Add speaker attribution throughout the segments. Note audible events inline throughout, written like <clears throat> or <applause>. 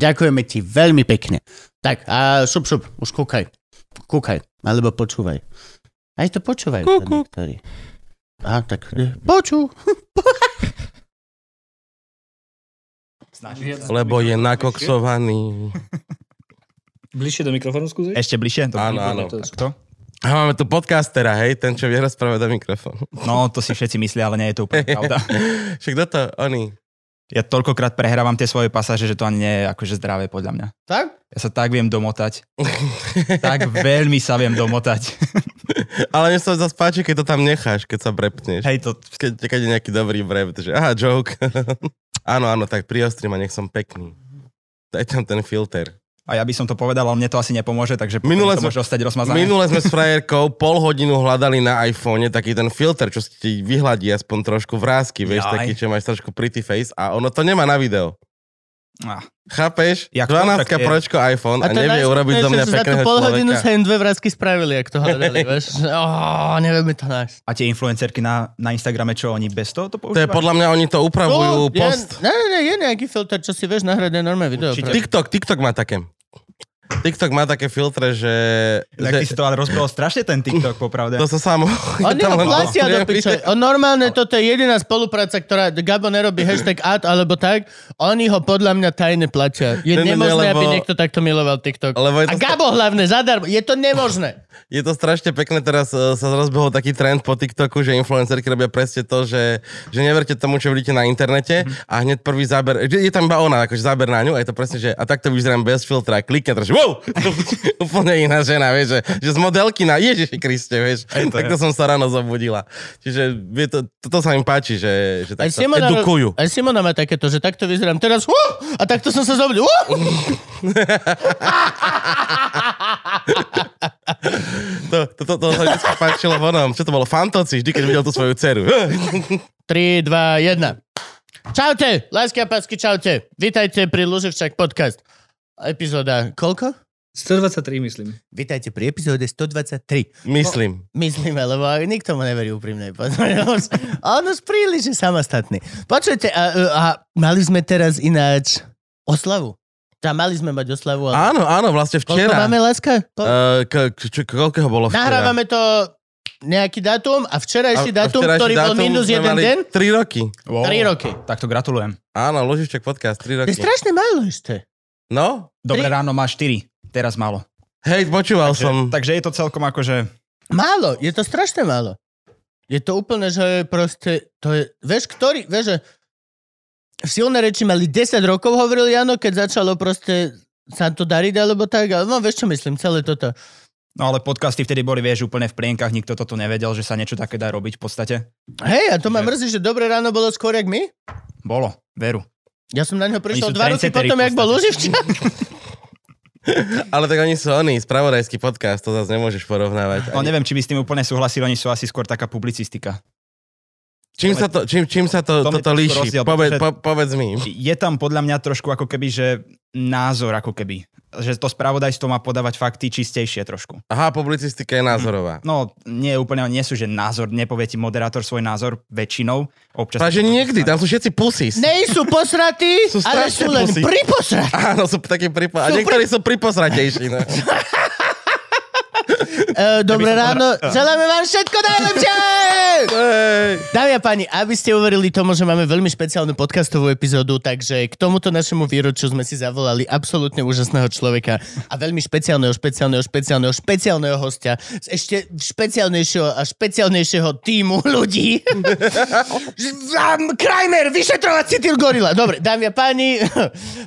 Speaker 1: Ďakujeme ti veľmi pekne. Tak a šup šup, už kúkaj. Kúkaj, alebo počúvaj. Aj to počúvajú.
Speaker 2: Kú,
Speaker 1: tam
Speaker 2: kú.
Speaker 1: niektorí. Á, tak eh, počú.
Speaker 3: Lebo je nakoksovaný.
Speaker 4: Bližšie do mikrofónu skúsi?
Speaker 5: Ešte bližšie? Dobre.
Speaker 3: Áno, áno.
Speaker 4: To je-
Speaker 5: Takto?
Speaker 3: A máme tu podcastera, hej, ten, čo vie rozprávať do mikrofónu.
Speaker 5: No, to si všetci myslia, ale nie je to
Speaker 3: <laughs>
Speaker 5: úplne pravda.
Speaker 3: Však kto to? Oni.
Speaker 5: Ja toľkokrát prehrávam tie svoje pasáže, že to ani nie je akože zdravé podľa mňa.
Speaker 1: Tak?
Speaker 5: Ja sa tak viem domotať.
Speaker 3: <laughs>
Speaker 5: tak veľmi sa viem domotať.
Speaker 3: Ale mne sa zase páči, keď to tam necháš, keď sa brepneš.
Speaker 5: Hej, to...
Speaker 3: Keď, keď je nejaký dobrý brev, že aha,
Speaker 5: <laughs>
Speaker 3: joke. áno, áno, tak priostri ma, nech som pekný. Daj tam ten filter.
Speaker 5: A ja by som to povedal, ale mne to asi nepomôže, takže
Speaker 3: Minule sme-
Speaker 5: to môže ostať rozmazané.
Speaker 3: Minule sme
Speaker 5: <laughs>
Speaker 3: s frajerkou pol hodinu hľadali na iPhone taký ten filter, čo ti vyhľadí aspoň trošku vrázky, vieš,
Speaker 5: Jaj.
Speaker 3: taký, čo máš trošku pretty face a ono to nemá na video.
Speaker 5: Ah,
Speaker 3: Chápeš?
Speaker 5: Jak
Speaker 3: 12
Speaker 5: kontakt je.
Speaker 3: pročko iPhone a, nevie urobiť zo mňa
Speaker 1: Za tú
Speaker 3: pekného
Speaker 1: pol hodinu
Speaker 3: človeka.
Speaker 1: sa im dve vrázky spravili, ak to
Speaker 3: <laughs>
Speaker 1: hľadali, vieš. Že, Ó, nevieme to nájsť.
Speaker 5: A tie influencerky na, na Instagrame, čo oni bez toho to
Speaker 3: To je
Speaker 5: používajú?
Speaker 3: podľa mňa, oni to upravujú
Speaker 1: je,
Speaker 3: post.
Speaker 1: ne, ne, ne, je nejaký filter, čo si vieš nahrať na normálne video.
Speaker 5: Určite.
Speaker 1: práve.
Speaker 3: TikTok, TikTok má také. TikTok má také filtre, že...
Speaker 5: Tak ty
Speaker 3: že
Speaker 5: si to ale rozbil strašne ten
Speaker 3: <laughs>
Speaker 5: TikTok, popravde.
Speaker 3: to sa samo...
Speaker 1: Oni
Speaker 3: <laughs> tam len-
Speaker 1: ho platia do piče. O, normálne toto je jediná spolupráca, ktorá Gabo nerobí hashtag ad alebo tak. Oni ho podľa mňa tajne platia. Je
Speaker 3: Ne, ne, ne,
Speaker 1: nemožné, aby
Speaker 3: lebo-
Speaker 1: niekto takto miloval TikTok.
Speaker 3: Lebo je
Speaker 1: A
Speaker 3: to, stra-
Speaker 1: Gabo hlavne, zadarmo. Je to nemožné.
Speaker 3: je to strašne pekné, teraz e, sa rozbehol taký trend po TikToku, že influencerky robia presne to, že, že neverte tomu, čo vidíte na internete a hneď prvý záber, že je tam iba ona, akože záber na ňu a je to presne, že a takto vyzerám bez filtra, klikne teraz, že wow, <laughs> úplne iná žena, vieš, že, že z modelky na Ježiši Kriste, vieš,
Speaker 5: Aj to je.
Speaker 3: takto som sa ráno zobudila. Čiže je to, toto sa im páči, že, že
Speaker 1: Aj
Speaker 3: takto
Speaker 1: Simona,
Speaker 3: edukujú.
Speaker 1: aj Simona má takéto, že takto vyzerám teraz uh, a takto som sa zobudil. Uh!
Speaker 3: To, to, to, to sa vždy páčilo vonom. Čo to bolo? Fantoci, vždy, keď videl tú svoju dceru.
Speaker 1: 3, 2, 1. Čaute, lásky a pásky, čaute. Vítajte pri Luživčak podcast. Epizóda koľko?
Speaker 4: 123 myslím.
Speaker 1: Vítajte pri epizóde 123.
Speaker 3: Myslím.
Speaker 1: Myslíme, lebo nikto mu neverí úprimne. <laughs> Pozor, On už- on už príliš je samostatný. Počujte, a, a mali sme teraz ináč oslavu. Tá mali sme mať oslavu, ale...
Speaker 3: Áno, áno, vlastne
Speaker 1: No, Koľko
Speaker 3: včera.
Speaker 1: máme, láska? Po-
Speaker 3: Eh, k- k- čo- koľkého bolo včera?
Speaker 1: Nahrávame to nejaký dátum a
Speaker 3: A-
Speaker 1: včerajší
Speaker 3: a
Speaker 1: dátum,
Speaker 3: včerajší
Speaker 1: ktorý bol
Speaker 3: dátum
Speaker 1: minus
Speaker 3: sme
Speaker 1: jeden
Speaker 3: mali
Speaker 1: deň,
Speaker 3: Tri roky.
Speaker 5: Wow.
Speaker 1: tri roky.
Speaker 5: Tak to gratulujem.
Speaker 3: Áno, Loživčak podcast, tri
Speaker 1: To
Speaker 3: roky.
Speaker 1: je strašne málo ešte.
Speaker 3: No,
Speaker 5: Dobré
Speaker 1: Tri-
Speaker 5: ráno má 4, teraz málo.
Speaker 3: hej, počúval som.
Speaker 5: Takže je to celkom akože...
Speaker 1: Málo, je to strašne málo. Je to úplne, že proste, to je, vieš, ktorý, vieš, že v silné reči mali 10 rokov, hovoril Jano, keď začalo proste sa to dariť, alebo tak, ale no, vieš, čo myslím, celé toto.
Speaker 5: No ale podcasty vtedy boli, vieš, úplne v plienkach, nikto toto nevedel, že sa niečo také dá robiť v podstate.
Speaker 1: Hej, a to ma
Speaker 5: Že-
Speaker 1: mrzí, že Dobré ráno bolo skôr, jak my.
Speaker 5: Bolo, veru.
Speaker 1: Ja som na neho prišiel
Speaker 5: sú
Speaker 1: dva roky
Speaker 5: trendsetteri
Speaker 1: potom,
Speaker 5: v
Speaker 1: jak bol
Speaker 5: podstate.
Speaker 1: <laughs> Luživčák.
Speaker 3: Ale tak oni sú oni, spravodajský podcast, to zase nemôžeš porovnávať.
Speaker 5: No
Speaker 3: Ani-
Speaker 5: neviem, či by s tým úplne súhlasil, oni sú asi skôr taká publicistika.
Speaker 3: čím, sa to, čím, čím sa to,
Speaker 5: To
Speaker 3: toto
Speaker 5: mi trošku
Speaker 3: líši?
Speaker 5: rozdiel,
Speaker 3: Poved,
Speaker 5: pretože-
Speaker 3: po, povedz mi.
Speaker 5: Je tam podľa mňa trošku ako keby, že názor ako keby. Že to spravodajstvo má podávať fakty čistejšie trošku.
Speaker 3: Aha, publicistika je názorová.
Speaker 5: No, nie je úplne, nie sú, že názor, nepovie ti moderátor svoj názor väčšinou. Občas...
Speaker 3: Takže niekdy, tam sú všetci pusis.
Speaker 1: Nej sú
Speaker 5: <laughs>
Speaker 1: posratí,
Speaker 3: Sú
Speaker 1: ale
Speaker 3: strašne
Speaker 1: sú len
Speaker 3: pusy.
Speaker 1: priposratí.
Speaker 3: Áno, sú také pripo... A
Speaker 1: Sú pri-
Speaker 3: niektorí sú priposratejší. No.
Speaker 1: E, dobré
Speaker 5: som
Speaker 1: ráno, želáme vám všetko najlepšie!
Speaker 5: <laughs>
Speaker 3: Hej.
Speaker 1: Dámy a páni, aby ste uverili tomu, že máme veľmi špeciálnu podcastovú epizódu, takže k tomuto našemu výročiu sme si zavolali absolútne úžasného človeka a veľmi špeciálneho, špeciálneho, špeciálneho, špeciálneho hostia z ešte špeciálnejšieho a špeciálnejšieho týmu
Speaker 5: <laughs>
Speaker 1: ľudí. Vám Kramer, vyšetrovací tým gorila. Dobre, dámy a páni,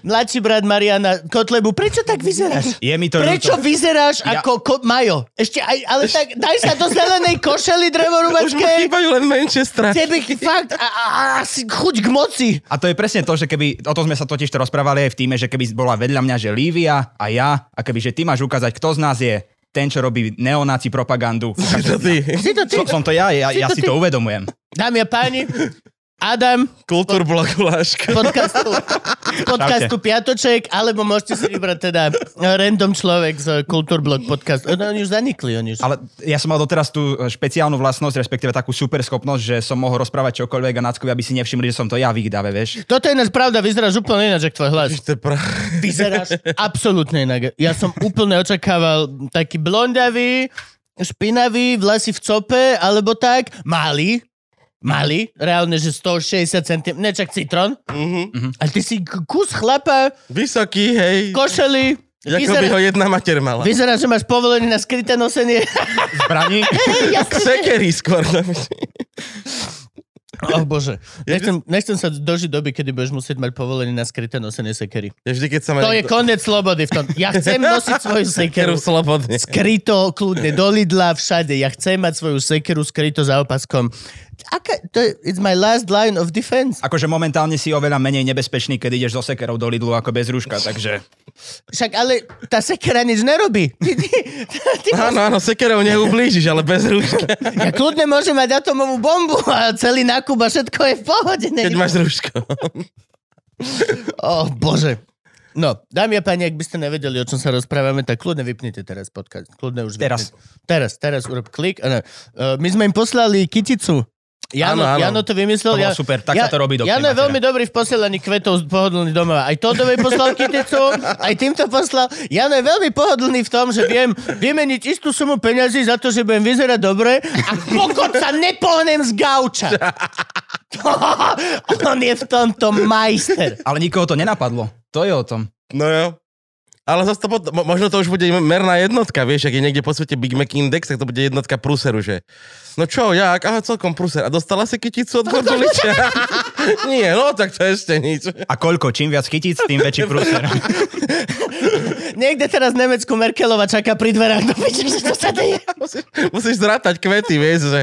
Speaker 1: mladší brat Mariana Kotlebu, prečo tak vyzeráš?
Speaker 5: Je mi to
Speaker 1: Prečo
Speaker 5: ľúto.
Speaker 1: vyzeráš
Speaker 5: Ja-
Speaker 1: ako ko- Majo? Ešte ešte aj, ale tak daj sa do zelenej
Speaker 3: Už
Speaker 5: <laughs>
Speaker 1: košeli
Speaker 3: mu
Speaker 1: drevorúbačke.
Speaker 3: No, chýbajú len Manchester.
Speaker 1: Tebe fakt, a, a, a, asi chuť k moci.
Speaker 5: A to je presne to, že keby, o to sme sa totiž to rozprávali aj v týme, že keby bola vedľa mňa, že Lívia a ja, a keby, že ty máš ukázať, kto z nás je ten, čo robí neonáci propagandu.
Speaker 3: To ty.
Speaker 1: Si to ty,
Speaker 5: Som, som to ja, ja, ja si to uvedomujem.
Speaker 1: dámy a páni, Adam,
Speaker 3: Kultúrblok Uláška.
Speaker 1: podcastu, z podcastu Piatoček, alebo môžete si vybrať teda random človek z Kultúrblog podcast. No, oni už zanikli, oni už.
Speaker 5: Ale ja som mal doteraz tú špeciálnu vlastnosť, respektíve takú super schopnosť, že som mohol rozprávať čokoľvek a náckovi, aby si nevšimli, že som to ja vydáve, vieš.
Speaker 1: Toto je nás pravda, vyzeráš úplne ináč, ako tvoj hlas.
Speaker 3: To je pra... <laughs>
Speaker 1: Vyzeráš absolútne inak. Ja som úplne očakával taký blondavý, špinavý, vlasy v cope, alebo tak, malý, malý, reálne, že 160 cm, nečak citron. A ty si k- kus chlapa,
Speaker 3: Vysoký, hej. Ako
Speaker 1: košeli,
Speaker 3: by
Speaker 1: vyzerá,
Speaker 3: ho jedna mater mala.
Speaker 1: vyzerá, že máš povolený na skryté nosenie. <laughs>
Speaker 5: Zbraní?
Speaker 3: Sekery skôr. no.
Speaker 1: Oh bože, nechcem, nechcem sa dožiť doby, kedy budeš musieť mať povolenie na skryté nosenie sekery.
Speaker 3: Ja vždy, keď sa ma...
Speaker 1: To je koniec slobody v tom. Ja chcem nosiť
Speaker 3: <laughs>
Speaker 1: svoju
Speaker 3: Sekeru
Speaker 1: sekeru.
Speaker 3: slobodne.
Speaker 1: Skryto, kľudne, do Lidla, všade. Ja chcem mať svoju sekeru skryto za opaskom. Aká, to je, it's my last line of defense.
Speaker 5: Akože momentálne si oveľa menej nebezpečný, keď ideš so sekerou do Lidlu ako bez rúška, takže...
Speaker 1: Však ale tá sekera nič nerobí. <laughs> Ty, ty, ty,
Speaker 3: Áno, áno, sekerou neublížiš, ale bez
Speaker 1: <laughs>
Speaker 3: rúška.
Speaker 1: ja kľudne môžem mať atomovú bombu a celý nákup a všetko je v pohode.
Speaker 3: Keď
Speaker 1: Není...
Speaker 3: máš rúško.
Speaker 1: Oh, bože. No, dámy a páni, ak by ste nevedeli, o čom sa rozprávame, tak kľudne vypnite teraz podcast. Kľudne už
Speaker 5: Teraz.
Speaker 1: Vypnite. Teraz, teraz urob klik. Ano. Uh, my sme im poslali kyticu.
Speaker 3: Áno,
Speaker 1: Jano,
Speaker 3: áno.
Speaker 1: Jano to
Speaker 5: To
Speaker 1: vymyslel.
Speaker 5: bolo super, tak sa to robí do
Speaker 1: Jano je
Speaker 5: klimatera.
Speaker 1: veľmi dobrý v posielaní kvetov z pohodlných domov. Aj Todovej poslal kyticu, aj týmto poslal. Jano je veľmi pohodlný v tom, že viem vymeniť istú sumu peňazí za to, že budem vyzerať dobre a pokot sa nepohnem z gauča. <laughs> On je v tomto majster.
Speaker 5: Ale nikoho to nenapadlo. To je o tom.
Speaker 3: No jo. Ale zase to pot- mo- možno to už bude merná jednotka, vieš, ak je niekde po svete Big Mac Index, tak to bude jednotka pruseru, že? No čo, jak? Aha, celkom pruser. A dostala si kyticu od
Speaker 1: <laughs>
Speaker 3: Gorduliča? Nie, no tak to ešte nič.
Speaker 5: A koľko? Čím viac chytíc, tým väčší
Speaker 1: <laughs>
Speaker 5: prúser.
Speaker 1: Niekde teraz v Nemecku Merkelova čaká pri dverách do piči, že čo sa deje.
Speaker 3: Musíš, musíš zrátať kvety, vieš, že...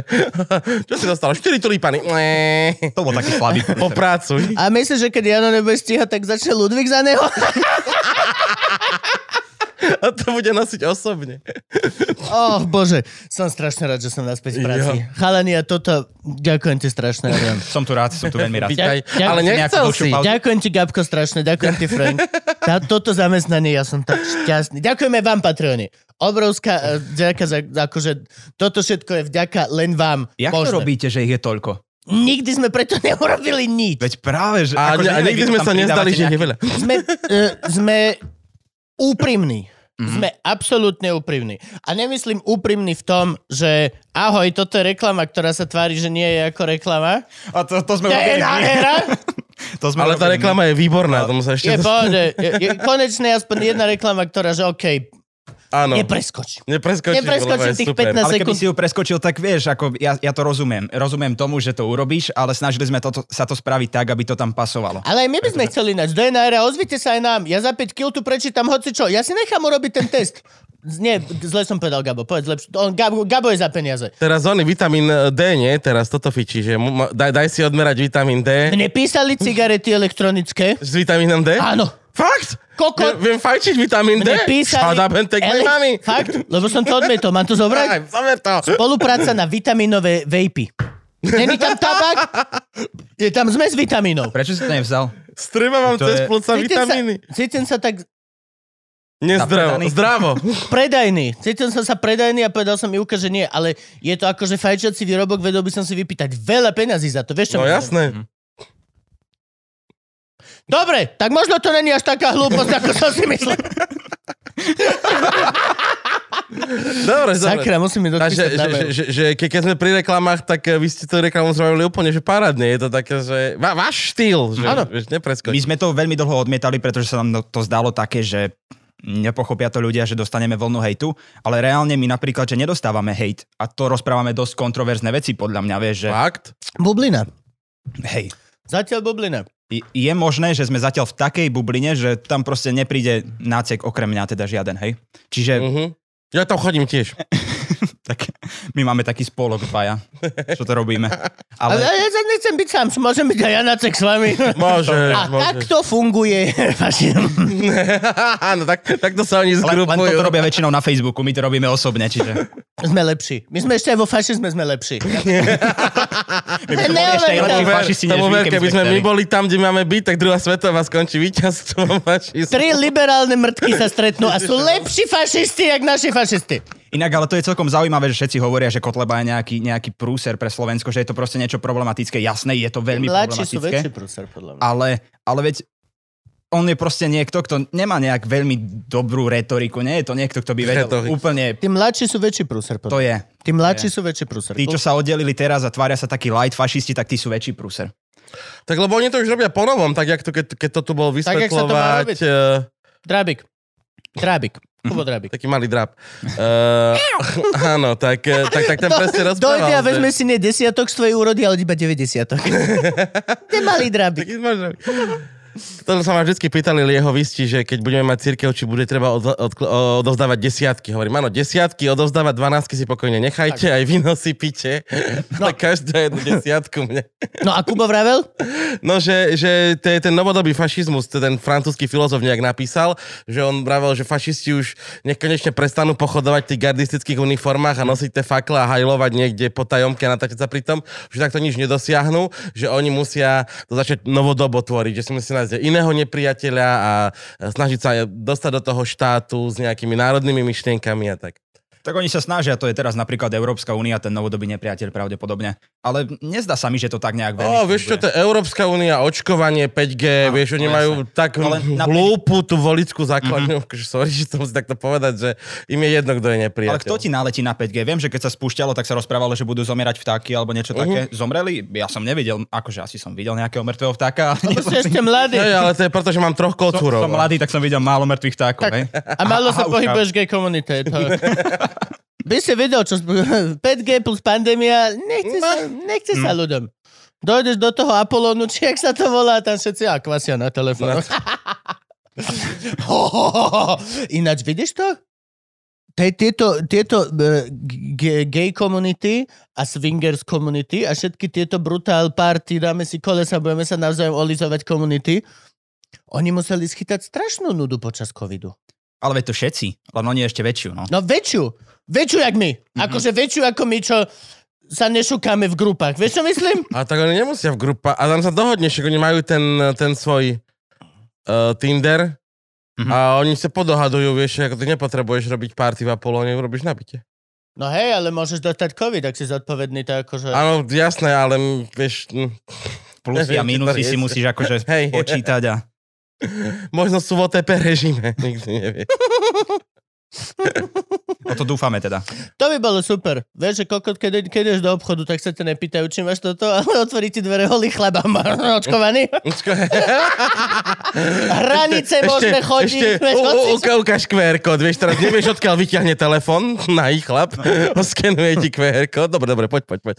Speaker 3: <laughs> Čo si dostal? 4 tulipany. Mé.
Speaker 5: To bol taký slabý prúser.
Speaker 3: Poprácuj.
Speaker 1: A myslíš, že keď Jano nebude stíhať, tak začne Ludvík za neho?
Speaker 3: A to bude nosiť osobne.
Speaker 1: Oh, bože, som strašne rád, že som naspäť v práci.
Speaker 3: Jo.
Speaker 1: Chalani, a toto, ďakujem ti strašne, Adam.
Speaker 5: Som tu rád, som tu veľmi rád.
Speaker 3: Vítaj.
Speaker 1: Ja-
Speaker 3: Ale
Speaker 1: ja-
Speaker 3: nechcel
Speaker 5: nejakú
Speaker 3: si.
Speaker 5: došu-
Speaker 1: Ďakujem ti, Gabko, strašne, ďakujem ti, Frank. Tá, toto zamestnanie, ja som tak šťastný. Ďakujeme vám, Patreoni. Obrovská eh, vďaka za, za- akože, toto všetko je vďaka len vám.
Speaker 5: Jak
Speaker 1: Možné.
Speaker 5: to robíte, že ich je toľko?
Speaker 1: Nikdy sme preto neurobili nič.
Speaker 5: Veď práve, že...
Speaker 3: A,
Speaker 5: akože
Speaker 3: a
Speaker 5: neviem,
Speaker 3: nikdy
Speaker 5: vy
Speaker 3: sme
Speaker 5: tam
Speaker 3: sa nezdali, že
Speaker 5: pridávate
Speaker 3: je
Speaker 5: nejaký-
Speaker 3: veľa.
Speaker 1: sme, uh, sme úprimní. Mm-hmm. Sme absolútne úprimní. A nemyslím úprimní v tom, že ahoj, toto je reklama, ktorá sa tvári, že nie je ako reklama.
Speaker 5: A to, to sme
Speaker 1: To je
Speaker 5: robili my.
Speaker 1: nádhera.
Speaker 5: To sme
Speaker 3: Ale tá
Speaker 5: robili my.
Speaker 3: reklama je výborná, tomu sa ešte...
Speaker 1: Je pohode. Je, je, konečne aspoň jedna reklama, ktorá, že OK,
Speaker 3: Áno.
Speaker 1: nepreskočím.
Speaker 3: Nepreskočím,
Speaker 1: Nepreskočím tých 15
Speaker 5: Ale keby
Speaker 1: sekund.
Speaker 5: si ju preskočil, tak vieš, ako ja, ja to rozumiem. Rozumiem tomu, že to urobíš, ale snažili sme toto, sa to spraviť tak, aby to tam pasovalo.
Speaker 1: Ale aj my by sme chceli ináč. Do NRA, ozvite sa aj nám. Ja za 5 kg tu prečítam hoci čo. Ja si nechám urobiť ten test. Nie, zle som povedal Gabo. Povedz lepšie. On, Gabo, Gabo je za peniaze.
Speaker 3: Teraz oni vitamín eh, D, nie? Teraz toto fičí, že mu- ma- daj, daj si odmerať vitamín D
Speaker 1: Mne písali cigarety elektronické.
Speaker 3: s vitamínom D?
Speaker 1: Áno.
Speaker 3: Fakt?
Speaker 1: Kokot.
Speaker 3: Viem, viem fajčiť vitamín D?
Speaker 1: Mne písali...
Speaker 3: Shut up and take my
Speaker 1: Ele-
Speaker 3: money.
Speaker 1: Fakt? Lebo som to odmietol. Mám to
Speaker 3: Aj,
Speaker 1: zobrať?
Speaker 3: Zober to.
Speaker 1: Spolupráca na vitaminové vejpy. Není tam tabak? Je tam zmes vitamínov.
Speaker 5: Prečo si to nevzal?
Speaker 3: Strýma vám
Speaker 5: To
Speaker 3: cez
Speaker 5: je-
Speaker 3: plúca vitamíny.
Speaker 1: Sa, cítim sa tak
Speaker 3: Nezdravo.
Speaker 5: Napredaný. <laughs>
Speaker 3: Zdravo.
Speaker 1: predajný. Cítim som sa predajný a povedal som Juka, že nie. Ale je to akože fajčiaci výrobok, vedel by som si vypýtať veľa peňazí za to. Vieš čo?
Speaker 3: No
Speaker 1: myslím?
Speaker 5: Mhm.
Speaker 3: jasné.
Speaker 1: Dobre, tak možno to není až taká hlúposť, ako som si
Speaker 3: <laughs>
Speaker 1: myslel.
Speaker 3: Dobre, dobre.
Speaker 1: Sakra, musím mi
Speaker 3: Takže, že,
Speaker 1: dopísať na mail.
Speaker 3: že, že, ke, keď sme pri reklamách, tak eh, vy ste tú reklamu zrobili úplne, že parádne. Je to také, že va, váš štýl, že
Speaker 1: Áno.
Speaker 3: vieš,
Speaker 5: My
Speaker 3: nepreskočí.
Speaker 5: sme to veľmi dlho odmietali, pretože sa nám no- to zdalo také, že nepochopia to ľudia, že dostaneme vlnu hejtu, ale reálne my napríklad, že nedostávame hejt a to rozprávame dosť kontroverzné veci podľa mňa, vieš, že
Speaker 3: Fakt?
Speaker 1: Bublina.
Speaker 5: hej,
Speaker 1: Zatiaľ bublina.
Speaker 5: I- je možné, že sme zatiaľ v takej bubline, že tam
Speaker 1: Mhm.
Speaker 5: proste nepríde nácek okrem mňa teda žiaden, hej. Čiže
Speaker 3: Mhm. Ja tam chodím tiež.
Speaker 5: tak my máme taký spolok dvaja, čo to
Speaker 1: <laughs>
Speaker 5: robíme.
Speaker 1: Ale
Speaker 5: Ale
Speaker 1: ja sa nechcem byť sám, môžem byť aj Janacek s vami.
Speaker 3: Môžeš,
Speaker 1: A <laughs>
Speaker 3: môžeš.
Speaker 1: takto funguje vaše...
Speaker 3: Áno, tak, takto sa oni
Speaker 5: len, len
Speaker 3: zgrupujú.
Speaker 5: toto robia väčšinou na Facebooku, my to robíme osobne, čiže
Speaker 1: Sme lepší. My sme ešte aj vo fašizme sme
Speaker 5: <laughs>
Speaker 1: lepší.
Speaker 5: boli ešte aj lepší
Speaker 1: Neoveľ-
Speaker 5: v fašisti než
Speaker 3: tomu
Speaker 5: vy,
Speaker 3: ver,
Speaker 5: keby
Speaker 3: keby
Speaker 5: sme
Speaker 3: sme my
Speaker 5: chceli.
Speaker 3: boli tam, kde máme byť, tak druhá svetová skončí víťazstvom fašistov.
Speaker 1: Tri liberálne mŕtky sa stretnú a sú lepší fašisti, jak naši fašisti.
Speaker 5: Inak, ale to je celkom zaujímavé, že všetci hovoria, že Kotleba je nejaký, nejaký prúser pre Slovensko, že je to proste niečo problematické. Jasné, je to veľmi
Speaker 1: Mladší sú
Speaker 5: problematické.
Speaker 1: väčší prúser, podľa mňa.
Speaker 5: ale, ale veď on je proste niekto, kto nemá nejak veľmi dobrú retoriku, nie je to niekto, kto by vedel
Speaker 3: Retorik.
Speaker 5: úplne,
Speaker 1: Tí mladší sú väčší prúser,
Speaker 5: to
Speaker 1: podľa mňa.
Speaker 5: je.
Speaker 1: Tí mladší sú väčší prúser.
Speaker 5: Tí, čo sa oddelili teraz a tvária sa takí light fašisti, tak tí sú väčší prúser.
Speaker 3: Tak lebo oni to už robia po novom, tak jak to, keď, keď to tu bol
Speaker 1: Tak, jak sa to
Speaker 3: vysvetľovať,
Speaker 1: má robiť.
Speaker 3: eh,
Speaker 1: Drábik. Drábik. Kubo
Speaker 5: <laughs>
Speaker 1: Drábik.
Speaker 3: taký malý drap. Uh, áno, tak, eh, tak,
Speaker 1: <laughs>
Speaker 3: tak ten presne rozprával.
Speaker 1: Dojde a
Speaker 3: že-
Speaker 1: vezme si nie desiatok z tvojej úrody, ale iba 90.
Speaker 5: <laughs>
Speaker 1: Ty malý drábik.
Speaker 3: Taký možno. To sa ma vždy pýtali jeho visti, že keď budeme mať církev, či bude treba od, od, odovzdávať desiatky. Hovorím, áno, desiatky, odovzdávať dvanáctky si pokojne nechajte, aj víno si pite. <laughs> No. Tak každá jednu desiatku mne.
Speaker 1: No a Kubo vravel?
Speaker 5: <laughs>
Speaker 3: No, že, že to je ten novodobý fašizmus, to ten francúzsky filozof nejak napísal, že on vravel, že fašisti už nech konečne prestanú pochodovať v tých gardistických uniformách a nosiť tie fakle a hajlovať niekde po tajomke a natáčať sa pri tom, že takto nič nedosiahnu, že oni musia to začať novodobo tvoriť, že si musia nájsť iného nepriateľa a snažiť sa dostať do toho štátu s nejakými národnými myšlienkami a tak.
Speaker 5: Tak oni sa snažia, to je teraz napríklad Európska únia, ten novodobý nepriateľ pravdepodobne. Ale nezdá sa mi, že to tak nejak
Speaker 3: Ó,
Speaker 5: veľmi
Speaker 3: vieš čo, to
Speaker 5: funguje.
Speaker 3: je Európska únia, očkovanie, 5G,
Speaker 5: Áno,
Speaker 3: vieš, oni
Speaker 5: no
Speaker 3: majú tak
Speaker 5: No len napríklad-
Speaker 3: hlúpu tú voličku
Speaker 5: Mhm.
Speaker 3: základňu, mm-hmm. sorry, že to musím takto povedať, že im je jedno, kto je nepriateľ.
Speaker 5: Ale kto ti naletí na 5G? Viem, že keď sa spúšťalo, tak sa rozprávalo, že budú zomierať vtáky alebo
Speaker 3: Mhm.
Speaker 5: niečo také. Zomreli? Ja som nevidel, akože asi som videl nejakého mŕtvého vtáka, ale nie
Speaker 1: Ty
Speaker 5: som, si...
Speaker 1: si ešte mladý.
Speaker 3: Hej, ale to je preto, že mám troch
Speaker 5: som,
Speaker 3: kotúrov.
Speaker 5: som mladý, tak som videl málo mŕtvych vtákov. hej?
Speaker 1: A málo sa
Speaker 5: Aha, už
Speaker 1: pohybuješ v gay komunite. To... By si vedel, čo... sp- <laughs> 5G plus pandémia, nechce sa, nechce sa ľuďom. Dojdeš do toho Apolónu, či jak sa to volá, tam všetci a kvasia na <laughs> telefónu. Ináč, vidíš to? Te- Tieto, tieto eh, g- gay community a swingers community a všetky tieto brutál party, dáme si kolesa, budeme sa navzájom olizovať community, oni museli schytať strašnú nudu počas covidu.
Speaker 5: Ale veď to všetci, len oni ešte väčšiu. No.
Speaker 1: No väčšiu. Väčšiu jak my.
Speaker 3: Mhm.
Speaker 1: Mm-hmm. Akože väčšiu ako my, čo sa nešukáme v grupách. Vieš, čo myslím?
Speaker 3: A tak oni nemusia v grupa. A tam sa dohodneš, že oni majú ten, ten svoj uh, Tinder
Speaker 5: Mhm.
Speaker 3: a oni sa podohadujú, vieš, ako ty nepotrebuješ robiť party v Apolóne, urobíš nabite.
Speaker 1: No hej, ale môžeš dostať COVID, ak si zodpovedný, to akože... A...
Speaker 3: Áno, jasné, ale mm, vieš, mm,
Speaker 5: Plusy a
Speaker 3: Neviem,
Speaker 5: minusy
Speaker 3: čo to
Speaker 5: si
Speaker 3: je.
Speaker 5: musíš akože
Speaker 3: Hej.
Speaker 5: počítať a
Speaker 3: možno sú v OTP režime, <laughs> nikdy nevie.
Speaker 5: o to dúfame teda.
Speaker 1: To by bolo super. Vieš, že kokot, keď, keď ideš do obchodu, tak sa ťa nepýtajú, či máš toto, <laughs> ale otvorí ti dvere holý chleba, <laughs> očkovaný.
Speaker 5: <laughs>
Speaker 1: Hranice môžeme chodiť.
Speaker 3: Ešte,
Speaker 1: vieš,
Speaker 3: u, u,
Speaker 1: hoci čo.
Speaker 3: uka, ukáž QR kód, vieš, teraz nevieš, odkiaľ vyťahne telefon <laughs> na ich chlap, oskenuje ti QR kód, dobre, dobre, poď, poď, poď.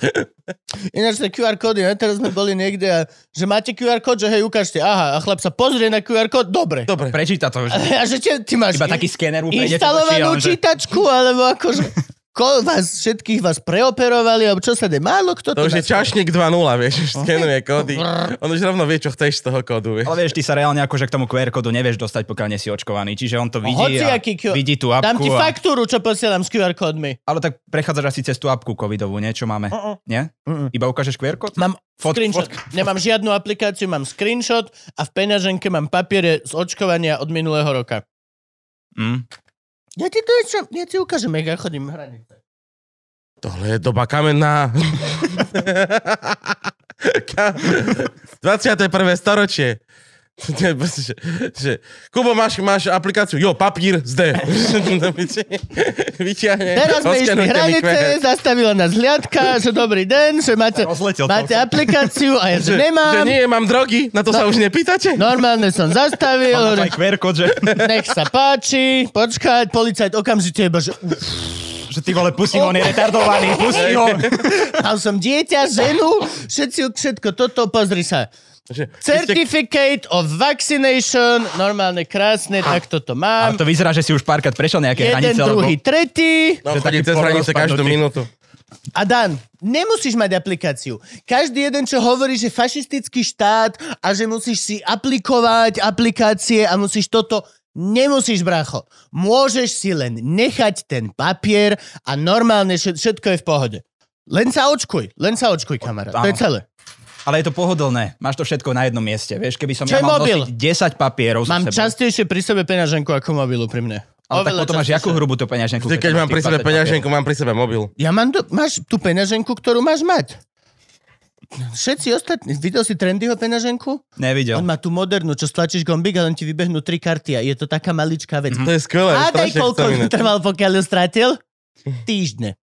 Speaker 1: Ináč tie QR kódy, ne? teraz sme boli niekde a že máte QR kód, že hej, ukážte. Aha, a chlap sa pozrie na QR kód, dobre.
Speaker 3: Dobre.
Speaker 5: Prečíta to, že
Speaker 1: <laughs> A že tie- ty máš...
Speaker 5: iba taký skener úplne idete do očí a
Speaker 1: Inštalovanú
Speaker 5: on, že-
Speaker 1: čítačku, alebo akože... Ko, vás, všetkých vás preoperovali, alebo čo sa de, málo kto
Speaker 3: To už je
Speaker 1: nás-
Speaker 3: čašník 2.0, vieš, už skenuje kódy. On už rovno vie, čo chceš z toho kódu, vieš.
Speaker 5: Ale vieš, ty sa reálne akože k tomu QR kódu nevieš dostať, pokiaľ nie si očkovaný. Čiže on to
Speaker 1: No
Speaker 5: vidí a
Speaker 1: Hociaký Q-
Speaker 5: vidí tú apku.
Speaker 1: Dám
Speaker 5: a...
Speaker 1: ti faktúru, čo posielam s QR kódmi.
Speaker 5: Ale tak prechádzaš asi cez tú apku covidovú, nie? Čo máme? Nie?
Speaker 1: Mm-mm.
Speaker 5: Iba ukážeš QR kód?
Speaker 1: Mám
Speaker 5: Fot-
Speaker 1: screenshot. Nemám žiadnu aplikáciu, mám screenshot a v peňaženke mám papiere z očkovania od minulého roka.
Speaker 5: Mm.
Speaker 1: <laughs> Ja ti to čo, ja ti ukážem, jak ja chodím hranice.
Speaker 3: Tohle je doba kamenná. <laughs> Ka- 21. storočie. <laughs> To je proste, že, že, Kubo, máš, máš aplikáciu? Jo, papír, <laughs> zde. Do piči. Vyťahne.
Speaker 1: Teraz sme išli
Speaker 3: oskenujte mi QR.
Speaker 1: hranice, zastavila nás hliadka, že dobrý den, že máte,
Speaker 5: Rozletel
Speaker 1: máte
Speaker 5: celkom.
Speaker 1: aplikáciu a ja
Speaker 3: Že,
Speaker 1: že
Speaker 3: že
Speaker 1: nemám. No.
Speaker 3: nie, mám drogy, na to sa už nepýtate?
Speaker 1: Normálne som zastavil.
Speaker 5: Mám na to
Speaker 1: že-
Speaker 5: aj QR kód,
Speaker 1: <laughs>
Speaker 5: že,
Speaker 1: Nech sa páči, počkať, policajt okamžite iba, že "Uf,
Speaker 5: že ty vole, pusí ho, on je retardovaný, pusí ho.
Speaker 1: mal som dieťa, ženu, všetci, všetko toto, pozri sa.
Speaker 3: Že, vy ste-
Speaker 1: Certificate of vaccination, normálne krásne, takto to
Speaker 5: Ale
Speaker 1: mám.
Speaker 5: to vyzerá, že si už párkrát prešiel nejaké hranice.
Speaker 1: Jeden, druhý,
Speaker 5: Lebo...
Speaker 1: tretí.
Speaker 3: No,
Speaker 5: že
Speaker 3: chodí
Speaker 5: taký
Speaker 3: cez hranice
Speaker 5: polorozpadnutý.
Speaker 3: každú minútu.
Speaker 1: A Dan, nemusíš mať aplikáciu. Každý jeden, čo hovorí, že fašistický štát a že musíš si aplikovať aplikácie a musíš toto, nemusíš, bracho. Môžeš si len nechať ten papier a normálne všet- všetko je v pohode. Len sa očkuj, len sa očkuj, kamarát. To je
Speaker 5: Áno.
Speaker 1: celé.
Speaker 5: Ale je to pohodlné. Máš to všetko na jednom mieste. Vieš, keby som ja
Speaker 1: Čo je
Speaker 5: mal
Speaker 1: mobil?
Speaker 5: nosiť 10 papierov so
Speaker 1: Mám
Speaker 5: sebou.
Speaker 1: častejšie pri sebe peňaženku ako mobilu pri mne.
Speaker 5: Ale tak
Speaker 1: Oveľa
Speaker 5: potom máš
Speaker 1: častejšie.
Speaker 5: jakú hrubú tú peňaženku?
Speaker 3: Vždy, keď
Speaker 5: máš
Speaker 3: mám
Speaker 5: tých
Speaker 3: pri sebe
Speaker 5: 20 papierov?
Speaker 3: peňaženku, mám pri sebe mobil.
Speaker 1: Ja mám, do... máš tú peňaženku, ktorú máš mať. Všetci ostatní, videl si Trendyho peňaženku?
Speaker 5: Nevidel.
Speaker 1: On
Speaker 3: No.
Speaker 1: má tú modernú, čo stlačíš gombík a len ti vybehnú tri karty a je to taká maličká
Speaker 5: Mhm.
Speaker 1: vec.
Speaker 3: Mhm. To je skvelé.
Speaker 1: A
Speaker 3: strašne
Speaker 1: daj
Speaker 3: chcem
Speaker 1: koľko
Speaker 3: iné.
Speaker 1: trval, pokiaľ ju stratil? Týždne.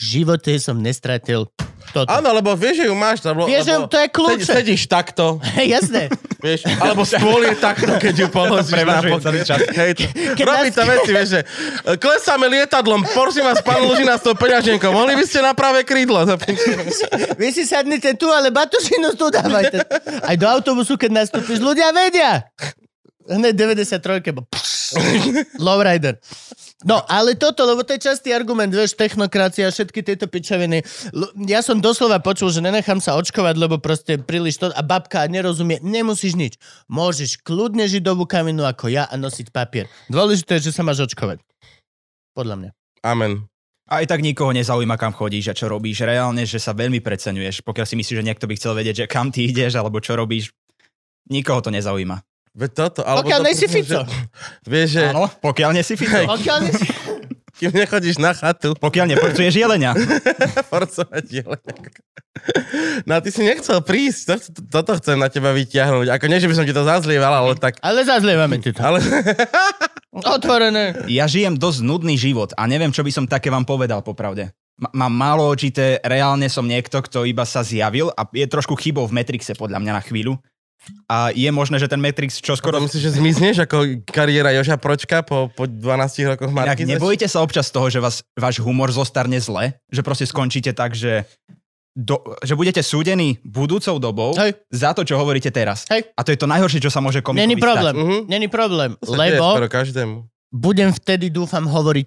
Speaker 1: V živote som nestratil toto.
Speaker 3: Áno, lebo vieš, že ju máš. Lebo,
Speaker 1: Vieš, že
Speaker 3: lebo
Speaker 1: to je kľúče.
Speaker 3: sedí- Sedíš takto,
Speaker 1: Hej, <laughs> jasné. <laughs>
Speaker 3: vieš, alebo stôl je takto, keď ju položíš na
Speaker 5: prevažuje
Speaker 3: pokoj.
Speaker 5: celý čas.
Speaker 3: Hej, to-
Speaker 1: Keď
Speaker 3: Robí
Speaker 1: nás-
Speaker 3: to veci, vieš, že e, klesáme lietadlom, prosím vás, pán Lužina s tou peňaženkou, mohli by ste na pravé krídlo.
Speaker 1: Vy si sadnite tu, ale batožinu tu dávajte. Aj do autobusu, keď nastúpiš, ľudia vedia. Hneď 93, bo pš, lowrider. No, ale toto, lebo to je častý argument, vieš, technokracia, všetky tieto pičoviny. L- Ja som doslova počul, že nenechám sa očkovať, lebo proste príliš to... A babka nerozumie, nemusíš nič. Môžeš kľudne žiť dobu kaminu ako ja a nosiť papier. Dôležité je, že sa máš očkovať. Podľa mňa.
Speaker 3: Amen.
Speaker 5: Aj tak nikoho nezaujíma, kam chodíš a čo robíš. Reálne, že sa veľmi preceňuješ. Pokiaľ si myslíš, že niekto by chcel vedieť, že kam ty ideš alebo čo robíš, nikoho to nezaujíma.
Speaker 3: Veď toto, alebo
Speaker 1: Pokiaľ
Speaker 3: to,
Speaker 1: nejsi
Speaker 3: presne,
Speaker 1: Fico.
Speaker 3: že- Vieš, že
Speaker 5: Áno, pokiaľ nie si fito.
Speaker 1: Pokiaľ nejsi...
Speaker 3: kým nechodíš na chatu,
Speaker 5: Pokiaľ neporcuješ jelenia.
Speaker 3: forcovať jelek. No a ty si nechcel prísť, to, to, toto chcem na teba vyťahnuť. Ako nie, že by som ti to zazlieval, ale tak...
Speaker 1: Ale zazlievame ti to.
Speaker 3: Ale
Speaker 5: <laughs>
Speaker 3: <laughs>
Speaker 1: Otvorené.
Speaker 5: Ja žijem dosť nudný život a neviem, čo by som také vám povedal popravde. M- mám málo očité, reálne som niekto, kto iba sa zjavil a je trošku chybou v Matrixe podľa mňa na chvíľu. A je možné, že ten Matrix čo skoro...
Speaker 3: skoro myslíš, že zmizneš ako kariéra Joža Pročka po, po 12 rokoch
Speaker 5: Inak
Speaker 3: Marky?
Speaker 5: nebojte sa občas toho, že vás, váš humor zostarne zle, že proste skončíte tak, že, do, že budete súdení budúcou dobou
Speaker 1: Hej.
Speaker 5: za to, čo hovoríte teraz.
Speaker 1: Hej.
Speaker 5: A to je to najhoršie, čo sa môže komikovi
Speaker 1: Není problém,
Speaker 3: Mhm.
Speaker 1: není problém,
Speaker 3: Lebo...
Speaker 1: lebo
Speaker 3: každému.
Speaker 1: budem vtedy, dúfam, hovoriť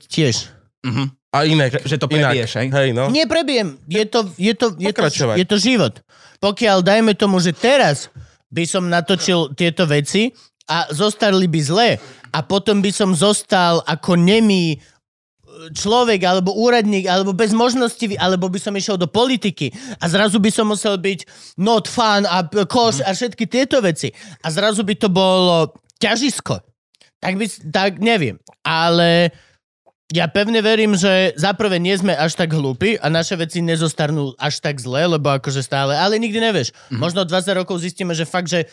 Speaker 5: Stať.
Speaker 1: tiež.
Speaker 5: Mhm.
Speaker 3: A inak.
Speaker 5: Že, že to
Speaker 3: inak.
Speaker 5: prebiješ, hej?
Speaker 3: Hej, no.
Speaker 1: Nie prebijem, je to, je, to, je, to,
Speaker 3: Pokračovať.
Speaker 1: je to život. Pokiaľ, dajme tomu, že teraz by som natočil tieto veci a zostarli by zle a potom by som zostal ako nemý e, človek alebo úradník alebo bez možnosti, alebo by som išiel do politiky a zrazu by som musel byť not fan a p- koš a všetky tieto veci a zrazu by to bolo ťažisko. Tak by, s- tak neviem, ale ja pevne verím, že za prvé nie sme až tak hlúpi a naše veci nezostarnú až tak zle, lebo akože stále, ale nikdy nevieš. Mm-hmm. Možno 20 rokov zistíme, že fakt, že,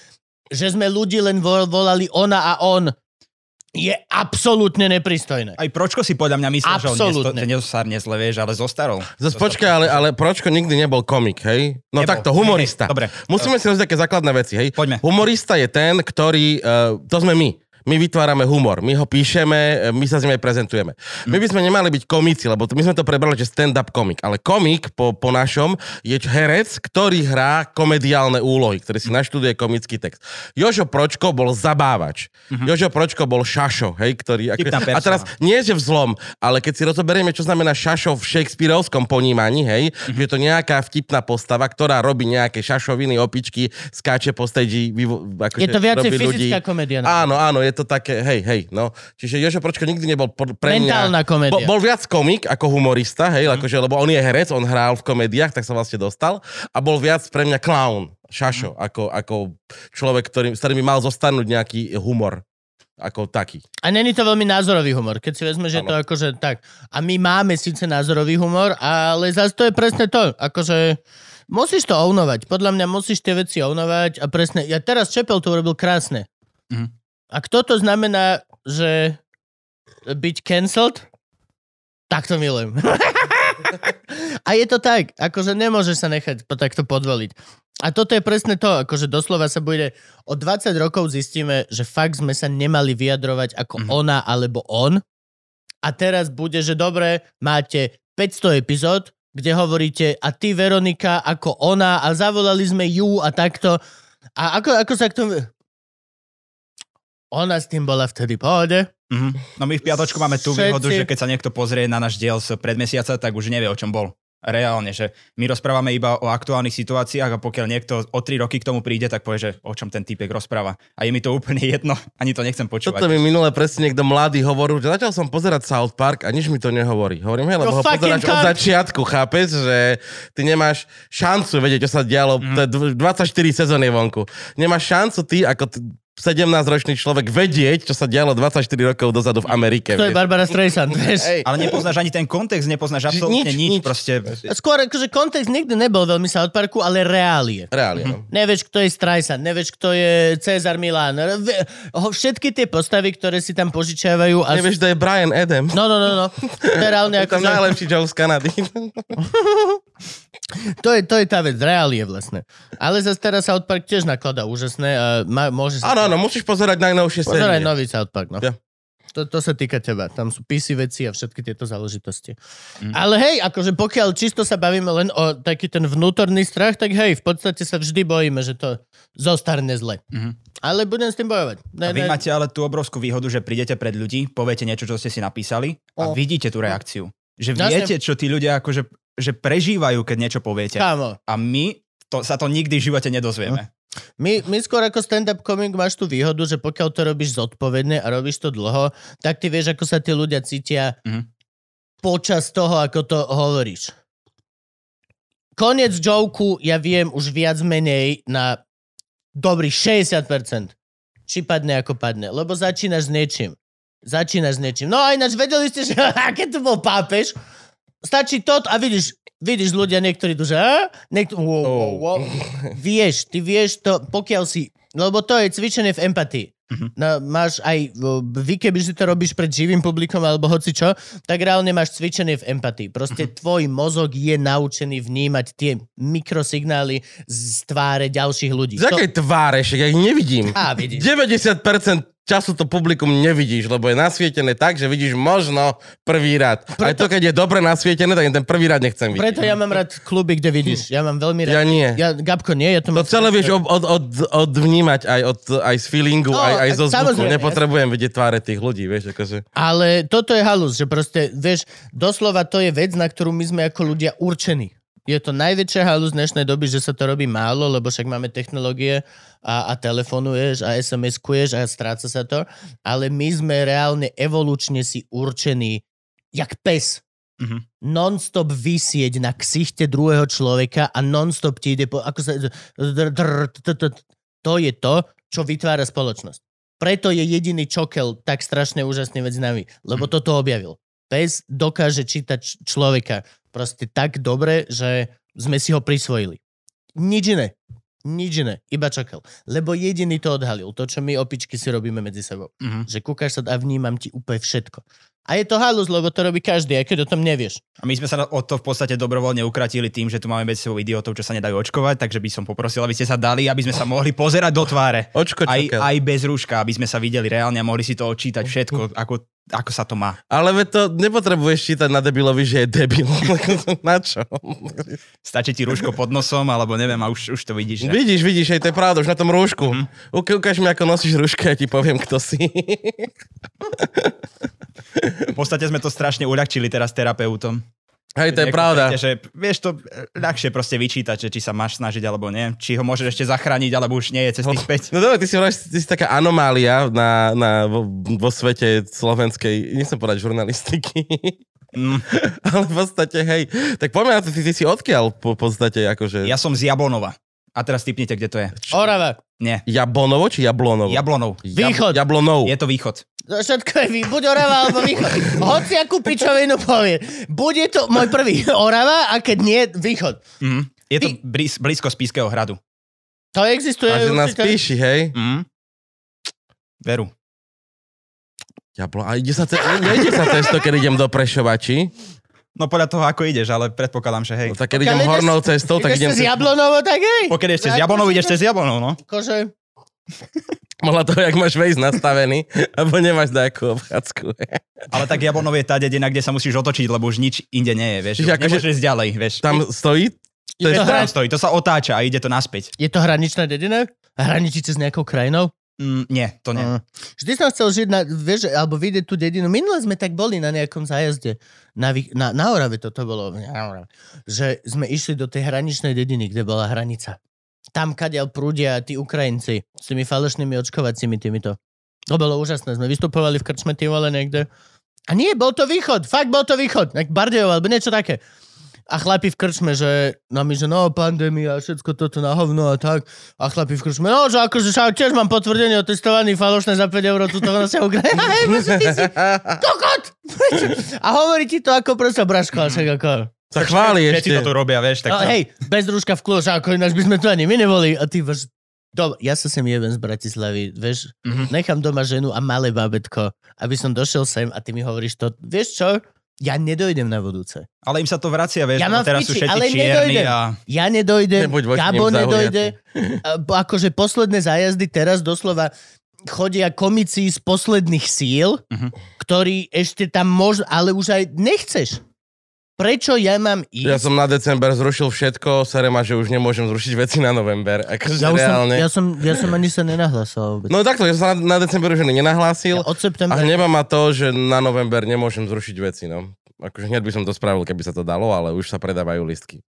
Speaker 1: že sme ľudí len vo- volali ona a on je absolútne nepristojné.
Speaker 5: Aj Pročko si podľa mňa myslel, že on
Speaker 1: Absolútne.
Speaker 5: nesto- nezostarne zle, vieš, ale zostarol.
Speaker 3: Zas počkaj, ale, ale Pročko nikdy nebol komik, hej? No
Speaker 5: Nebol.
Speaker 3: takto, humorista.
Speaker 5: Dobre.
Speaker 3: Musíme si rozdieť také základné veci, hej?
Speaker 5: Poďme.
Speaker 3: Humorista je ten, ktorý, uh, to sme my. My vytvárame humor, my ho píšeme, eh, my sa s ním aj prezentujeme. My by sme nemali byť komici, lebo to- my sme to prebrali, že stand-up komik, ale komik po, po našom je č- herec, ktorý hrá komediálne úlohy, ktorý si naštuduje komický text. Jožo Pročko bol zabávač.
Speaker 5: Mhm.
Speaker 3: Jožo Pročko bol šašo, hej, ktorý... Ako,
Speaker 5: Typná
Speaker 3: a
Speaker 5: persona.
Speaker 3: teraz nie že vzlom, ale keď si rozoberieme, čo znamená šašo v shakespearovskom ponímaní, hej,
Speaker 1: Mhm.
Speaker 3: mm-hmm. že je to nejaká vtipná postava, ktorá robí nejaké šašoviny, opičky, skáče po stage, vyvo- akože
Speaker 1: Je to viacej
Speaker 3: robí ľudí.
Speaker 1: fyzická komédia. no.
Speaker 3: Áno, áno, je to také, hej, hej, no. Čiže Jožo Pročko nikdy nebol pod- pre mňa...
Speaker 1: Mentálna komédia. Mhm.
Speaker 3: Bo, bol viac komik ako humorista, hej, mm. akože, lebo on je herec, on hral v komédiách, tak sa vlastne dostal a bol viac pre mňa clown,
Speaker 1: Mhm.
Speaker 3: šašo, ako, ako človek, ktorý, s ktorým by mal zostanúť nejaký humor ako taký.
Speaker 1: A není to veľmi názorový humor, keď si vezme, že
Speaker 3: Áno.
Speaker 1: to akože tak. A my máme síce názorový humor, ale zase to je presne to, akože... Musíš to ovnovať. Podľa mňa musíš tie veci ovnovať a presne... Ja teraz Čepel to urobil krásne.
Speaker 5: Mhm.
Speaker 1: A kto to znamená, že byť cancelled? Tak to milujem. <laughs> a je to tak, akože nemôžeš sa nechať po takto podvoliť. A toto je presne to, akože doslova sa bude... O 20 rokov zistíme, že fakt sme sa nemali vyjadrovať ako
Speaker 5: Mhm.
Speaker 1: ona alebo on. A teraz bude, že dobre, máte 500 epizód, kde hovoríte a ty Veronika ako ona a zavolali sme ju a takto. A ako, ako sa k tomu... Ona s tým bola vtedy v pohode.
Speaker 5: Mhm. No my v piatočku máme tú výhodu,
Speaker 1: Všetci-
Speaker 5: že keď sa niekto pozrie na náš diel z predmesiaca, tak už nevie, o čom bol. Reálne, že my rozprávame iba o aktuálnych situáciách a pokiaľ niekto o tri roky k tomu príde, tak povie, že o čom ten týpek rozpráva. A je mi to úplne <laughs> jedno, ani to nechcem
Speaker 3: Toto
Speaker 5: počúvať.
Speaker 3: mi minule presne niekto mladý hovoril, že začal som pozerať South Park a nič mi to nehovorí. Hovorím, hej, lebo
Speaker 1: No
Speaker 3: ho
Speaker 1: fucking
Speaker 3: pozeráš od
Speaker 1: Park.
Speaker 3: začiatku, chápeš, že ty nemáš šancu vedieť, čo sa dialo,
Speaker 1: Mhm.
Speaker 3: mm. to je dv- 24 sezón je vonku. Nemáš šancu ty, ako t- 17-ročný človek vedieť, čo sa dialo 24 rokov dozadu v Amerike.
Speaker 1: To je
Speaker 3: vieš.
Speaker 1: Barbara Streisand, vieš.
Speaker 3: Hej.
Speaker 5: Ale nepoznáš ani ten kontext, nepoznáš absolútne
Speaker 3: nič,
Speaker 5: nič,
Speaker 3: nič.
Speaker 5: nič, proste.
Speaker 1: Skôr, akože kontext nikdy nebol veľmi sa od parku, ale reálie.
Speaker 3: Reálne. no.
Speaker 1: Nevieš, kto je Streisand, nevieš, kto je Cezar Milan. Ve- ho- Všetky tie postavy, ktoré si tam požičiavajú. A...
Speaker 3: Nevieš, to je Brian Adam.
Speaker 1: No, no, no, no. To je reálne
Speaker 3: <laughs> Je
Speaker 1: ako...
Speaker 3: tam najlepší Joe z Kanady. <laughs>
Speaker 1: To je, to je tá vec, reálie vlastne. Ale zase teraz South Park tiež nakladá úžasné a má, môže sa...
Speaker 3: Áno, áno, musíš pozerať najnovšie série.
Speaker 1: Pozeraj nový South Park, no.
Speaker 3: Ja.
Speaker 1: To, to sa týka teba. Tam sú PC veci a všetky tieto záležitosti. Mm. Ale hej, akože pokiaľ čisto sa bavíme len o taký ten vnútorný strach, tak hej, v podstate sa vždy bojíme, že to zostarne zle.
Speaker 5: Mhm.
Speaker 1: Ale budem s tým bojovať.
Speaker 5: A
Speaker 1: Ne,
Speaker 5: vy máte ale tú obrovskú výhodu, že prídete pred ľudí, poviete niečo, čo ste si napísali a
Speaker 1: O.
Speaker 5: vidíte tú reakciu. Že
Speaker 1: Jasne.
Speaker 5: viete, čo tí ľudia akože že prežívajú, keď niečo poviete.
Speaker 1: Kámo,
Speaker 5: A my to, sa to nikdy v živote nedozvieme.
Speaker 1: My, my skôr ako stand-up comic máš tú výhodu, že pokiaľ to robíš zodpovedne a robíš to dlho, tak ty vieš, ako sa tí ľudia cítia
Speaker 5: Mhm.
Speaker 1: počas toho, ako to hovoríš. Konec joku ja viem už viac menej na dobrých 60%. Či padne, ako padne. Lebo začínaš s niečím. Začínaš s niečím. No a ináč vedeli ste, že <laughs> aké to bol pápež. Stačí to a vidíš, vidíš ľudia, niektorí tu, že "Á?" niekto, wow, wow, wow. Vieš, ty vieš to, pokiaľ si, lebo to je cvičenie v empatii. No, máš aj, v- vy keby si to robíš pred živým publikom alebo hoci čo, tak reálne máš cvičenie v empatii. Proste tvoj mozog je naučený vnímať tie mikrosignály z tváre ďalších ľudí.
Speaker 3: Z akej tváre, však ja ich nevidím.
Speaker 1: Á, vidíš.
Speaker 3: 90% času to publikum nevidíš, lebo je nasvietené tak, že vidíš možno prvý rad. Preto... Aj to, keď je dobre nasvietené, tak ten prvý rad nechcem vidieť.
Speaker 1: Preto ja mám rád kluby, kde vidíš. Ja mám veľmi rád.
Speaker 3: Ja nie.
Speaker 1: Ja, Gabko nie, ja to
Speaker 3: To
Speaker 1: mám...
Speaker 3: celé vieš od, od, od, odvnímať aj, od, aj z feelingu,
Speaker 1: No,
Speaker 3: no, aj, aj zo zvuku.
Speaker 1: samozrejme,
Speaker 3: Nepotrebujem vidieť tváre tých ľudí, vieš, akože.
Speaker 1: Ale toto je halus, že proste, vieš, doslova to je vec, na ktorú my sme ako ľudia určení. Je to najväčšia halus dnešnej doby, že sa to robí málo, lebo však máme technológie a, a telefonuješ a SMS-kuješ a stráca sa to. Ale my sme reálne evolučne si určení, jak pes.
Speaker 5: Mhm.
Speaker 1: Non-stop vysieť na ksichte druhého človeka a non-stop ti ide po... Ako sa, dr- dr- t- t- t- to je to, čo vytvára spoločnosť. Preto je jediný čokel tak strašne úžasný medzi nami, lebo toto objavil. Pes dokáže čítať č- človeka proste tak dobre, že sme si ho prisvojili. Nič iné. Nič iné. Iba čokel. Lebo jediný to odhalil. To, čo my opičky si robíme medzi sebou.
Speaker 5: Mhm.
Speaker 1: Že kúkaš sa a vnímam ti úplne všetko. A je to halus, lebo to robí každý, aj keď o tom nevieš.
Speaker 5: A my sme sa o to v podstate dobrovoľne ukratili tým, že tu máme medzi sebou idiotov, čo sa nedajú očkovať, takže by som poprosil, aby ste sa dali, aby sme sa mohli pozerať do tváre.
Speaker 3: Očko
Speaker 5: Aj,
Speaker 3: čokel.
Speaker 5: aj bez rúška, aby sme sa videli reálne a mohli si to
Speaker 1: <laughs>
Speaker 5: odčítať všetko, ako, ako sa to má.
Speaker 3: Ale veď to nepotrebuješ čítať na debilovi, že je debil. <laughs> na čo?
Speaker 5: Stačí ti rúško pod nosom, alebo neviem, a už, už to vidíš. Že?
Speaker 3: Vidíš, vidíš, aj to je pravda, už na tom rúšku.
Speaker 1: Mhm.
Speaker 3: Uka- ukáž mi, ako nosíš rúška, ja ti poviem, kto si. <laughs>
Speaker 5: V podstate sme to strašne uľahčili teraz terapeutom.
Speaker 3: Hej, to je
Speaker 5: Niekto
Speaker 3: pravda.
Speaker 5: príde, Že, vieš to e, ľahšie proste vyčítať, že či sa máš snažiť alebo nie. Či ho môžeš ešte zachrániť, alebo už nie je cesty späť.
Speaker 3: No dobre, ty si, vravíš, ty si taká anomália na, na, vo, vo svete slovenskej, nechcem povedať žurnalistiky, <laughs>
Speaker 5: Mm.
Speaker 3: ale v podstate, hej, tak poďme na to, ty, ty si odkiaľ po podstate, akože...
Speaker 5: Ja som z Jabonova. A teraz typnite, kde to je.
Speaker 1: Orava,
Speaker 5: Nie.
Speaker 3: Jablonovo či Jablonovo?
Speaker 5: Jablonov.
Speaker 3: Jab-
Speaker 1: Východ.
Speaker 3: Jablonov.
Speaker 5: Je to východ.
Speaker 1: to všetko je vy. Buď Orava, alebo Východ. Hoci akú pičovinu povie. Bude to môj prvý Orava a keď nie, Východ.
Speaker 5: Mm. Je to
Speaker 1: Vy-
Speaker 5: blíz, blízko Spiského hradu.
Speaker 1: To existuje.
Speaker 3: Takže nás
Speaker 1: určite.
Speaker 3: píši, hej.
Speaker 5: Mm. Veru.
Speaker 3: Jablo, a ide sa, ce- ne- <laughs> nejde sa cez to, keď idem do Prešova, či?
Speaker 5: No podľa toho, ako ideš, ale predpokladám, že
Speaker 3: No,
Speaker 5: hej.
Speaker 3: tak keď
Speaker 1: Pokiaľ
Speaker 3: idem
Speaker 1: ideš-
Speaker 3: hornou cestou, No, tak
Speaker 1: Ideš
Speaker 3: idem...
Speaker 1: cez Jablonovo, tak hej.
Speaker 5: Pokiaľ ešte z
Speaker 1: Tak-
Speaker 5: Jabonov, ideš cez Jabonov, no.
Speaker 1: Akože,
Speaker 3: Podľa toho, jak máš Waze nastavený, <laughs> alebo nemáš nejakú obchádzku.
Speaker 5: Ale tak Jablonov je tá dedina, kde sa musíš otočiť, lebo už nič inde nie je, vieš.
Speaker 3: Čiže
Speaker 5: Čiže
Speaker 3: akože-
Speaker 5: Nemôžeš ísť ďalej, vieš.
Speaker 3: Tam stojí? To je
Speaker 5: to,
Speaker 3: strach.
Speaker 5: tam stojí, to sa otáča a ide to naspäť.
Speaker 1: Je to hraničná dedina? Hraničí cez nejakou krajinou?
Speaker 5: Mm, nie, to nie.
Speaker 1: Mm. Vždy som chcel žiť na, vieš, alebo vidieť tú dedinu. Minule sme tak boli na nejakom zájazde. Na, Vy- na, na Orave toto bolo. Na Orave. Že sme išli do tej hraničnej dediny, kde bola hranica. Tam, kadiaľ prúdia tí Ukrajinci s tými falešnými očkovacími týmito. To bolo úžasné. Sme vystupovali v krčme tým, ale niekde. A nie, bol to východ. Fakt bol to východ. Nejak Bardejov, alebo niečo také. A chlapi v krčme, že no my, že no pandémia, všetko toto na hovno a tak. A chlapi v krčme, no že akože šau, tiež mám potvrdenie o testovaní falošné za 5 eur, tuto na sa
Speaker 5: <laughs>
Speaker 1: ukraje. Hej, bože, ty si kokot! a hovorí ti to ako proste braško, a však ako...
Speaker 3: Sa chváli
Speaker 5: Všetci
Speaker 3: ešte.
Speaker 5: to tu robia, vieš. Tak
Speaker 1: No,
Speaker 5: to-
Speaker 1: hej, bez rúška v kľúč, ako ináč by sme tu ani my neboli. A ty vaš... Dobre, ja sa sem jebem z Bratislavy, vieš,
Speaker 5: Mhm.
Speaker 1: nechám doma ženu a malé babetko, aby som došiel sem a ty mi hovoríš to, vieš čo, ja nedojdem na budúce.
Speaker 5: Ale im sa to vracia, vieš.
Speaker 1: Ja
Speaker 5: lebo
Speaker 1: mám v
Speaker 5: teraz sú
Speaker 1: piči,
Speaker 5: všetci
Speaker 1: ale
Speaker 5: čierni
Speaker 1: nedojdem.
Speaker 5: a...
Speaker 1: Ja nedojdem,
Speaker 3: Nebuď voči
Speaker 1: Gabo
Speaker 3: nim <laughs>
Speaker 1: nedojde. A- bo Akože posledné zájazdy teraz doslova chodia komici z posledných síl,
Speaker 5: Mhm.
Speaker 1: ktorí ešte tam môžu, ale už aj nechceš. Prečo ja mám ísť?
Speaker 3: Ja som na december zrušil všetko, serem a že už nemôžem zrušiť veci na november. Akože
Speaker 1: ja, už som,
Speaker 3: reálne.
Speaker 1: ja, som, ja som ani sa nenahlasoval vôbec.
Speaker 3: No takto, ja som sa na, na december už ani
Speaker 1: ja
Speaker 3: nenahlásil.
Speaker 1: od
Speaker 3: A
Speaker 1: septembra...
Speaker 3: hneba ma to, že na november nemôžem zrušiť veci, no. Akože hneď by som to spravil, keby sa to dalo, ale už sa predávajú listky.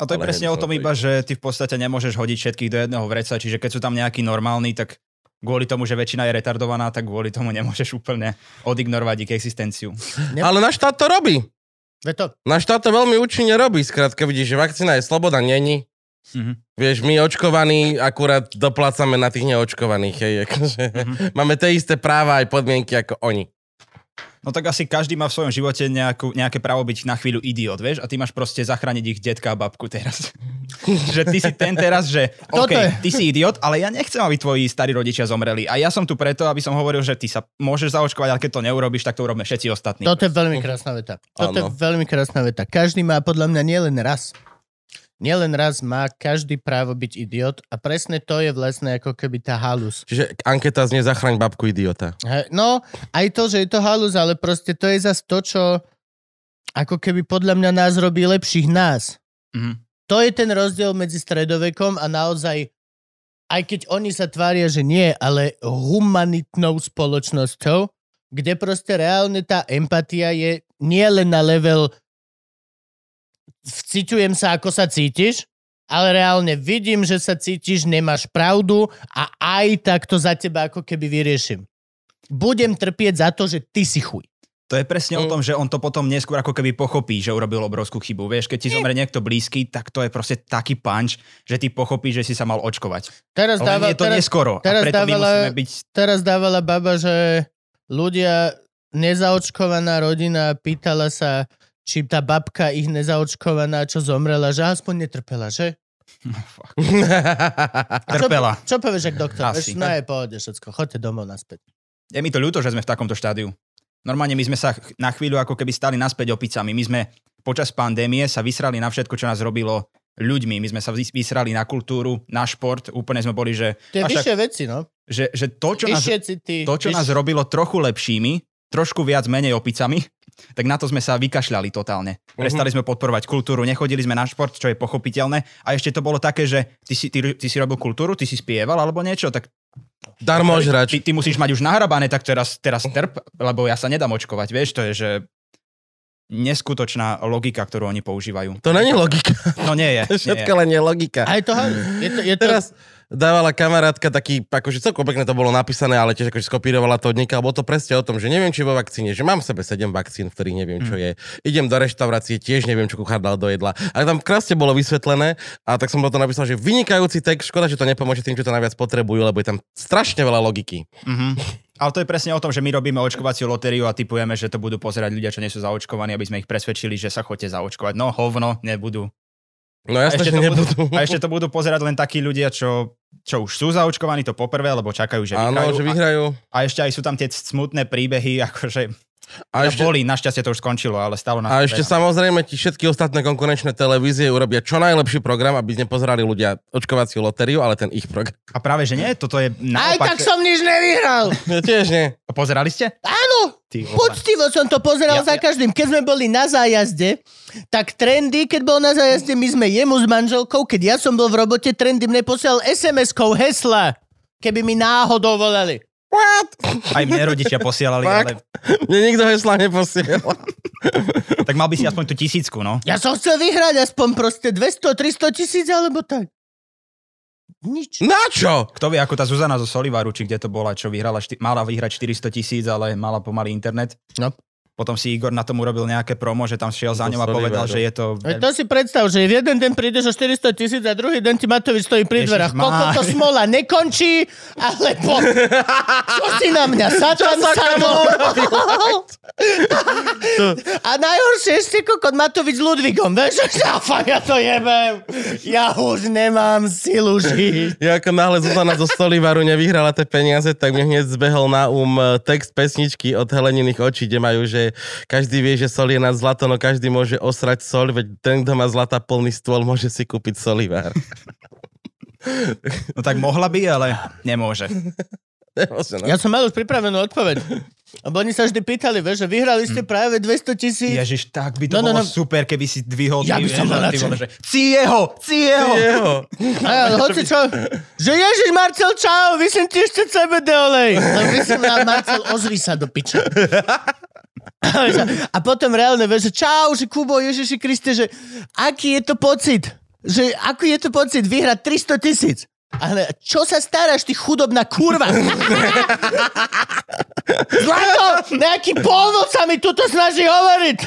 Speaker 5: A to je
Speaker 3: Ale
Speaker 5: presne
Speaker 3: hej,
Speaker 5: o
Speaker 3: to
Speaker 5: tom
Speaker 3: je
Speaker 5: iba, že ty v podstate nemôžeš hodiť všetkých do jedného vreca, čiže keď sú tam nejakí normálni, tak kvôli tomu, že väčšina je retardovaná, tak kvôli tomu nemôžeš úplne odignorovať ich existenciu.
Speaker 1: Ne-
Speaker 3: Ale náš štát to robí.
Speaker 1: Ve to,
Speaker 3: Náš štát to veľmi účinne robí. Skrátka vidíš, že vakcína je sloboda, není.
Speaker 5: Mhm.
Speaker 3: Vieš, my očkovaní akurát doplácame na tých neočkovaných. Hej, akože.
Speaker 1: Mhm.
Speaker 3: <laughs> Máme tie isté práva aj podmienky ako oni.
Speaker 5: No tak asi každý má v svojom živote nejakú, nejaké právo byť na chvíľu idiot, vieš? A ty máš proste zachrániť ich detka a babku
Speaker 1: <laughs>
Speaker 5: teraz. že ty si ten teraz, že
Speaker 1: Toto
Speaker 5: OK,
Speaker 1: je.
Speaker 5: ty si idiot, ale ja nechcem, aby tvoji starí rodičia zomreli. A ja som tu preto, aby som hovoril, že ty sa môžeš zaočkovať, ale keď to neurobiš, tak to urobíme všetci ostatní.
Speaker 1: toto je veľmi krásna veta. Toto je
Speaker 3: Áno.
Speaker 1: veľmi krásna veta. Každý má podľa mňa nielen raz. Nielen raz má každý právo byť idiot a presne to je vlastne ako keby tá halus.
Speaker 3: Čiže anketa znie zachraň babku idiota.
Speaker 1: He, no, aj to, že je to halus, ale proste to je zas to, čo ako keby podľa mňa nás robí lepších nás.
Speaker 5: Mhm.
Speaker 1: To je ten rozdiel medzi stredovekom a naozaj, aj keď oni sa tvária, že nie, ale humanitnou spoločnosťou, kde proste reálne tá empatia je nie len na level vciťujem sa, ako sa cítiš, ale reálne vidím, že sa cítiš, nemáš pravdu a aj tak to za teba ako keby vyriešim. Budem trpieť za to, že ty si chuj.
Speaker 5: To je presne o
Speaker 3: Mm.
Speaker 5: tom, že on to potom neskôr ako keby pochopí, že urobil obrovskú chybu. Vieš, keď ti zomre niekto blízky, tak to je proste taký punch, že ty pochopíš, že si sa mal očkovať.
Speaker 1: Teraz,
Speaker 5: Len je
Speaker 1: dáva,
Speaker 5: to
Speaker 1: teraz,
Speaker 5: neskoro
Speaker 1: teraz
Speaker 5: a preto my
Speaker 1: dávala-
Speaker 5: musíme
Speaker 1: <laughs>
Speaker 5: byť...
Speaker 1: teraz dávala baba, že ľudia, nezaočkovaná rodina pýtala sa, či tá babka ich nezaočkovaná, čo zomrela, že aspoň netrpela, že?
Speaker 5: Fuck.
Speaker 1: A čo-
Speaker 5: Trpela.
Speaker 1: Čo povieš, ak doktor?
Speaker 5: Asi.
Speaker 1: Vieš, no je pohode všetko, choďte domov naspäť.
Speaker 5: Je mi to ľúto, že sme v takomto štádiu. Normálne my sme sa ch- na chvíľu ako keby stali naspäť opicami. My sme počas pandémie sa vysrali na všetko, čo nás robilo ľuďmi. My sme sa vys- vysrali na kultúru, na šport. Úplne sme boli, že, A
Speaker 1: Tie
Speaker 5: však-
Speaker 1: vyššie veci, no.
Speaker 5: že, že to, čo nás
Speaker 1: Vyššie city.
Speaker 5: to, čo
Speaker 1: vyššie-
Speaker 5: nás robilo trochu lepšími, trošku viac menej opicami, tak na to sme sa vykašľali totálne.
Speaker 1: Mhm.
Speaker 5: Prestali sme podporovať kultúru, nechodili sme na šport, čo je pochopiteľné. A ešte to bolo také, že ty si, ty, ty si robil kultúru, ty si spieval alebo niečo, tak
Speaker 3: Darmo
Speaker 5: ty,
Speaker 3: žrač.
Speaker 5: ty musíš mať už nahrabané, tak teraz, teraz trp, lebo ja sa nedám očkovať, vieš, to je, že neskutočná logika, ktorú oni používajú.
Speaker 3: To není logika. <laughs>
Speaker 5: No nie je. Nie
Speaker 3: Všetko
Speaker 5: je.
Speaker 3: len je logika.
Speaker 1: A je to halus. Je to, je to...
Speaker 3: Teraz dávala kamarátka taký, akože celkom pekne to bolo napísané, ale tiež akože skopírovala to od niekiaľ. Bolo to presne o tom, že neviem, či vo vakcíne, že mám v sebe 7 vakcín, v ktorých neviem,
Speaker 5: Mm.
Speaker 3: čo je. Idem do reštaurácie, tiež neviem, čo kuchár dal do jedla. A tam krásne bolo vysvetlené a tak som potom napísal, že vynikajúci text, škoda, že to nepomôže tým, čo to najviac potrebujú, lebo je tam strašne veľa logiky.
Speaker 5: Mhm. Ale to je presne o tom, že my robíme očkovaciu lotériu a typujeme, že to budú pozerať ľudia, čo nie sú zaočkovaní, aby sme ich presvedčili, že sa chodte zaočkovať. No hovno, nebudú.
Speaker 3: No
Speaker 5: A
Speaker 3: jasne, že
Speaker 5: ešte, to budú,
Speaker 3: nebudú.
Speaker 5: a ešte to budú pozerať len takí ľudia, čo, čo už sú zaočkovaní, to poprvé, lebo čakajú, že
Speaker 3: Áno,
Speaker 5: vyhrajú.
Speaker 3: že
Speaker 5: A-
Speaker 3: vyhrajú.
Speaker 5: A ešte aj sú tam tie smutné príbehy, akože
Speaker 3: A
Speaker 5: A
Speaker 3: ešte-
Speaker 5: ešte... Boli, našťastie to už skončilo, ale stalo nás.
Speaker 3: A
Speaker 5: to
Speaker 3: ešte
Speaker 5: veľa.
Speaker 3: samozrejme ti všetky ostatné konkurenčné televízie urobia čo najlepší program, aby nepozerali ľudia očkovaciu lotériu, ale ten ich program. <laughs>
Speaker 5: A práve že nie, toto je
Speaker 1: Aj
Speaker 5: naopak.
Speaker 1: tak som nič nevyhral.
Speaker 3: Ja tiež nie.
Speaker 5: Pozerali ste?
Speaker 1: Áno,
Speaker 5: Ty, vole.
Speaker 1: poctivo som to pozeral
Speaker 5: Ja-
Speaker 1: za každým. Keď sme boli na zájazde, tak trendy, keď bol na zájazde, my sme jemu s manželkou, keď ja som bol v robote, trendy mne posielal SMS-kou hesla, keby mi náhodou volali.
Speaker 3: What?
Speaker 5: Aj mne rodičia posielali,
Speaker 3: Fakt?
Speaker 5: ale
Speaker 3: Mne nikto hesla <laughs> neposiela.
Speaker 5: tak mal by si aspoň tú tisícku, no.
Speaker 1: Ja som chcel vyhrať aspoň proste 200-300 tisíc alebo tak. Nič.
Speaker 3: Na čo?
Speaker 5: Kto vie, ako tá Zuzana zo Solivaru, či kde to bola, čo vyhrala, šty- mala vyhrať 400 tisíc, ale mala pomaly internet.
Speaker 1: No.
Speaker 5: Potom si Igor na tom urobil nejaké promo, že tam šiel za
Speaker 3: Do
Speaker 5: ňou a povedal,
Speaker 3: Solivaru.
Speaker 5: že je to...
Speaker 1: Veď to si predstav, že v jeden deň prídeš o 400 tisíc a druhý deň ti Matovič stojí pri
Speaker 5: Ježiš
Speaker 1: dverách.
Speaker 5: Mária.
Speaker 1: Koľko to smola nekončí, alebo... Čo si na mňa? Satan
Speaker 3: sa
Speaker 1: sadol. <laughs> A najhoršie ešte kokot Matovič s Ludvíkom. Vieš, že ja, fakt, ja to jebem. Ja už nemám silu žiť.
Speaker 3: Ja ako náhle Zuzana zo Solivaru nevyhrala tie peniaze, tak mi hneď zbehol na um eh, text pesničky od Heleniných očí, kde majú, že každý vie, že sol je nad zlato, no každý môže osrať sol, veď ten, kto má zlata plný stôl, môže si kúpiť Solivar. <laughs>
Speaker 5: No tak mohla by, ale nemôže.
Speaker 3: Nemôže, no.
Speaker 1: Ja som mal už pripravenú odpoveď. Lebo oni sa vždy pýtali, vieš, že vyhrali ste práve 200 tisíc.
Speaker 5: Ježiš, tak by to
Speaker 1: No,
Speaker 5: no, bolo no,
Speaker 1: no, no.
Speaker 5: super, keby si dvihol...
Speaker 1: Ja by
Speaker 5: ty, vieš,
Speaker 1: som
Speaker 5: ale
Speaker 1: bol
Speaker 5: ty
Speaker 1: nadšený.
Speaker 5: vole, že Cieho! Cieho!
Speaker 3: Jeho.
Speaker 1: A ja, hoci čo, že Ježiš Marcel, čau, vysím ti ešte CBD olej. No vysím na Marcel, ozvi sa do piča. A potom reálne vieš, že čau, že Kubo, Ježiši Kriste, že aký je to pocit? Že aký je to pocit vyhrať 300 tisíc? Ale čo sa staráš, ty chudobná kurva? Zlato, nejaký pôvod sa mi tuto snaží hovoriť.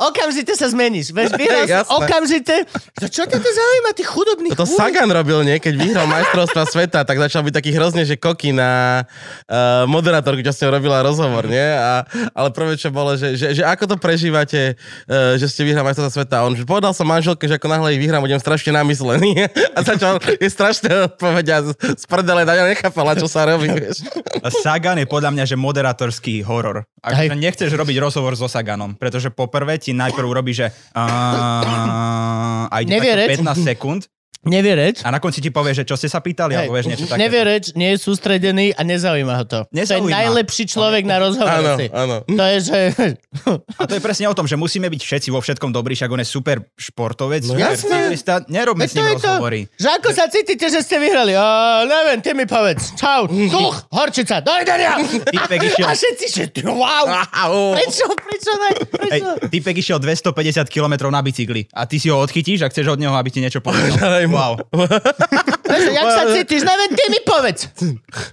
Speaker 1: okamžite sa zmeníš. Vieš, vyhral
Speaker 3: Jasné.
Speaker 1: si okamžite. To čo ťa to zaujíma, ty chudobný
Speaker 3: Toto
Speaker 1: chud?
Speaker 3: No Sagan robil nie, keď vyhral majstrovstva sveta, tak začal byť taký hrozne, že koký na uh, moderátorku, čo s ňou robila rozhovor, nie? A, ale prvé, čo bolo, že, že, že ako to prežívate, uh, že ste vyhrali majstrovstva sveta? A On že povedal som manželke, že ako náhle ich vyhrám, budem strašne namyslený. <laughs> A začal, je strašné odpovedia z, z prdele, ja nechápala, čo sa robí, vieš.
Speaker 5: A Sagan je podľa mňa, že moderátorský horor.
Speaker 1: Hej.
Speaker 5: Ak nechceš robiť rozhovor so Saganom, pretože poprvé ti najprv urobí, že a, a ide
Speaker 1: Nevie
Speaker 5: takto
Speaker 1: reč.
Speaker 5: 15 sekúnd
Speaker 1: Nevie reč.
Speaker 5: a na konci ti povie, že čo ste sa pýtali,
Speaker 1: Hej,
Speaker 5: alebo vieš niečo také.
Speaker 1: nevie reč, nie je sústredený a nezaujíma ho to. To je
Speaker 5: Nezaujíma.
Speaker 1: najlepší človek na rozhovor.
Speaker 3: Áno,
Speaker 1: asi.
Speaker 3: áno.
Speaker 1: To je, že...
Speaker 5: A to je presne o tom, že musíme byť všetci vo všetkom dobrí, však on je super športovec, no, super
Speaker 1: jasné.
Speaker 5: cyklista, nerobme s
Speaker 1: Veď to
Speaker 5: ním
Speaker 1: je to,
Speaker 5: rozhovory.
Speaker 1: že ako sa cítite, že ste vyhrali? A, neviem, ty mi povedz. Čau, duch, horčica, dojdenia!
Speaker 5: Typek išiel, Ah.
Speaker 1: A všetci, že ty, wow,
Speaker 3: Au.
Speaker 1: prečo, prečo, ne,
Speaker 5: ej,
Speaker 1: prečo?
Speaker 5: typek išiel 250 km na bicykli a ty si ho odchytíš a chceš od neho, aby ti niečo povedal.
Speaker 3: <laughs> Daj mu.
Speaker 5: Wow.
Speaker 1: Prečo, jak sa cítiš? Neviem, ty mi povedz.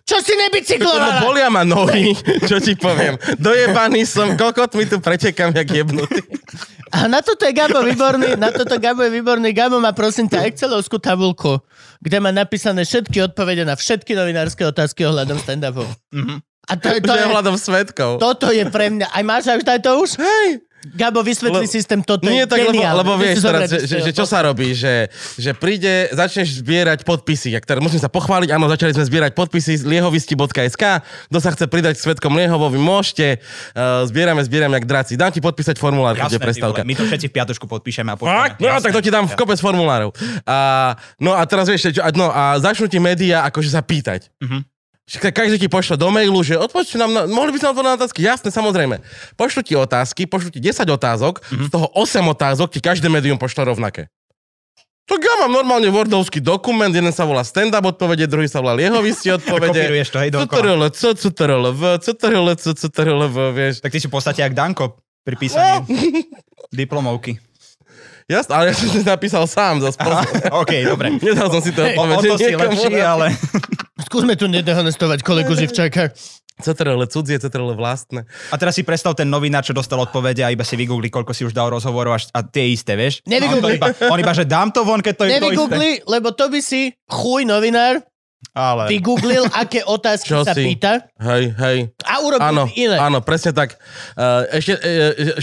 Speaker 1: Čo si
Speaker 3: No
Speaker 1: nebicyklovala?
Speaker 3: bolia ma nohy, <laughs> čo ti poviem. Dojebaný som, kokot mi tu pretekám, jak jebnutý.
Speaker 1: A na toto je Gabo výborný, na toto Gabo je výborný. Gabo má prosím ťa Excelovskú tabulku, kde má napísané všetky odpovede na všetky novinárske otázky ohľadom stand-upu.
Speaker 3: Mhm.
Speaker 1: A to je, to
Speaker 3: Čo
Speaker 1: je,
Speaker 3: je hľadom svetkov.
Speaker 1: toto je pre mňa. Aj máš aj už to už?
Speaker 3: Hej.
Speaker 1: Gabo, vysvetlí
Speaker 3: Le-
Speaker 1: systém, toto
Speaker 3: Nie,
Speaker 1: je
Speaker 3: tak lebo,
Speaker 1: geniálne.
Speaker 3: lebo
Speaker 1: Musíš
Speaker 3: vieš
Speaker 1: zobrať
Speaker 3: teraz, že, že,
Speaker 1: ešte
Speaker 3: že čo sa robí, že, že príde, začneš zbierať podpisy, ja teraz musím sa pochváliť, áno, začali sme zbierať podpisy z liehovisti.sk, kto sa chce pridať k Svetkom Liehovovi, môžete, uh, zbierame, zbierame jak draci. Dám ti podpísať formulár,
Speaker 5: Jasné,
Speaker 3: keď je
Speaker 5: ty vole,
Speaker 3: prestávka.
Speaker 5: my to všetci v piatočku podpíšeme a
Speaker 3: Fakt?
Speaker 5: pošleme.
Speaker 3: No, tak to ti dám v
Speaker 5: Ja.
Speaker 3: kopec formulárov. A, no a teraz vieš, čo, a- no a začnú ti médiá akože sa pýtať.
Speaker 5: Mhm.
Speaker 3: Však Každý ti pošle do mailu, že odpočte nám, na, mohli by sme odpovedať na otázky, jasne, samozrejme. Pošlu ti otázky, pošlu ti 10 otázok,
Speaker 5: Mhm.
Speaker 3: z toho 8 otázok ti každé médium pošle rovnaké. Tak ja mám normálne Wordovský dokument, jeden sa volá stand-up odpovede, druhý sa volá
Speaker 5: <laughs>
Speaker 3: liehovisti odpovede.
Speaker 5: Kopíruješ to, hej, dokola.
Speaker 3: CTRL, C, CTRL, V, CTRL, C, CTRL, V, vieš.
Speaker 5: Tak ty si v podstate jak Danko pri písaní
Speaker 1: <laughs>
Speaker 5: diplomovky.
Speaker 3: Jasne, ale ja som si napísal sám za
Speaker 5: <laughs> Aha, OK, dobre.
Speaker 3: Nedal som si to
Speaker 5: O, o to
Speaker 3: odpovedať
Speaker 5: si lepší, ale...
Speaker 1: Skúsme tu nedehonestovať kolegu
Speaker 3: <laughs>
Speaker 1: Živčáka.
Speaker 3: CTRL cudzie, CTRL vlastné.
Speaker 5: A teraz si predstav ten novinár, čo dostal odpovede a iba si vygoogli, koľko si už dal rozhovorov až, a tie isté, vieš? On, to
Speaker 1: Nevygoogli.
Speaker 5: iba, on iba, že dám to von, keď to je to isté.
Speaker 1: Nevygoogli, lebo to by si chuj novinár
Speaker 5: Ale...
Speaker 1: Vygooglil, aké otázky
Speaker 3: Čo
Speaker 1: sa
Speaker 3: si?
Speaker 1: pýta
Speaker 3: Hej, hej.
Speaker 1: a urobil
Speaker 3: Áno,
Speaker 1: iné.
Speaker 3: áno, presne tak. Uh, ešte, e,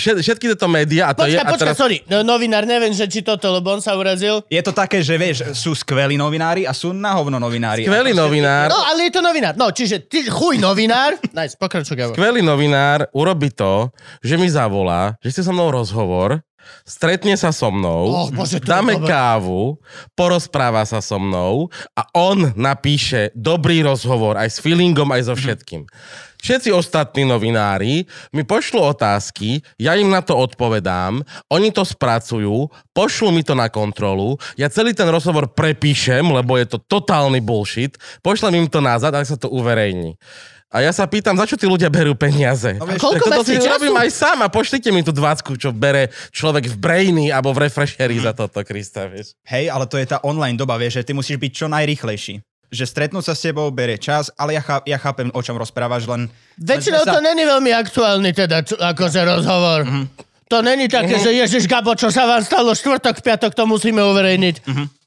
Speaker 3: všet- všetky tieto médiá, a to je...
Speaker 1: Počkaj,
Speaker 3: a
Speaker 1: počkaj, sorry. No, novinár, neviem, že či toto, lebo on sa urazil.
Speaker 5: Je to také, že vieš, sú skvelí novinári a sú na hovno novinári.
Speaker 3: Skvelý novinár,
Speaker 1: No, ale je to novinár. No, čiže ty chuj
Speaker 3: <laughs>
Speaker 1: novinár. Nice, pokračuj, Gabo.
Speaker 3: skvelý novinár urobí to, že mi zavolá, že chce so mnou rozhovor, stretne sa so mnou,
Speaker 1: Oh, bože, to je
Speaker 3: dáme
Speaker 1: dobre.
Speaker 3: kávu, porozpráva sa so mnou a on napíše dobrý rozhovor aj s feelingom, aj so všetkým. Všetci ostatní novinári mi pošlú otázky, ja im na to odpovedám, oni to spracujú, pošlú mi to na kontrolu, ja celý ten rozhovor prepíšem, lebo je to totálny bullshit, pošlem im to nazad, ak sa to uverejní. A ja sa pýtam, za čo tí ľudia berú peniaze?
Speaker 1: vieš, koľko
Speaker 3: Tak toto
Speaker 1: máte
Speaker 3: si
Speaker 1: času?
Speaker 3: robím aj sám a pošlite mi tú dvacku, čo bere človek v brainy alebo v refresheri za toto, Krista, vieš.
Speaker 5: Hej, ale to je tá online doba, vieš, že ty musíš byť čo najrychlejší. Že stretnúť sa s tebou bere čas, ale ja, cháp, ja chápem, o čom rozprávaš, len...
Speaker 1: Väčšinou
Speaker 5: len sme
Speaker 1: to není veľmi aktuálny, teda, čo, akože
Speaker 3: Mhm.
Speaker 1: rozhovor. To není také, že Ježiš Gabo, čo sa vám stalo štvrtok, piatok, to musíme uverejniť.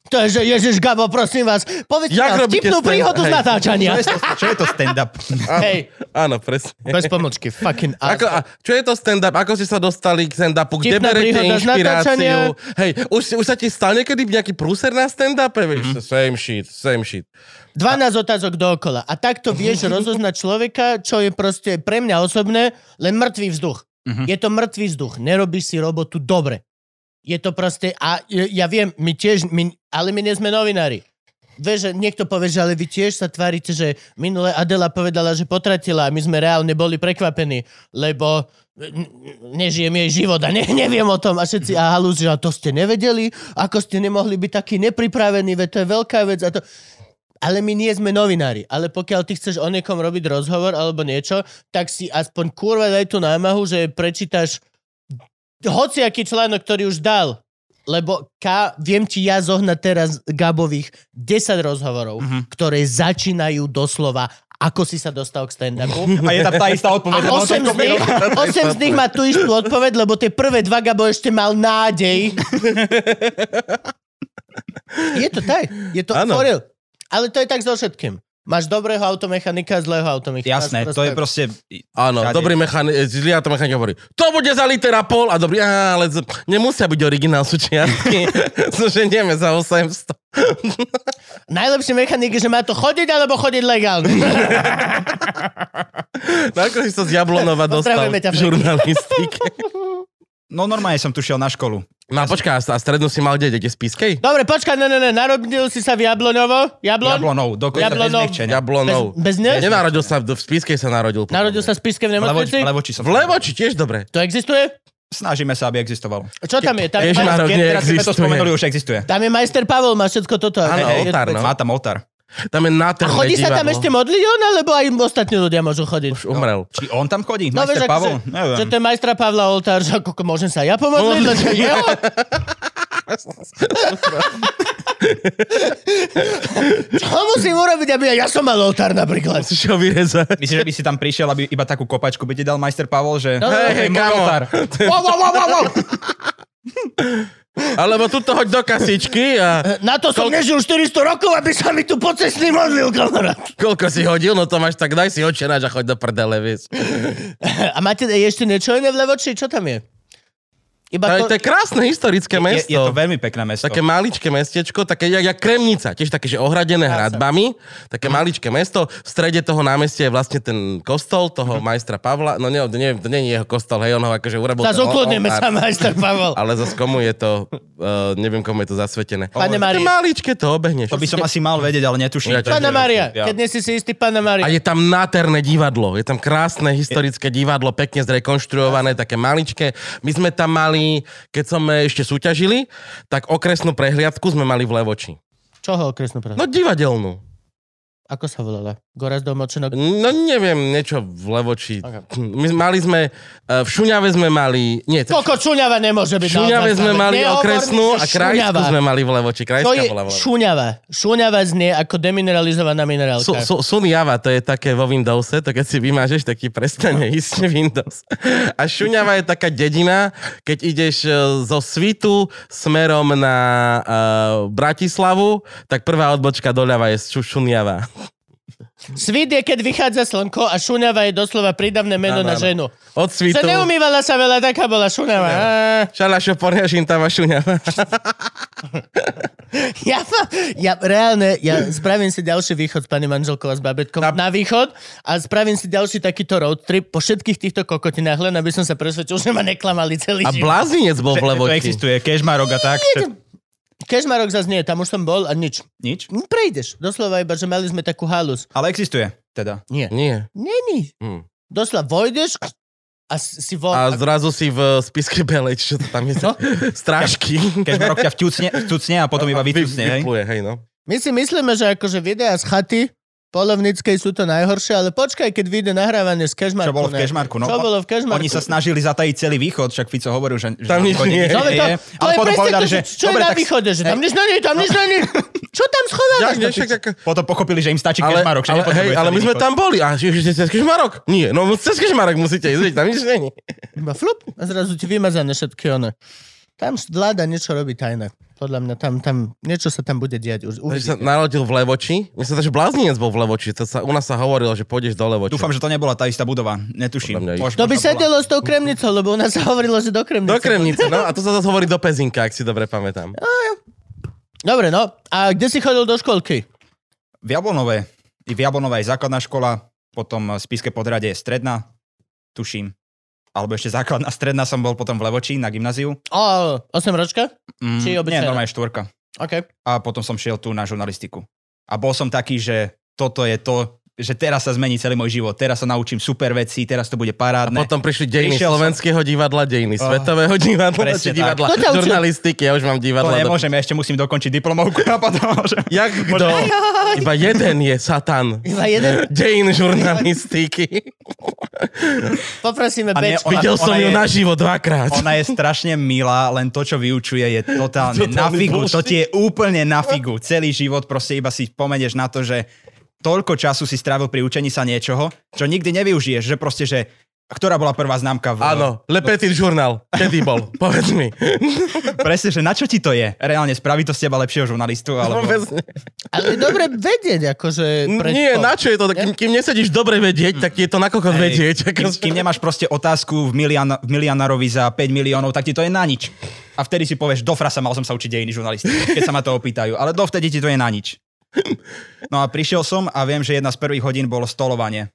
Speaker 1: To je, že Ježiš Gabo, prosím vás, povedzte
Speaker 3: Mhm. Jak
Speaker 1: nám
Speaker 3: robíte
Speaker 1: vtipnú
Speaker 3: stand-
Speaker 1: príhodu z
Speaker 3: hej.
Speaker 1: natáčania.
Speaker 5: Čo je to, čo je to stand-up?
Speaker 3: Áno,
Speaker 1: Hej.
Speaker 3: áno presne.
Speaker 1: Bez pomočky, fucking
Speaker 3: Ako,
Speaker 1: ass.
Speaker 3: a čo je to stand-up? Ako ste sa dostali k stand-upu? Kde
Speaker 1: Vtipná
Speaker 3: berete
Speaker 1: príhoda z
Speaker 3: inšpiráciu?
Speaker 1: natáčania.
Speaker 3: Hej, už, už sa ti stal niekedy nejaký prúser na stand-upe?
Speaker 1: Mhm.
Speaker 3: Mm-hmm. Same shit, same shit.
Speaker 1: 12 otázok dookola. A takto vieš rozoznať človeka, čo je proste pre mňa osobné, len mŕtvý vzduch. Je to mŕtvý vzduch. Nerobíš si robotu dobre. Je to proste... A e, ja viem, my tiež... My, ale my nie sme novinári. Vieš, že niekto povie, že ale vy tiež sa tvárite, že minule Adela povedala, že potratila a my sme reálne boli prekvapení, lebo e, n- n- nežijem jej život a ne, neviem o tom. A všetci, a halus, že a to ste nevedeli, ako ste nemohli byť takí nepripravení, veď to je veľká vec a to... Ale my nie sme novinári, ale pokiaľ ty chceš o niekom robiť rozhovor alebo niečo, tak si aspoň kurva daj tú námahu, že prečítaš hociaký článok, ktorý už dal. Lebo K, viem ti ja zohnať teraz Gabových 10 rozhovorov, ktoré začínajú doslova ako si sa dostal k stand-upu.
Speaker 5: A je tam tá istá odpoveď. no,
Speaker 1: A
Speaker 5: to je
Speaker 1: 8 z, nich,
Speaker 5: kopírová.
Speaker 1: 8 z nich má tú istú odpoveď, lebo tie prvé dva Gabo ešte mal nádej. Je to tak. Je to
Speaker 3: Áno.
Speaker 1: for real. Ale to je tak so všetkým. Máš dobrého automechanika, zlého automechanika.
Speaker 5: Jasné,
Speaker 1: Máš
Speaker 5: to je proste...
Speaker 3: Áno,
Speaker 5: Všade.
Speaker 3: dobrý mechanik, zlý to mechanik hovorí, to bude za litera pol a dobrý, á, ale z- nemusia byť originál <laughs> súčiastky, zoženieme za 800.
Speaker 1: Najlepší mechanik je, že má to chodiť alebo chodiť legálne.
Speaker 5: <laughs>
Speaker 3: No ako si sa z Jablonova dostal
Speaker 1: Pozdravujeme
Speaker 3: v
Speaker 1: ťa, Franky.
Speaker 3: žurnalistike.
Speaker 5: No normálne som tu šiel na školu.
Speaker 3: No a počkaj, a st- a strednú si mal kde, dete z Pískej?
Speaker 1: Dobre, počkaj, ne, ne, ne, narodil si sa v Jablonovo. Jablon?
Speaker 5: Jablonov, dokonca bez
Speaker 1: Jablonov.
Speaker 5: mechčenia.
Speaker 3: Jablonov.
Speaker 1: Bez- bez ne?
Speaker 3: Nenarodil sa, v v Spískej sa narodil. podľa
Speaker 1: Narodil
Speaker 3: mňa.
Speaker 1: sa v Spiske v
Speaker 5: Levo,
Speaker 1: nemocnici?
Speaker 5: levoči som.
Speaker 3: V Levoči tiež dobre.
Speaker 1: To existuje?
Speaker 5: Snažíme sa, aby existovalo.
Speaker 1: Čo tam je? Tam je,
Speaker 3: Ježiš,
Speaker 1: maj-
Speaker 3: Národ
Speaker 5: Keď teraz sme to
Speaker 3: neexistuje.
Speaker 5: spomenuli, už existuje.
Speaker 1: tam je majster Pavel, má všetko toto.
Speaker 3: Áno,
Speaker 1: Je- je-
Speaker 3: oltár, no.
Speaker 5: Má tam oltár.
Speaker 3: Tam je
Speaker 1: A
Speaker 3: nádherné
Speaker 1: chodí sa tam
Speaker 3: divadlo.
Speaker 1: ešte modliť on, alebo aj ostatní ľudia môžu chodiť?
Speaker 3: Už umrel.
Speaker 5: Či on tam chodí?
Speaker 1: No,
Speaker 5: Majster
Speaker 1: vieš,
Speaker 5: Pavol?
Speaker 1: akože-
Speaker 5: Neviem.
Speaker 1: Že to je majstra Pavla Oltár, že ako môžem sa ja
Speaker 3: Pomodliť.
Speaker 1: pomodliť? No, že jeho? Čo musím urobiť, aby ja, ja som mal oltár napríklad?
Speaker 3: Musíš ho vyrezať.
Speaker 5: Myslíš, že by si tam prišiel, aby iba takú kopačku by ti dal majster Pavol, že...
Speaker 1: No, no,
Speaker 5: Hej, hej,
Speaker 1: no.
Speaker 5: môj
Speaker 3: Kamo.
Speaker 5: oltár.
Speaker 1: Wow, wow, wow, wow, wow.
Speaker 3: Alebo tuto hoď do kasičky a
Speaker 1: Na to som nežil 400 rokov, aby sa mi tu pocestný modlil, kamarát.
Speaker 3: koľko si hodil, no to máš tak, daj si očenáč a choď do prdele, vieš.
Speaker 1: A máte ešte niečo iné v Levoči? Čo tam je? Iba
Speaker 3: To, je-
Speaker 1: to...
Speaker 3: to je krásne historické
Speaker 5: Je,
Speaker 3: mesto.
Speaker 5: je to veľmi pekné mesto.
Speaker 3: Také maličké mestečko, také jak, jak Kremnica, tiež také, že ohradené hradbami, také
Speaker 1: Mhm.
Speaker 3: maličké mesto. V strede toho námestia je vlastne ten kostol toho
Speaker 1: Mhm.
Speaker 3: majstra Pavla. No ne, neviem, to nie je jeho kostol, hej, on ho akože urobil. ten
Speaker 1: Zas
Speaker 3: o-
Speaker 1: ukludneme
Speaker 3: oltár.
Speaker 1: sa, majster Pavol.
Speaker 3: <laughs> Ale zase komu je to, uh, neviem komu je to zasvetené. Také
Speaker 1: Pane Mária.
Speaker 3: maličké to obehneš.
Speaker 5: To by som asi mal vedieť, ale netuším.
Speaker 3: Ja Pane
Speaker 1: Pána Maria,
Speaker 5: Ja.
Speaker 1: keď nie si si istý, Pána Maria.
Speaker 3: A je tam nádherné divadlo. Je tam krásne historické divadlo, pekne zrekonštruované, také maličké. My sme tam mali, keď sme ešte súťažili, tak okresnú prehliadku sme mali v Levoči.
Speaker 1: Čoho okresnú prácu?
Speaker 3: No divadelnú.
Speaker 1: Ako sa volala? Gorazdo Močenok?
Speaker 3: No neviem, niečo vlevo či...
Speaker 1: Ok.
Speaker 3: My mali sme, eh, v Šuňave sme mali... Nie, to
Speaker 1: Koko, Čuňava nemôže byť
Speaker 3: Šuňave
Speaker 1: naozaj
Speaker 3: sme
Speaker 1: stále.
Speaker 3: mali
Speaker 1: Nehovor mi,
Speaker 3: okresnú
Speaker 1: že
Speaker 3: a krajskú
Speaker 1: Šuňava.
Speaker 3: sme mali vlevo, či
Speaker 1: To
Speaker 3: krajská
Speaker 1: je
Speaker 3: bola vlevo.
Speaker 1: šuňava. Šuňava znie ako demineralizovaná minerálka.
Speaker 3: Su, su, sun Java, to je také vo Windowse, to keď si vymážeš, tak ti prestane ísť Windows. A Šuňava je taká dedina, keď ideš e, zo Svitu smerom na uh, Bratislavu, tak prvá odbočka doľava je Šu- Šuňava.
Speaker 1: Svit je, keď vychádza slnko a šuňava je doslova prídavné meno
Speaker 3: Áno,
Speaker 1: na
Speaker 3: áno.
Speaker 1: ženu.
Speaker 3: Od
Speaker 1: Sa
Speaker 3: Svitu...
Speaker 1: neumývala sa veľa, taká bola šuňava. Á,
Speaker 3: Šalašo Porňašintava Šuňava.
Speaker 1: <laughs> Ja, ja reálne, ja spravím si ďalší východ s pani manželkou a s babetkou na, na východ a spravím si ďalší takýto road trip po všetkých týchto kokotinách, len aby som sa presvedčil, že ma neklamali celý
Speaker 3: A
Speaker 1: život.
Speaker 3: blázinec bol v
Speaker 5: To
Speaker 3: Levoči.
Speaker 5: existuje, Kežmarok a tak. Čo...
Speaker 1: Kežmarok zase nie, tam už som bol a nič. Hm,
Speaker 5: Nič?
Speaker 1: Prejdeš, doslova iba, že mali sme takú halus.
Speaker 5: Ale existuje, teda.
Speaker 1: Nie.
Speaker 3: Nie.
Speaker 1: Není.
Speaker 3: Hm.
Speaker 1: Doslova vojdeš No, a s- si vo...
Speaker 3: A zrazu si v spiske Beleč, čo to tam je?
Speaker 1: No.
Speaker 3: Strážky.
Speaker 5: Kežmarok ťa vťucne, vťucne a potom iba
Speaker 3: A vy-
Speaker 5: vytucne, hej?
Speaker 3: vypluje, hej no.
Speaker 1: My si myslíme, že akože videá z chaty polovníckej sú to najhoršie, ale počkaj, keď vyjde nahrávanie z Kešmarku.
Speaker 5: Čo bolo v
Speaker 1: ne?
Speaker 5: Kežmarku, no.
Speaker 1: Čo bolo v Kešmarku?
Speaker 5: Oni sa snažili zatajiť celý východ, však Fico hovoril, že, že
Speaker 3: Tam nič
Speaker 5: východe
Speaker 3: nie je.
Speaker 1: No, ale to,
Speaker 5: je. Ale
Speaker 1: to je
Speaker 5: potom
Speaker 1: presne
Speaker 5: povedali,
Speaker 1: to,
Speaker 5: že...
Speaker 1: čo je
Speaker 5: dobre,
Speaker 1: na
Speaker 5: tak-
Speaker 1: východe, že tam nič není, tam nič není. Čo tam
Speaker 3: Ja,
Speaker 1: schovávaš? do
Speaker 3: nie, však
Speaker 1: piče?
Speaker 3: ako-
Speaker 5: Potom pochopili, že im stačí
Speaker 3: ale,
Speaker 5: Kežmarok, že
Speaker 3: ale, hej,
Speaker 5: nepotrebuje
Speaker 3: ale
Speaker 5: celý
Speaker 3: my sme
Speaker 5: východ.
Speaker 3: tam boli. A že že cez Kežmarok? Nie, no cez Kežmarok musíte ísť, veď tam nič není.
Speaker 1: Iba flup a zrazu ti vymazané všetky one. Tam vláda niečo robí tajné. Podľa mňa tam, tam, niečo sa tam bude diať. Už,
Speaker 3: Takže sa
Speaker 1: uvidíte.
Speaker 3: narodil v Levoči. Myslím, že blázninec bol v Levoči. To sa, u nás sa hovorilo, že pôjdeš do Levoči.
Speaker 5: Dúfam, že to nebola tá istá budova. Netuším.
Speaker 3: Podľa mňa ich-
Speaker 5: Mož-
Speaker 1: to by
Speaker 5: možno bola.
Speaker 1: sedelo s tou kremnicou, lebo u nás sa hovorilo, že do kremnice.
Speaker 3: Do Kremnice, no a to sa zase hovorí do Pezinka, ak si dobre pamätám.
Speaker 1: Dobre, no. A kde si chodil do školky?
Speaker 5: V Jablonove. I v Jablonove je základná škola, potom v Spiske podhrade je stredná, tuším. Alebo ešte základná stredná som bol potom v Levoči na gymnáziu.
Speaker 1: O, 8 ročka?
Speaker 5: Mm,
Speaker 1: Či
Speaker 5: nie,
Speaker 1: obyčajná?
Speaker 5: normálne štvorka.
Speaker 1: OK.
Speaker 5: a potom som šiel tu na žurnalistiku. A bol som taký, že toto je to, že teraz sa zmení celý môj život, teraz sa naučím super veci, teraz to bude
Speaker 3: A
Speaker 5: parádne.
Speaker 3: potom prišli dejiny
Speaker 5: Prišiel som-
Speaker 3: slovenského divadla, dejiny
Speaker 5: Oh.
Speaker 3: svetového divadla,
Speaker 5: Presne
Speaker 3: či
Speaker 5: tak.
Speaker 3: divadla
Speaker 1: To ťa učil.
Speaker 3: žurnalistiky. Ja už mám
Speaker 5: to
Speaker 3: divadla. do-
Speaker 5: nemôžem, ja ešte musím dokončiť diplomovku a potom môžem.
Speaker 3: Jak kto? Iba jeden je Satan.
Speaker 1: Iba jeden.
Speaker 3: Dejin žurnalistiky.
Speaker 1: Poprosíme
Speaker 5: A nie,
Speaker 1: beč.
Speaker 5: Ona-
Speaker 3: Videl som
Speaker 5: ona
Speaker 3: ju
Speaker 5: je-
Speaker 3: naživo dvakrát.
Speaker 5: Ona je strašne milá, len to, čo vyučuje, je totálne
Speaker 3: Totálny
Speaker 5: na figu.
Speaker 3: bullshit.
Speaker 5: To ti je úplne na figu. Celý život proste iba si pomeneš na to, že toľko času si strávil pri učení sa niečoho, čo nikdy nevyužiješ, že proste, že ktorá bola prvá známka v...
Speaker 3: Áno, Le Petit Journal. Kedy bol? <laughs> Povedz mi.
Speaker 5: Presne, že na čo ti to je? Reálne spraví to z teba lepšieho žurnalistu?
Speaker 1: No,
Speaker 5: Alebo...
Speaker 3: Vôbec nie.
Speaker 1: Ale dobre vedieť, akože... pred
Speaker 3: Nie,
Speaker 1: to.
Speaker 3: na čo je to? Kým, kým nesedíš dobre vedieť, tak je to na kokot
Speaker 5: Hej,
Speaker 3: vedieť. <laughs>
Speaker 5: Kým,
Speaker 3: Ako...
Speaker 5: kým nemáš proste otázku v, milian, v milianárovi za 5 miliónov, tak ti to je na nič. A vtedy si povieš, do frasa mal som sa učiť dejiny žurnalistiky, keď sa ma to opýtajú. Ale dovtedy ti to je na nič. No a prišiel som a viem, že jedna z prvých hodín bolo stolovanie.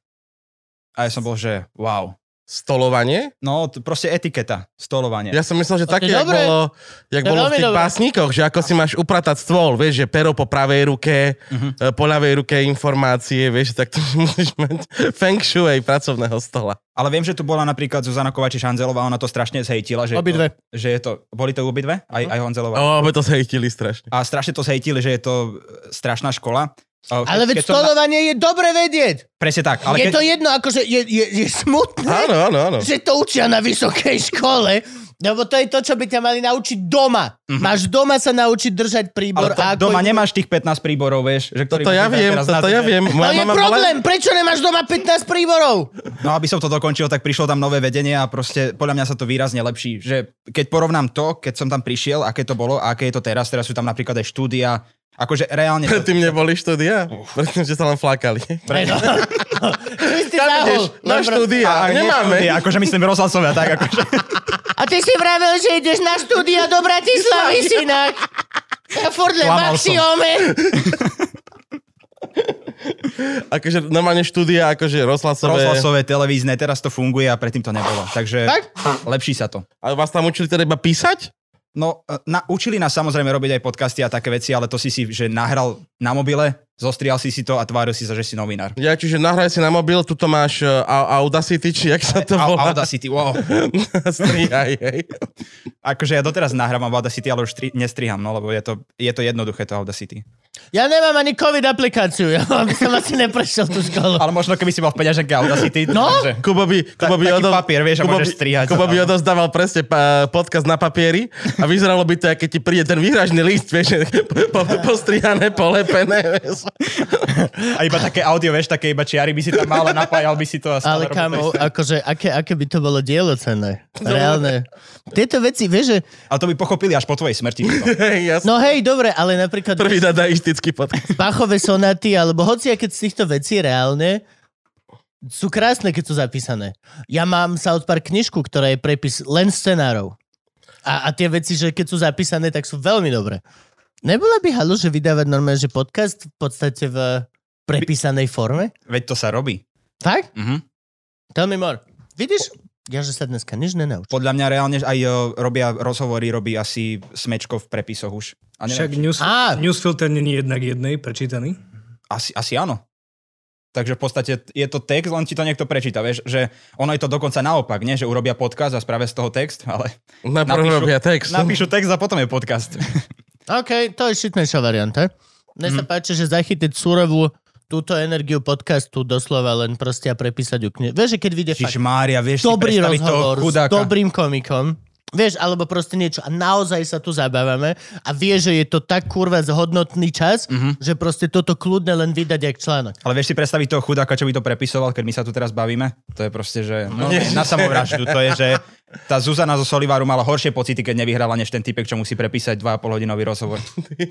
Speaker 5: A ja som bol, že wow.
Speaker 3: Stolovanie?
Speaker 5: No, t- proste etiketa, stolovanie. Ja.
Speaker 3: Ja som myslel, že
Speaker 1: To je
Speaker 3: také, jak
Speaker 1: dobré.
Speaker 3: bolo, jak
Speaker 1: To je
Speaker 3: bolo v
Speaker 1: veľmi
Speaker 3: tých
Speaker 1: dobré.
Speaker 3: básnikoch, že ako si máš upratať stôl, vieš, že pero po pravej ruke,
Speaker 1: Mhm.
Speaker 3: e, po ľavej ruke informácie, vieš, tak to <laughs> musíš mať feng shui pracovného stola.
Speaker 5: Ale viem, že tu bola napríklad Zuzana Kovačiš-Hanzelová, ona to strašne zhejtila. Že je to-
Speaker 1: Obidve.
Speaker 5: že je to, boli to obidve? Aj,
Speaker 3: Mhm.
Speaker 5: aj Hanzelová.
Speaker 3: O, aby to zhejtili strašne.
Speaker 5: A strašne to zhejtili, že je to e, strašná škola.
Speaker 1: Ale veď
Speaker 5: Keď som na-
Speaker 1: stolovanie je dobre vedieť.
Speaker 5: Presne tak. Ale
Speaker 1: je
Speaker 5: keď...
Speaker 1: to jedno, akože je, je, je smutné,
Speaker 3: Áno, áno, áno.
Speaker 1: že to učia na vysokej škole, lebo to je to, čo by ťa mali naučiť doma. Máš doma sa naučiť držať
Speaker 5: Mhm. Ale
Speaker 1: príbor.
Speaker 5: to,
Speaker 1: a ako-
Speaker 5: doma nemáš tých 15 príborov, vieš. Že ktorý
Speaker 3: Toto ja
Speaker 5: musíš dať
Speaker 3: viem,
Speaker 5: teraz na
Speaker 3: toto
Speaker 5: zem.
Speaker 3: ja viem.
Speaker 1: To
Speaker 3: Moja
Speaker 1: No je
Speaker 3: mama
Speaker 1: problém, prečo nemáš doma 15 príborov?
Speaker 5: No aby som to dokončil, tak prišlo tam nové vedenie a proste podľa mňa sa to výrazne lepší. Že keď porovnám to, keď som tam prišiel, aké to bolo a aké je to teraz, teraz sú tam napríklad aj štúdia, akože reálne...
Speaker 3: Mala... Predtým neboli štúdia, pretože sa len flákali.
Speaker 1: Preto. Ty si
Speaker 3: Tam
Speaker 1: zahol.
Speaker 3: ideš na
Speaker 1: Dobro.
Speaker 3: štúdia a
Speaker 5: nie
Speaker 3: nemáme.
Speaker 5: štúdia, akože myslím rozhlasové, tak akože...
Speaker 1: <laughs> A ty si vravel, že ideš na štúdia do Bratislavy, synak. Ja furt len
Speaker 5: Klamal som.
Speaker 1: maxiome.
Speaker 3: Akože normálne štúdia, akože rozhlasové.
Speaker 5: Rozhlasové, televízne, teraz to funguje a predtým to nebolo. Takže
Speaker 1: Tak?
Speaker 5: lepší sa to.
Speaker 3: A vás tam učili teda iba písať?
Speaker 5: No, e, na, učili nás samozrejme robiť aj podcasty a také veci, ale to si si, že nahral na mobile zostrial si si to a tváril si sa, že si novinár.
Speaker 3: Ja, čiže nahraj si na mobil, tuto máš eh, A- Audacity, či jak sa to
Speaker 5: A,
Speaker 3: volá.
Speaker 5: Audacity,
Speaker 1: <laughs>
Speaker 5: wow.
Speaker 3: <laughs> Strihaj, hej.
Speaker 5: Akože ja doteraz nahrávam v Audacity, ale už tri, nestriham, no lebo je to, je to jednoduché to Audacity.
Speaker 1: Ja nemám ani COVID aplikáciu, ja by som asi neprešiel tú školu.
Speaker 5: Ale možno keby si mal v peňaženke Audacity,
Speaker 1: No.
Speaker 5: takže...
Speaker 3: Kubo by, Kubo by
Speaker 5: taký papier, vieš, a
Speaker 3: by-
Speaker 5: môžeš strihať
Speaker 3: Kubo
Speaker 5: sa
Speaker 3: by
Speaker 5: tam.
Speaker 3: odozdával presne pa, podcast na papieri a vyzeralo by to, keď ti príde ten výhražný list, vieš, <laughs> že po, postrihané, polepené. Vieš.
Speaker 5: A iba také audio, vieš, také iba čiary by si tam mal, a napájal by si to a stále
Speaker 1: Ale
Speaker 5: robil
Speaker 1: kamo,
Speaker 5: to isté. No,
Speaker 1: akože, aké, aké by to bolo dielo cenné. Reálne. Tieto veci, vieš, že...
Speaker 5: Ale to by pochopili až po tvojej smrti. Tito.
Speaker 3: Hej, jasne.
Speaker 1: No hej, dobre, ale napríklad
Speaker 3: Prvý dadaistický podcast.
Speaker 1: Bachové sonaty, alebo hociaké z týchto vecí reálne sú krásne, keď sú zapísané. Ja mám South Park knižku, ktorá je prepis len scenárov. A, a tie veci, že keď sú zapísané, tak sú veľmi dobré. Nebola by halu, že vydávať normálne, že podcast v podstate v prepísanej forme?
Speaker 5: Veď to sa robí.
Speaker 1: Tak?
Speaker 5: Mhm.
Speaker 1: Tell me more. Vidíš? Ja, že sa dneska nič nenaučím.
Speaker 5: Podľa mňa reálne aj o, robia rozhovory, robí asi smečko v prepisoch už. A neviem,
Speaker 4: Však news,
Speaker 1: Á.
Speaker 4: newsfilter není jednak jednej prečítaný.
Speaker 5: asi, asi áno. Takže v podstate je to text, len ti to niekto prečíta, vieš, že ono je to dokonca naopak, nie? že urobia podcast a spravia z toho text, ale
Speaker 3: Najprv
Speaker 5: Napíšu-
Speaker 3: robia text.
Speaker 5: napíšu text a potom je <laughs> podcast.
Speaker 1: OK, to je šitnejšia varianta. Mne
Speaker 5: Mhm.
Speaker 1: sa páči, že zachytiť surovú túto energiu podcastu doslova len proste a prepísať ju knihu. Vieš, že keď vyjde fakt
Speaker 5: Čiže Mária, vieš si
Speaker 1: dobrý
Speaker 5: predstaviť toho
Speaker 1: rozhovor s
Speaker 5: chudáka.
Speaker 1: dobrým komikom. Vieš, alebo proste niečo. A naozaj sa tu zabávame. A vie, že je to tak kurva zhodnotný
Speaker 5: Mhm.
Speaker 1: čas, mm-hmm. že proste toto kľudne len vydať jak článok.
Speaker 5: Ale vieš si predstaviť toho chudáka, čo by to prepisoval, keď my sa tu teraz bavíme? To je proste, že no, na samovraždu. To je, že tá Zuzana zo Solivaru mala horšie pocity, keď nevyhrala, než ten typek, čo musí prepísať 2,5 hodinový rozhovor.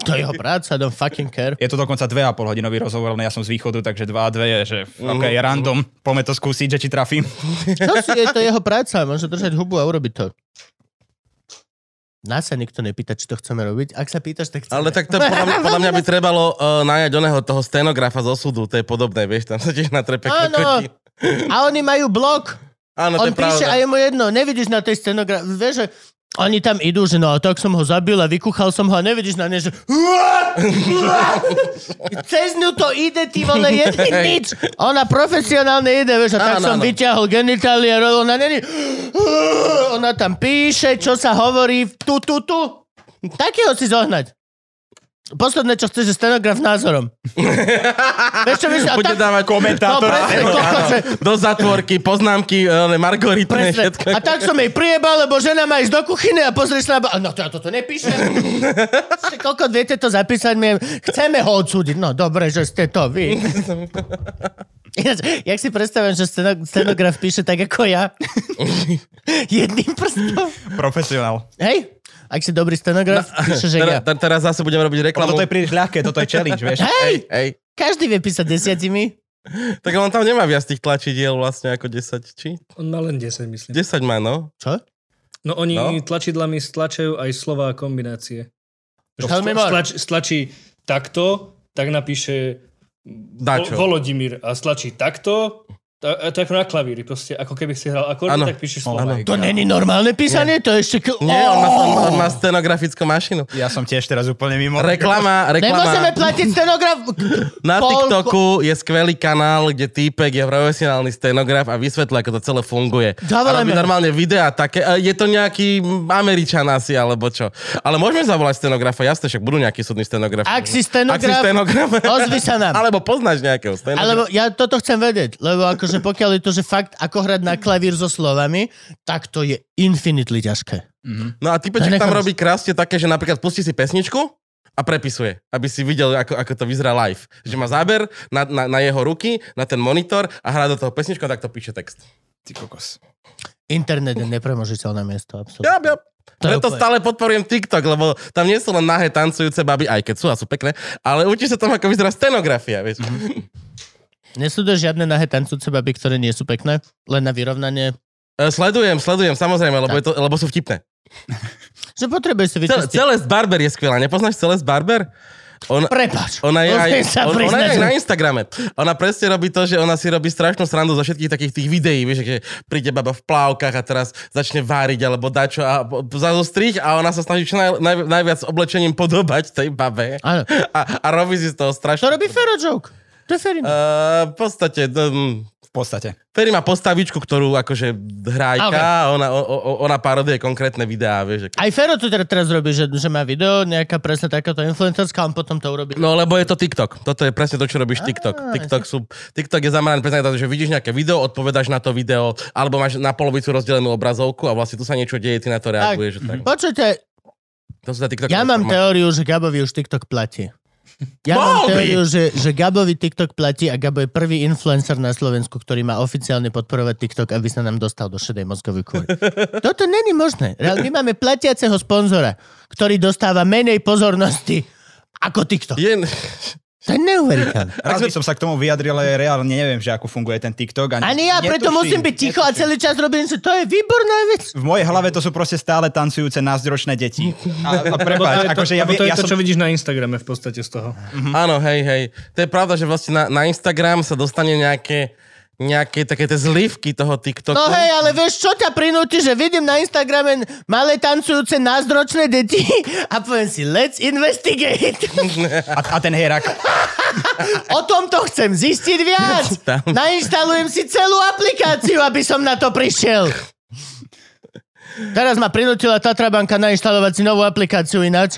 Speaker 1: To je jeho práca, don't fucking care.
Speaker 5: Je to dokonca 2,5 hodinový rozhovor, len ja som z východu, takže 2 a 2 je, že OK, random, poďme to skúsiť, že či trafím.
Speaker 1: Čo si, je to jeho práca, môže držať hubu a urobiť to. Nás sa nikto nepýta, či to chceme robiť. Ak sa pýtaš, tak chceme.
Speaker 3: Ale tak to podľa, mňa- podľa mňa by trebalo uh, najať oného toho stenografa z osudu, to je podobné, vieš, tam sa tiež natrepe
Speaker 1: Áno,
Speaker 3: kokoti.
Speaker 1: no, a oni majú blok.
Speaker 3: Áno, No, to
Speaker 1: On
Speaker 3: je pravda.
Speaker 1: píše a je mu jedno, nevidíš na tej scenografii, vieš, že oni tam idú, že no a tak som ho zabil a vykuchal som ho a nevidíš na ne, že <laughs> cez ňu to ide, ty vole, jedný nič. Ona profesionálne ide, vieš, a tak
Speaker 3: Áno,
Speaker 1: som
Speaker 3: áno.
Speaker 1: vyťahol genitálie, ona není, ona tam píše, čo sa hovorí, tu, tu, tu. Takého si zohnať. Posledné, čo chceš, je stenograf s
Speaker 3: <laughs>
Speaker 1: názorom. Vieš, čo myslím? A
Speaker 3: Bude
Speaker 1: tak-
Speaker 3: dávať
Speaker 1: No, presne,
Speaker 3: <laughs>
Speaker 1: kokoce.
Speaker 3: do zatvorky, poznámky, e, ale margoritné
Speaker 1: Presne.
Speaker 3: všetko.
Speaker 1: A tak som jej priebal, lebo žena má ísť do kuchyne a pozrieš sa na... ba- A No to ja toto
Speaker 3: <laughs>
Speaker 1: nepíšem. Ste, Koľko viete to zapísať? My chceme ho odsúdiť. No dobre, že ste to
Speaker 3: <laughs>
Speaker 1: vy. Ináč, jak si predstavujem, že steno- stenograf píše tak ako ja?
Speaker 3: <laughs>
Speaker 1: Jedným prstom.
Speaker 5: Profesionál.
Speaker 1: Hej, ak si dobrý stenograf,
Speaker 3: No,
Speaker 1: píše, že
Speaker 3: Teraz,
Speaker 1: ja.
Speaker 3: te- teraz zase budeme robiť
Speaker 5: Lebo
Speaker 3: reklamu.
Speaker 5: toto je príliš ľahké, toto je challenge, vieš.
Speaker 1: Hej,
Speaker 3: Ej,
Speaker 1: každý vie písať desiatimi.
Speaker 3: tak on tam nemá viac tých tlačidiel vlastne ako 10, či?
Speaker 4: On má len 10, myslím.
Speaker 3: 10 má, no.
Speaker 1: Čo?
Speaker 4: No oni
Speaker 3: No.
Speaker 4: no? tlačidlami stlačajú aj slova a kombinácie. Že
Speaker 1: Tell me more.
Speaker 4: stlač, stlačí takto, tak napíše
Speaker 3: Dačo.
Speaker 4: Vo- Volodimír a stlačí takto, a, a to je ako na klavíri, proste ako keby si hral akordy,
Speaker 3: Áno.
Speaker 4: tak píšeš slova.
Speaker 1: To není normálne písanie? To je ešte... k-
Speaker 3: No. Nie, on má, on má, on má
Speaker 1: Oh!
Speaker 3: stenografickú mašinu.
Speaker 5: Ja som tiež teraz úplne mimo.
Speaker 3: Reklama, reklama.
Speaker 1: Nemôžeme platiť stenograf...
Speaker 3: Na
Speaker 1: Polko-
Speaker 3: TikToku je skvelý kanál, kde týpek je profesionálny stenograf a vysvetľuje, ako to celé funguje. A
Speaker 1: Zavoláme.
Speaker 3: robí normálne videá také. e, Je to nejaký Američan asi, alebo čo. Ale môžeme zavolať stenografa, jasne, však budú nejaký súdny stenograf.
Speaker 1: Ak si stenograf,
Speaker 3: Ak si stenograf
Speaker 1: ozvi sa nám.
Speaker 3: <laughs> Alebo poznáš nejakého stenografa.
Speaker 1: Alebo ja toto chcem vedieť, lebo akože pokiaľ je to, že fakt ako hrať na klavír so slovami, tak to je infinitely ťažké.
Speaker 3: No a typeček tam
Speaker 1: Nenechám
Speaker 3: robí krásne také, že napríklad pustí si pesničku a prepisuje, aby si videl, ako, ako to vyzerá live. Že má záber na, na, na jeho ruky, na ten monitor a hrá do toho pesničku a takto píše text.
Speaker 5: Ty kokos.
Speaker 1: Internet je nepremožiteľné miesto, absolútne.
Speaker 3: Ja, ja.
Speaker 1: To je
Speaker 3: Preto
Speaker 1: úplne-
Speaker 3: stále podporujem TikTok, lebo tam nie sú len nahé tancujúce baby, aj keď sú a sú pekné, ale učí sa tam, ako vyzerá stenografia, vieš.
Speaker 1: Mhm. Nesleduješ žiadne nahé tancúce baby, ktoré nie sú pekné, len na vyrovnanie.
Speaker 3: E, Sledujem, sledujem, samozrejme, lebo, je to, lebo sú vtipné.
Speaker 1: Že potrebuješ si
Speaker 3: Cel,
Speaker 1: vyčistiť.
Speaker 3: Celeste Barber je skvelá, nepoznáš Celeste Barber? Ona,
Speaker 1: Prepač.
Speaker 3: ona je aj,
Speaker 1: Musím sa
Speaker 3: on, ona je
Speaker 1: priznať,
Speaker 3: aj
Speaker 1: že-
Speaker 3: na Instagrame. Ona presne robí to, že ona si robí strašnú srandu zo všetkých takých tých videí, vieš, že príde baba v plávkach a teraz začne váriť alebo dačo a po- po- zazostriť a ona sa snaží čo naj, naj, najviac oblečením podobať tej babe.
Speaker 1: Áno.
Speaker 3: A, a robí si z toho strašnú...
Speaker 1: To robí Fero Joke. To je Ferino.
Speaker 3: Uh, v podstate... Um,
Speaker 5: V podstate.
Speaker 3: Ferry má postavičku, ktorú akože hrajka
Speaker 1: Okay.
Speaker 3: a ona, o, o, ona paroduje konkrétne videá, vieš. Ako...
Speaker 1: Aj Fero to teda teraz robí, že, že má video, nejaká presne takáto influencerská, on potom to urobí.
Speaker 3: No lebo je to TikTok. Toto je presne to, čo robíš TikTok. TikTok, sú, TikTok je zameraný presne na to, že vidíš nejaké video, odpovedáš na to video, alebo máš na polovicu rozdelenú obrazovku a vlastne tu sa niečo deje, ty na to reaguješ. Tak.
Speaker 1: Počujte,
Speaker 3: To sú tá TikTok
Speaker 1: Mhm. ja mám
Speaker 3: platforma.
Speaker 1: teóriu, že Gabovi už TikTok platí. Ja mám
Speaker 3: Bol by!
Speaker 1: teóriu, že, že Gabovi TikTok platí a Gabo je prvý influencer na Slovensku, ktorý má oficiálne podporovať TikTok, aby sa nám dostal do šedej mozgovej kúry. Toto není možné. Reálne, my máme platiaceho sponzora, ktorý dostáva menej pozornosti ako TikTok.
Speaker 3: Je,
Speaker 1: To je neuveriteľné.
Speaker 5: Raz by som sa k tomu vyjadril, ale reálne neviem, že ako funguje ten TikTok. Ani,
Speaker 1: Ani ja, preto musím byť ticho a celý čas robím, že to je výborná vec.
Speaker 5: V mojej hlave to sú proste stále tancujúce názročné deti. A, a
Speaker 4: Lebo to,
Speaker 5: prepáč,
Speaker 4: je to,
Speaker 5: akože ja,
Speaker 4: lebo
Speaker 5: vie-
Speaker 4: to je
Speaker 5: ja
Speaker 4: to,
Speaker 5: som...
Speaker 4: čo vidíš na Instagrame v podstate z toho.
Speaker 3: áno, hej, hej. To je pravda, že vlastne na, na Instagram sa dostane nejaké, nejaké také tie zlivky toho TikToku.
Speaker 1: No hej, ale vieš, čo ťa prinúti, že vidím na Instagrame malé tancujúce názdročné deti a poviem si, let's investigate.
Speaker 5: A, a ten herak.
Speaker 1: O tomto chcem zistiť viac.
Speaker 3: Tam.
Speaker 1: Nainštalujem si celú aplikáciu, aby som na to prišiel. Teraz ma prinútila Tatrabanka nainštalovať si novú aplikáciu ináč.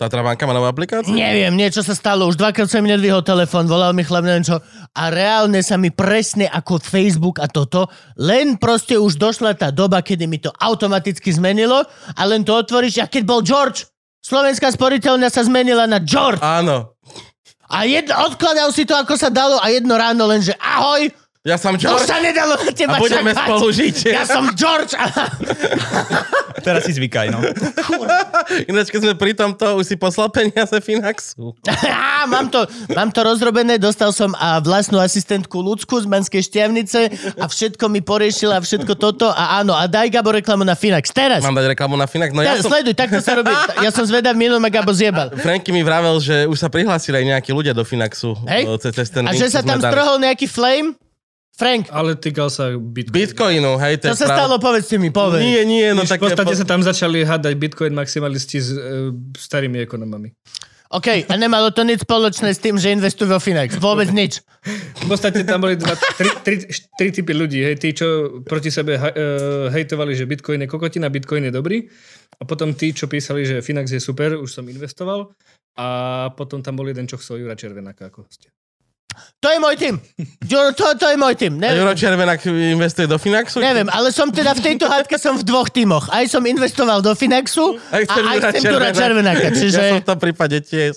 Speaker 3: Tatra banka má novú aplikáciu?
Speaker 1: Neviem, niečo sa stalo, už dvakrát sa mi nedvihol telefón, volal mi chlap, neviem čo. A reálne sa mi presne ako Facebook a toto, len proste už došla tá doba, kedy mi to automaticky zmenilo a len to otvoríš, a keď bol George, Slovenská sporiteľňa sa zmenila na George.
Speaker 3: Áno.
Speaker 1: A jedno, odkladal si to, ako sa dalo a jedno ráno lenže ahoj,
Speaker 3: Ja som
Speaker 1: to
Speaker 3: George.
Speaker 1: sa nedalo na
Speaker 3: A
Speaker 1: teba
Speaker 3: budeme
Speaker 1: čakať.
Speaker 3: spolu žiť.
Speaker 1: Ja som George. A...
Speaker 5: Teraz si zvykaj, no.
Speaker 3: Ináč, keď sme pri tomto, už si poslal peniaze Finaxu.
Speaker 1: Á, mám, to, mám to rozrobené, dostal som a vlastnú asistentku Lucku z Banskej Štiavnice a všetko mi poriešila, všetko toto a áno, a daj Gabo reklamu na Finax, teraz.
Speaker 3: Mám dať reklamu na Finax? No ja
Speaker 1: Teraz,
Speaker 3: som...
Speaker 1: sleduj, takto sa robí. Ja som zvedavý, minulý ma Gabo zjebal.
Speaker 3: Franky mi vravel, že už sa prihlásili aj nejakí ľudia do Finaxu.
Speaker 1: Hej?
Speaker 3: O, ce- Cez ten
Speaker 1: A
Speaker 3: link,
Speaker 1: že
Speaker 3: čo
Speaker 1: sa
Speaker 3: sme
Speaker 1: tam
Speaker 3: dali.
Speaker 1: strhol nejaký flame? Frank,
Speaker 4: Ale týkal sa Bitcoin.
Speaker 3: Bitcoinu, hej, to
Speaker 1: čo
Speaker 3: je
Speaker 1: sa
Speaker 3: pravda.
Speaker 1: stalo, povedzte mi, povedz.
Speaker 3: Nie, nie, no
Speaker 4: No,
Speaker 3: tak...
Speaker 4: v podstate sa tam začali hádať Bitcoin maximalisti s e, starými ekonomami.
Speaker 1: OK, a nemalo to nič spoločné s tým, že investujú vo Finax. Vôbec nič.
Speaker 4: V podstate tam boli dva, tri, tri, tri typy ľudí. Hej, tí, čo proti sebe ha- e, hejtovali, že Bitcoin je kokotina, Bitcoin je dobrý. A potom tí, čo písali, že Finax je super, už som investoval. A potom tam bol jeden, čo chcel Jura Červenáka ako hostia.
Speaker 1: To je môj tým. Juro, to, to je môj tým.
Speaker 3: A
Speaker 1: Neviem.
Speaker 3: Juro Červenák investuje do Finaxu?
Speaker 1: Neviem, ale som teda v tejto hádke som v dvoch týmoch. Aj som investoval do Finaxu a
Speaker 3: Aj chcem
Speaker 1: aj
Speaker 3: Jura
Speaker 1: chcem Dura
Speaker 3: Červenáka.
Speaker 1: Červenáka. Čiže...
Speaker 3: <laughs> Ja som v tom prípade tiež.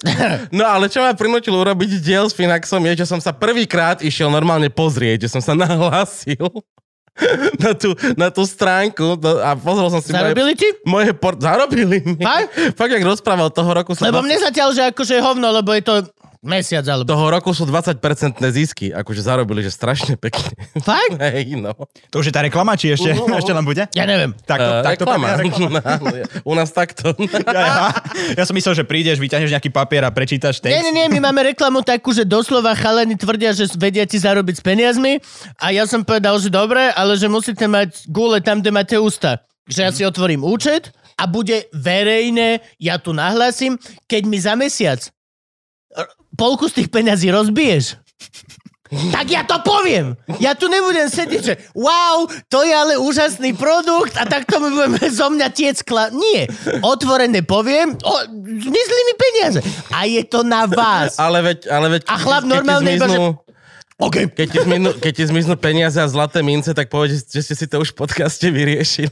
Speaker 3: No ale čo ma prinútilo urobiť diel s Finaxom je, že som sa prvýkrát išiel normálne pozrieť, že som sa <laughs> nahlásil na tú, na tú stránku no, a pozrel som si moje,
Speaker 1: Zarobili ti?
Speaker 3: moje port... Zarobili mi.
Speaker 1: Fakt?
Speaker 3: Fakt, jak rozprával toho roku som
Speaker 1: Lebo mne zatiaľ, že akože je hovno, lebo je to mesiac alebo...
Speaker 3: toho roku sú 20-percentné zisky, akože zarobili, že strašne pekne. <laughs>
Speaker 1: Fakt?
Speaker 3: Hej, no.
Speaker 5: To už je tá reklama, či ešte,
Speaker 3: Uhu, uhu.
Speaker 5: ešte len bude?
Speaker 1: Ja neviem.
Speaker 5: Takto,
Speaker 3: Eh,
Speaker 5: takto
Speaker 3: reklama.
Speaker 5: papier,
Speaker 3: Áno, ja- <laughs> U nás takto.
Speaker 5: Ja, ja, ja som myslel, že prídeš, vyťahneš nejaký papier a prečítaš text.
Speaker 1: Nie, nie, nie, my máme reklamu takú, že doslova chalani tvrdia, že vedia ti zarobiť s peniazmi a ja som povedal, že dobre, ale že musíte mať gule tam, kde máte ústa. Že ja si
Speaker 5: Mhm.
Speaker 1: otvorím účet a bude verejné, ja tu nahlásim, keď mi za mesiac r- polku z tých peňazí
Speaker 5: <laughs>
Speaker 1: rozbiješ, tak ja to poviem. Ja tu nebudem sedieť, že wow, to je ale úžasný produkt a takto my budeme <laughs> zo mňa tiecla. Nie, otvorene poviem, o, zmizli mi peniaze. A je to na vás.
Speaker 5: <laughs>
Speaker 3: Ale veď, ale veď...
Speaker 1: A chlap
Speaker 3: keď ti
Speaker 1: normálne iba,
Speaker 3: zmiznú-
Speaker 1: OK.
Speaker 3: Keď ti, zmiznú, keď ti zmiznú peniaze a zlaté mince, tak povedz, že ste si to už v podcaste vyriešili.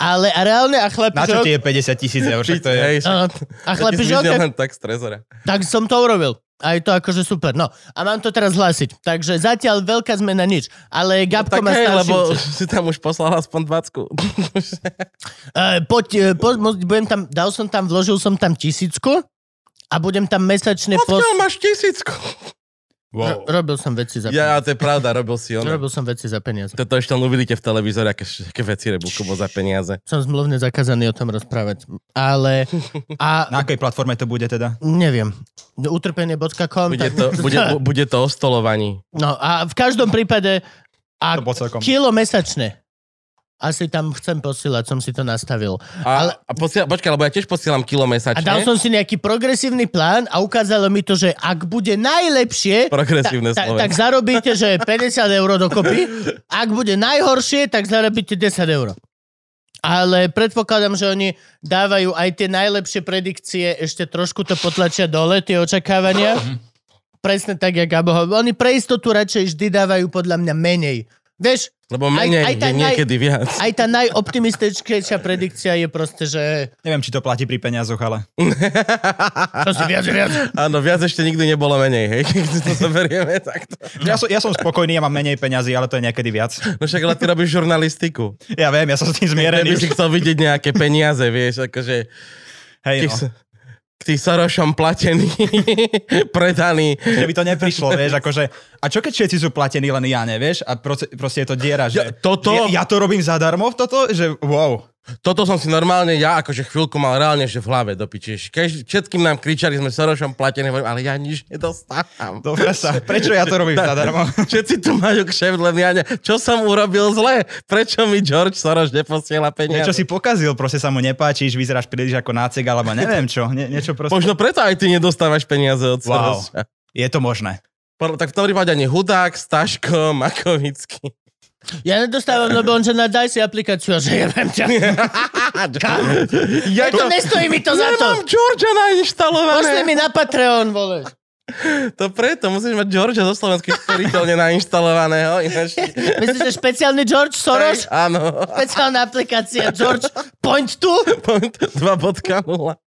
Speaker 1: Ale a reálne, a chlapi,
Speaker 5: Na čo
Speaker 1: že-
Speaker 5: ti je 50 tisíc eur? Však to je...
Speaker 3: Hej, však-
Speaker 1: Áno. A
Speaker 3: Keď
Speaker 1: No, chlapi,
Speaker 3: ti
Speaker 1: že
Speaker 3: zmizne
Speaker 1: OK.
Speaker 3: len tak z trezora.
Speaker 1: Tak som to urobil. A je to akože super. No, a mám to teraz hlásiť. Takže zatiaľ veľká zmena nič. Ale Gabko
Speaker 3: No Tak
Speaker 1: má
Speaker 3: hej,
Speaker 1: starší
Speaker 3: lebo
Speaker 1: účet.
Speaker 3: si tam už poslal aspoň 20.
Speaker 1: E, poď, e, po, mo- budem tam, dal som tam, vložil som tam tisícku a budem tam mesačne...
Speaker 3: Odkiaľ máš tisícku?
Speaker 1: Ro- robil som veci za peniaze.
Speaker 3: Ja, to je pravda, robil si ono.
Speaker 1: Robil som veci za peniaze.
Speaker 3: Toto ešte len uvidíte v televízore, aké, aké veci robil Kubo za peniaze.
Speaker 1: Som zmluvne zakázaný o tom rozprávať. Ale... A
Speaker 5: Na akej platforme to bude teda?
Speaker 1: neviem. Utrpenie.com.
Speaker 3: Bude
Speaker 1: tak-
Speaker 3: to,
Speaker 1: <laughs>
Speaker 3: bude, bu- bude to o stolovaní.
Speaker 1: No a v každom prípade... A
Speaker 5: To bol celkom.
Speaker 1: kilo mesačne. Asi tam chcem posielať, som si to nastavil.
Speaker 3: A,
Speaker 1: Ale-
Speaker 3: a posiel, počkaj, lebo ja tiež posielam kilo
Speaker 1: A
Speaker 3: mesačne.
Speaker 1: dal som si nejaký progresívny plán a ukázalo mi to, že ak bude najlepšie,
Speaker 3: Progresívne
Speaker 1: ta,
Speaker 3: Slovensko.
Speaker 1: tak zarobíte, že 50 eur dokopy. Ak bude najhoršie, tak zarobíte 10 eur. Ale predpokladám, že oni dávajú aj tie najlepšie predikcie, ešte trošku to potlačia dole, tie očakávania. Presne tak, jak Gabo hovoril. Oni pre istotu radšej vždy dávajú podľa mňa menej. Vieš,
Speaker 3: Lebo menej
Speaker 1: aj
Speaker 3: aj,
Speaker 1: tá
Speaker 3: je
Speaker 1: naj-
Speaker 3: niekedy viac.
Speaker 1: aj tá najoptimistickejšia predikcia je proste,
Speaker 3: <laughs>
Speaker 1: že
Speaker 5: Neviem, či to platí pri peniazoch, ale...
Speaker 1: to si viac, viac.
Speaker 3: Áno, viac ešte nikdy nebolo menej, hej, <laughs> keď si to zoberieme takto.
Speaker 5: Ja som, ja som spokojný, ja mám menej peňazí, ale to je niekedy viac. <laughs>
Speaker 3: No však ale ty robíš žurnalistiku.
Speaker 5: Ja viem, ja som s tým
Speaker 3: Keby
Speaker 5: zmierený.
Speaker 3: si
Speaker 5: Už.
Speaker 3: chcel vidieť nejaké peniaze, vieš, akože
Speaker 5: Hej,
Speaker 3: tých,
Speaker 5: no.
Speaker 3: s- k tých Sorošom platený, <laughs> predaný.
Speaker 5: Že by to neprišlo, vieš, akože... A čo keď všetci sú platení, len ja, nevieš? A proste, proste je to diera, že...
Speaker 3: Ja- toto-
Speaker 5: Ja, ja to robím zadarmo, toto? Že wow.
Speaker 3: Toto som si normálne, ja akože chvíľku mal reálne, že v hlave do piči. Kež- Všetkým nám kričali, sme Sorošom platení, hovorím, ale ja nič nedostávam.
Speaker 5: Dobre
Speaker 3: <laughs>
Speaker 5: sa, prečo ja to robím zadarmo?
Speaker 3: Všetci tu majú kšeft, len ja ne. Čo som urobil zle? Prečo mi George Soros neposiela peniaze?
Speaker 5: <laughs> Niečo si pokazil, proste sa mu nepáčiš, vyzeráš príliš ako nácek, alebo neviem čo. Nie, niečo proste...
Speaker 3: Možno preto aj ty nedostávaš peniaze od
Speaker 5: Wow.
Speaker 3: Sorosa.
Speaker 5: Je to možné.
Speaker 3: Podľa- Tak v tom prípade ani Hudák, Staško, <laughs> Makovický.
Speaker 1: Ja nedostávam, lebo on že na daj si aplikáciu a že jebem ťa. Kam?
Speaker 3: Ja
Speaker 1: To nestojí mi to za to.
Speaker 3: Nemám Georgia
Speaker 1: Pošli mi
Speaker 3: nainštalované.
Speaker 1: na Patreon, vole.
Speaker 3: To preto, musíš mať Georgia zo slovenských sporiteľne nainštalovaného. Ináč...
Speaker 1: Myslíš, že špeciálny George Soros?
Speaker 3: Áno.
Speaker 1: Špeciálna aplikácia George Point tu?
Speaker 3: 2.0.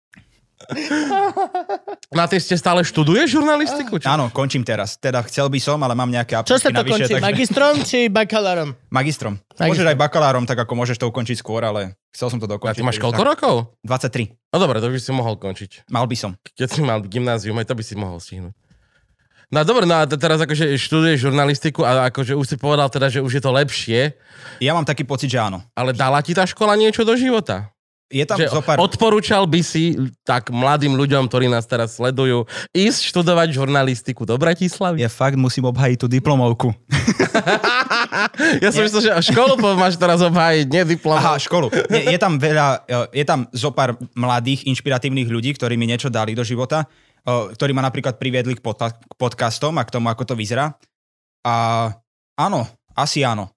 Speaker 3: Na tej ste stále študuješ žurnalistiku? Či?
Speaker 5: Áno, končím teraz. Teda chcel by som, ale mám nejaké
Speaker 1: Čo
Speaker 5: apríky
Speaker 1: sa to
Speaker 5: navyše,
Speaker 1: končí?
Speaker 5: takže-
Speaker 1: Magistrom či bakalárom?
Speaker 5: Magistrom. Môžeš aj bakalárom, tak ako môžeš to ukončiť skôr, ale chcel som to
Speaker 3: A
Speaker 5: dokončiť.
Speaker 3: ty máš koľko rokov?
Speaker 5: 23.
Speaker 3: No dobre, to by si mohol končiť.
Speaker 5: Mal by som.
Speaker 3: Keď si mal gymnázium, aj to by si mohol stihnúť. No dobre, no a te- teraz akože študuješ žurnalistiku a akože už si povedal teda, že už je to lepšie,
Speaker 5: Ja mám taký pocit, že áno.
Speaker 3: ale dala ti tá škola niečo do života?
Speaker 5: Je tam
Speaker 3: že
Speaker 5: zo pár...
Speaker 3: Odporúčal by si tak mladým ľuďom, ktorí nás teraz sledujú, ísť študovať žurnalistiku do Bratislavy?
Speaker 5: Ja fakt musím obhajiť tú diplomovku.
Speaker 3: Ja som myslel, že a školu po- máš teraz obhájiť, nie diplom.
Speaker 5: Aha, školu. Je, je tam veľa, e, je tam zo pár mladých, inšpiratívnych ľudí, ktorí mi niečo dali do života, e, ktorí ma napríklad priviedli k, podta- k podcastom a k tomu, ako to vyzerá. A áno, asi áno.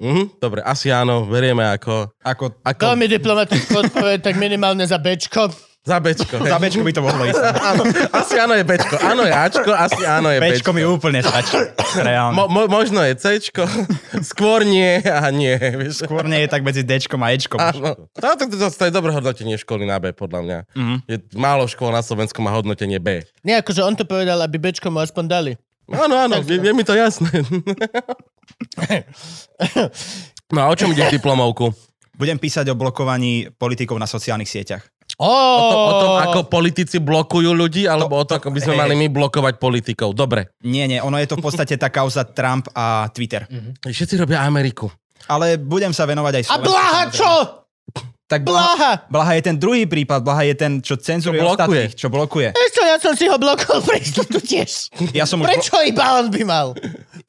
Speaker 3: Mhm, dobre, asi áno, berieme ako,
Speaker 5: Ako
Speaker 1: To
Speaker 3: ako
Speaker 1: mi diplomatickú odpoveď, tak minimálne za Bčko.
Speaker 3: za Bčko. hej.
Speaker 5: <laughs> za Bčko by to mohlo ísť.
Speaker 3: <laughs> Áno, asi áno je Bčko, áno je Ačko, asi áno je Bčko.
Speaker 5: Bčko mi úplne
Speaker 3: <laughs>
Speaker 5: stačí. Reálne.
Speaker 3: Mo, mo, možno je Cčko, <laughs> skôr nie a nie, vieš.
Speaker 5: Skôr nie je tak medzi Dčkom a Ečkom.
Speaker 3: Áno. No, tak to, to, to je dobré hodnotenie školy na B, podľa mňa.
Speaker 5: Mhm.
Speaker 3: Je, málo škôl na Slovensku má hodnotenie B.
Speaker 1: Nie, akože on to povedal, aby Bčko mu aspoň dali.
Speaker 3: Áno, áno, je, je mi to jasné. <laughs> No a o čom ide v diplomovku?
Speaker 5: Budem písať o blokovaní politikov na sociálnych sieťach.
Speaker 1: Ó,
Speaker 3: O, to, o tom, ako politici blokujú ľudí, alebo o tom, ako by sme
Speaker 5: hej.
Speaker 3: mali my blokovať politikov. Dobre.
Speaker 5: Nie, nie, ono je to v podstate tá kauza Trump a Twitter.
Speaker 3: Všetci robia Ameriku.
Speaker 5: Ale budem sa venovať aj
Speaker 1: Mhm. A
Speaker 5: Slovensku.
Speaker 1: Blaha čo?
Speaker 5: Tak Blaha,
Speaker 1: Blaha!
Speaker 5: Blaha je ten druhý prípad, Blaha je ten, čo cenzuruje
Speaker 3: Čo blokuje.
Speaker 5: ostatných, čo blokuje.
Speaker 1: Vieš čo, ja som si ho blokol pre istotu tiež.
Speaker 5: Ja som, už,
Speaker 1: Prečo iba on by mal?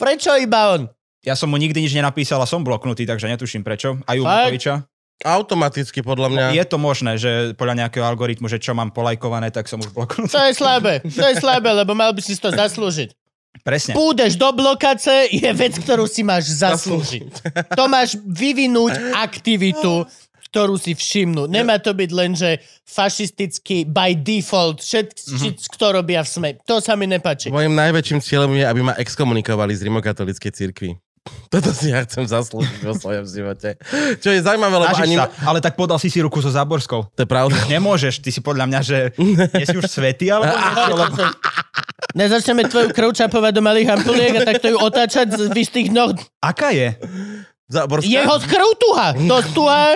Speaker 1: Prečo iba on?
Speaker 5: ja som mu nikdy nič nenapísal a som bloknutý, takže netuším prečo. Aj u
Speaker 1: Fakt?
Speaker 5: Matoviča.
Speaker 3: Automaticky, podľa mňa.
Speaker 5: Je to možné, že podľa nejakého algoritmu, že čo mám polajkované, tak som už bloknutý.
Speaker 1: To je slabé, to je slabé, lebo mal by si to zaslúžiť.
Speaker 5: Presne.
Speaker 1: Púdeš do blokace je vec, ktorú si máš zaslúžiť. To máš vyvinúť aktivitu, ktorú si všimnú. Nemá to byť len, že fašisticky by default,
Speaker 3: Mhm.
Speaker 1: všetci, kto robia v SME. To sa mi nepáči.
Speaker 3: Mojim najväčším cieľom je, aby ma exkomunikovali z rimokatolíckej cirkvi. <laughs> Toto si ja chcem zaslúžiť vo svojom živote. Čo je zaujímavé, lebo
Speaker 5: Snažíš
Speaker 3: ani...
Speaker 5: sa, ale tak podal si si ruku so Záborskou.
Speaker 3: To je pravda.
Speaker 5: Nemôžeš, ty si podľa mňa, že nie si už svetý,
Speaker 3: <laughs>
Speaker 5: alebo niečo, lebo...
Speaker 1: Nezačneme tvoju krv čapovať do malých ampuliek a takto ju otáčať z vystých noh.
Speaker 5: Aká je?
Speaker 3: Záborská? <laughs>
Speaker 1: Jeho skroutuha! To tu a...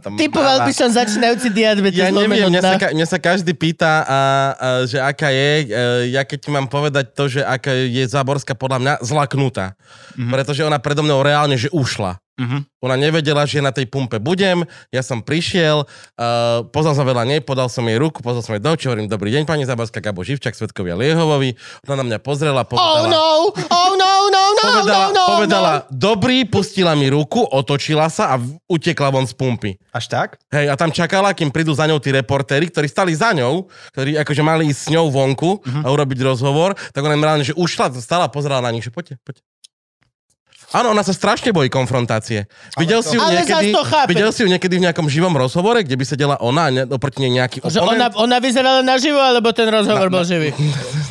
Speaker 3: Tam
Speaker 1: Typoval by
Speaker 3: máva.
Speaker 1: som začínajúci diabetes.
Speaker 3: Ja neviem,
Speaker 1: lomeno
Speaker 3: mňa sa,
Speaker 1: dna.
Speaker 3: ka- mňa sa každý pýta, a, a, že aká je, e, ja keď ti mám povedať to, že aká je Záborská podľa mňa zlaknutá.
Speaker 1: Mhm.
Speaker 3: Mm-hmm. Pretože ona predo mnou reálne, že ušla.
Speaker 5: Mhm.
Speaker 3: Ona nevedela, že na tej pumpe budem, ja som prišiel, uh, poznal som veľa nej, podal som jej ruku, pozval som jej do očí, hovorím, dobrý deň, pani Záborská, Gabo Živčak, svetkovia Liehovovi. Ona na mňa pozrela,
Speaker 1: Oh
Speaker 3: povedala,
Speaker 1: no! Oh no, no, no,
Speaker 3: povedala,
Speaker 1: no, no,
Speaker 3: povedala
Speaker 1: no.
Speaker 3: dobrý, pustila mi ruku, otočila sa a v- utekla von z pumpy.
Speaker 5: Až tak?
Speaker 3: Hej, a tam čakala, kým prídu za ňou tí reportéri, ktorí stali za ňou, ktorí akože mali ísť s ňou vonku
Speaker 1: Mhm.
Speaker 3: uh-huh. a urobiť rozhovor, tak ona im reálne, že ušla, stala, pozerala na nich, že poďte, poďte. Áno, ona sa strašne bojí konfrontácie. Videl si, ju
Speaker 1: Ale
Speaker 3: niekedy,
Speaker 1: zas to chápem.
Speaker 3: videl si ju niekedy v nejakom živom rozhovore, kde by sedela ona a ne, oproti nej nejaký
Speaker 1: Že ona,
Speaker 3: oponent?
Speaker 1: ona vyzerala naživo, alebo ten rozhovor bol živý?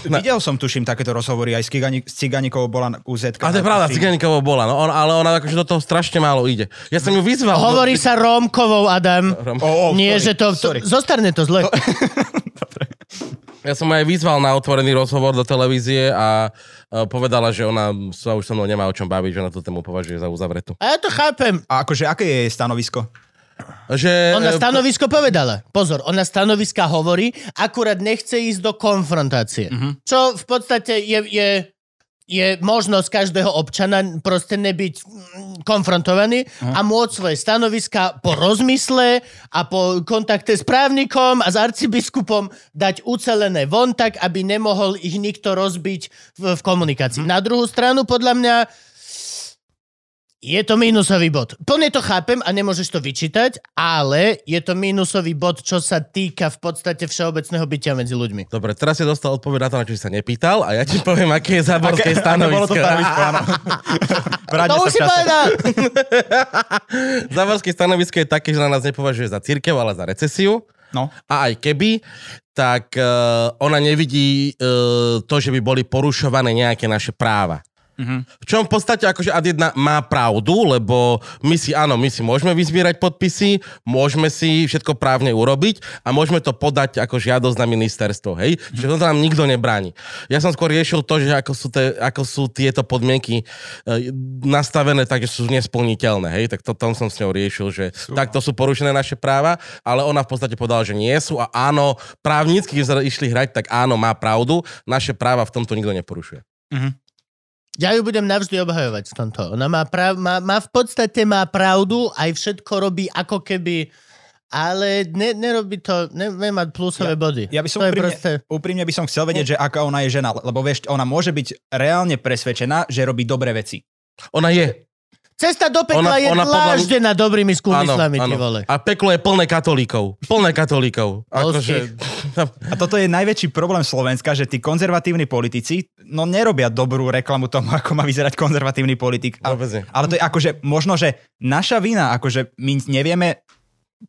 Speaker 5: Na... Videl som, tuším, takéto rozhovory aj s, Cigani- s Ciganikou bola na- u ZK.
Speaker 3: A to je pravda, Ciganikovou bola, no, on, ale ona akože do toho strašne málo ide. Ja som ju vyzval.
Speaker 1: Hovorí sa Rómkovou, Adam.
Speaker 3: Rom-
Speaker 5: Oh, oh, sorry,
Speaker 1: Nie, že to... to
Speaker 5: sorry.
Speaker 1: zostarne to
Speaker 3: No.
Speaker 1: zle.
Speaker 3: Ja som ju aj vyzval na otvorený rozhovor do televízie a e, povedala, že ona sa už so mnou nemá o čom baviť, že ona tú tému považuje za uzavretú.
Speaker 1: A ja to chápem.
Speaker 5: A akože, aké je jej stanovisko?
Speaker 3: Že, e,
Speaker 1: Ona stanovisko povedala. Pozor, ona stanoviska hovorí, akurát nechce ísť do konfrontácie.
Speaker 3: Mhm.
Speaker 1: Čo v podstate je, je, je možnosť každého občana proste nebyť mm, konfrontovaný a môcť svoje stanoviska po rozmysle a po kontakte s právnikom a s arcibiskupom dať ucelené von tak, aby nemohol ich nikto rozbiť v, v komunikácii. Na druhú stranu, podľa mňa, je to mínusový bod. Plne to chápem a nemôžeš to vyčítať, ale je to mínusový bod, čo sa týka v podstate všeobecného bytia medzi ľuďmi.
Speaker 3: Dobre, teraz si dostal odpoveď na to, na čo si sa nepýtal a ja
Speaker 5: <laughs>
Speaker 3: ti poviem, aké je záborské
Speaker 5: Bolo
Speaker 3: stanovisko.
Speaker 5: to stanovisko,
Speaker 1: <laughs>
Speaker 5: áno. Vráťme
Speaker 1: To
Speaker 5: sa v
Speaker 1: už si
Speaker 5: čase.
Speaker 1: povedal!
Speaker 3: <laughs> záborské stanovisko je také, že ona nás nepovažuje za církev, ale za recesiu.
Speaker 5: No.
Speaker 3: A aj keby, tak uh, ona nevidí uh, to, že by boli porušované nejaké naše práva. V čom v podstate akože ad jedna má pravdu, lebo my si, áno, my si môžeme vyzbierať podpisy, môžeme si všetko právne urobiť a môžeme to podať ako žiadosť na ministerstvo, hej? Čiže to nám nikto nebráni. Ja som skôr riešil to, že ako sú, te, ako sú tieto podmienky e, nastavené tak, že sú nesplniteľné, hej? Tak to, tom som s ňou riešil, že takto sú porušené naše práva, ale ona v podstate povedala, že nie sú a áno, právnicky, keď sa išli hrať, tak áno, má pravdu, naše práva v tomto nikto neporušuje.
Speaker 1: Ja ju budem navždy obhajovať v tomto. Ona má, prav, má, má v podstate má pravdu, aj všetko robí ako keby, ale ne, nerobí to, ne, nemá plusové body.
Speaker 5: Ja by som
Speaker 1: to je
Speaker 5: úprimne,
Speaker 1: proste...
Speaker 5: úprimne by som chcel vedieť, že aká ona je žena, lebo vieš, ona môže byť reálne presvedčená, že robí dobré veci.
Speaker 3: Ona je.
Speaker 1: Cesta do
Speaker 3: Ona-
Speaker 1: pekla je
Speaker 3: ona podľa mňa-
Speaker 1: dláždená dobrými skúmislami, ty vole.
Speaker 3: A peklo je plné katolíkov. Plné katolíkov. Akože...
Speaker 5: A toto je najväčší problém Slovenska, že tí konzervatívni politici no nerobia dobrú reklamu tomu, ako má vyzerať konzervatívny politik. A,
Speaker 3: Vôbec nie.
Speaker 5: ale to je akože možno, že naša vina, akože my nevieme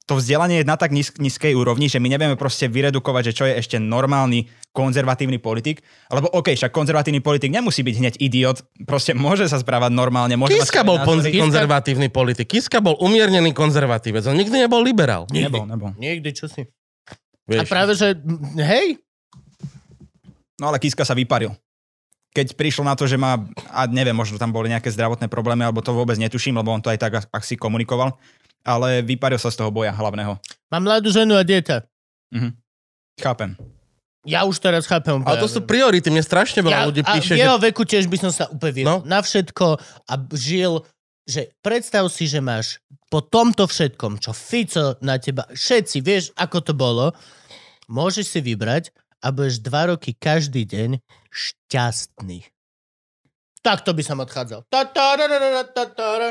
Speaker 5: to vzdelanie je na tak níz, nízkej úrovni, že my nevieme proste vyredukovať, že čo je ešte normálny konzervatívny politik. Lebo OK, však konzervatívny politik nemusí byť hneď idiot, proste môže sa správať normálne. Môže mať
Speaker 3: Kiska
Speaker 5: svoje
Speaker 3: bol
Speaker 5: názory.
Speaker 3: konz- konzervatívny politik. Kiska bol umiernený konzervatívec. On nikdy nebol liberál.
Speaker 5: Nebol, nebol.
Speaker 1: Niekdy čo si. A
Speaker 3: Vieš.
Speaker 1: práve, že m, hej,
Speaker 5: No ale Kiska sa vyparil. Keď prišlo na to, že má, a neviem, možno tam boli nejaké zdravotné problémy, alebo to vôbec netuším, lebo on to aj tak ak- asi komunikoval, ale vyparil sa z toho boja hlavného.
Speaker 1: mám mladú ženu a dieťa.
Speaker 5: Chápem.
Speaker 1: Ja už teraz chápem.
Speaker 3: Ale to sú priority. Mne strašne veľa ľudí píše,
Speaker 1: v
Speaker 3: že...
Speaker 1: jeho veku tiež by som sa upevil
Speaker 3: No.
Speaker 1: no? na všetko a b- žil, že predstav si, že máš po tomto všetkom, čo Fico na teba, všetci, vieš, ako to bolo, môžeš si vybrať a budeš dva roky každý deň šťastný. Takto by som odchádzal. Ta, ta, ra, ra, ra, ta, ta, ra.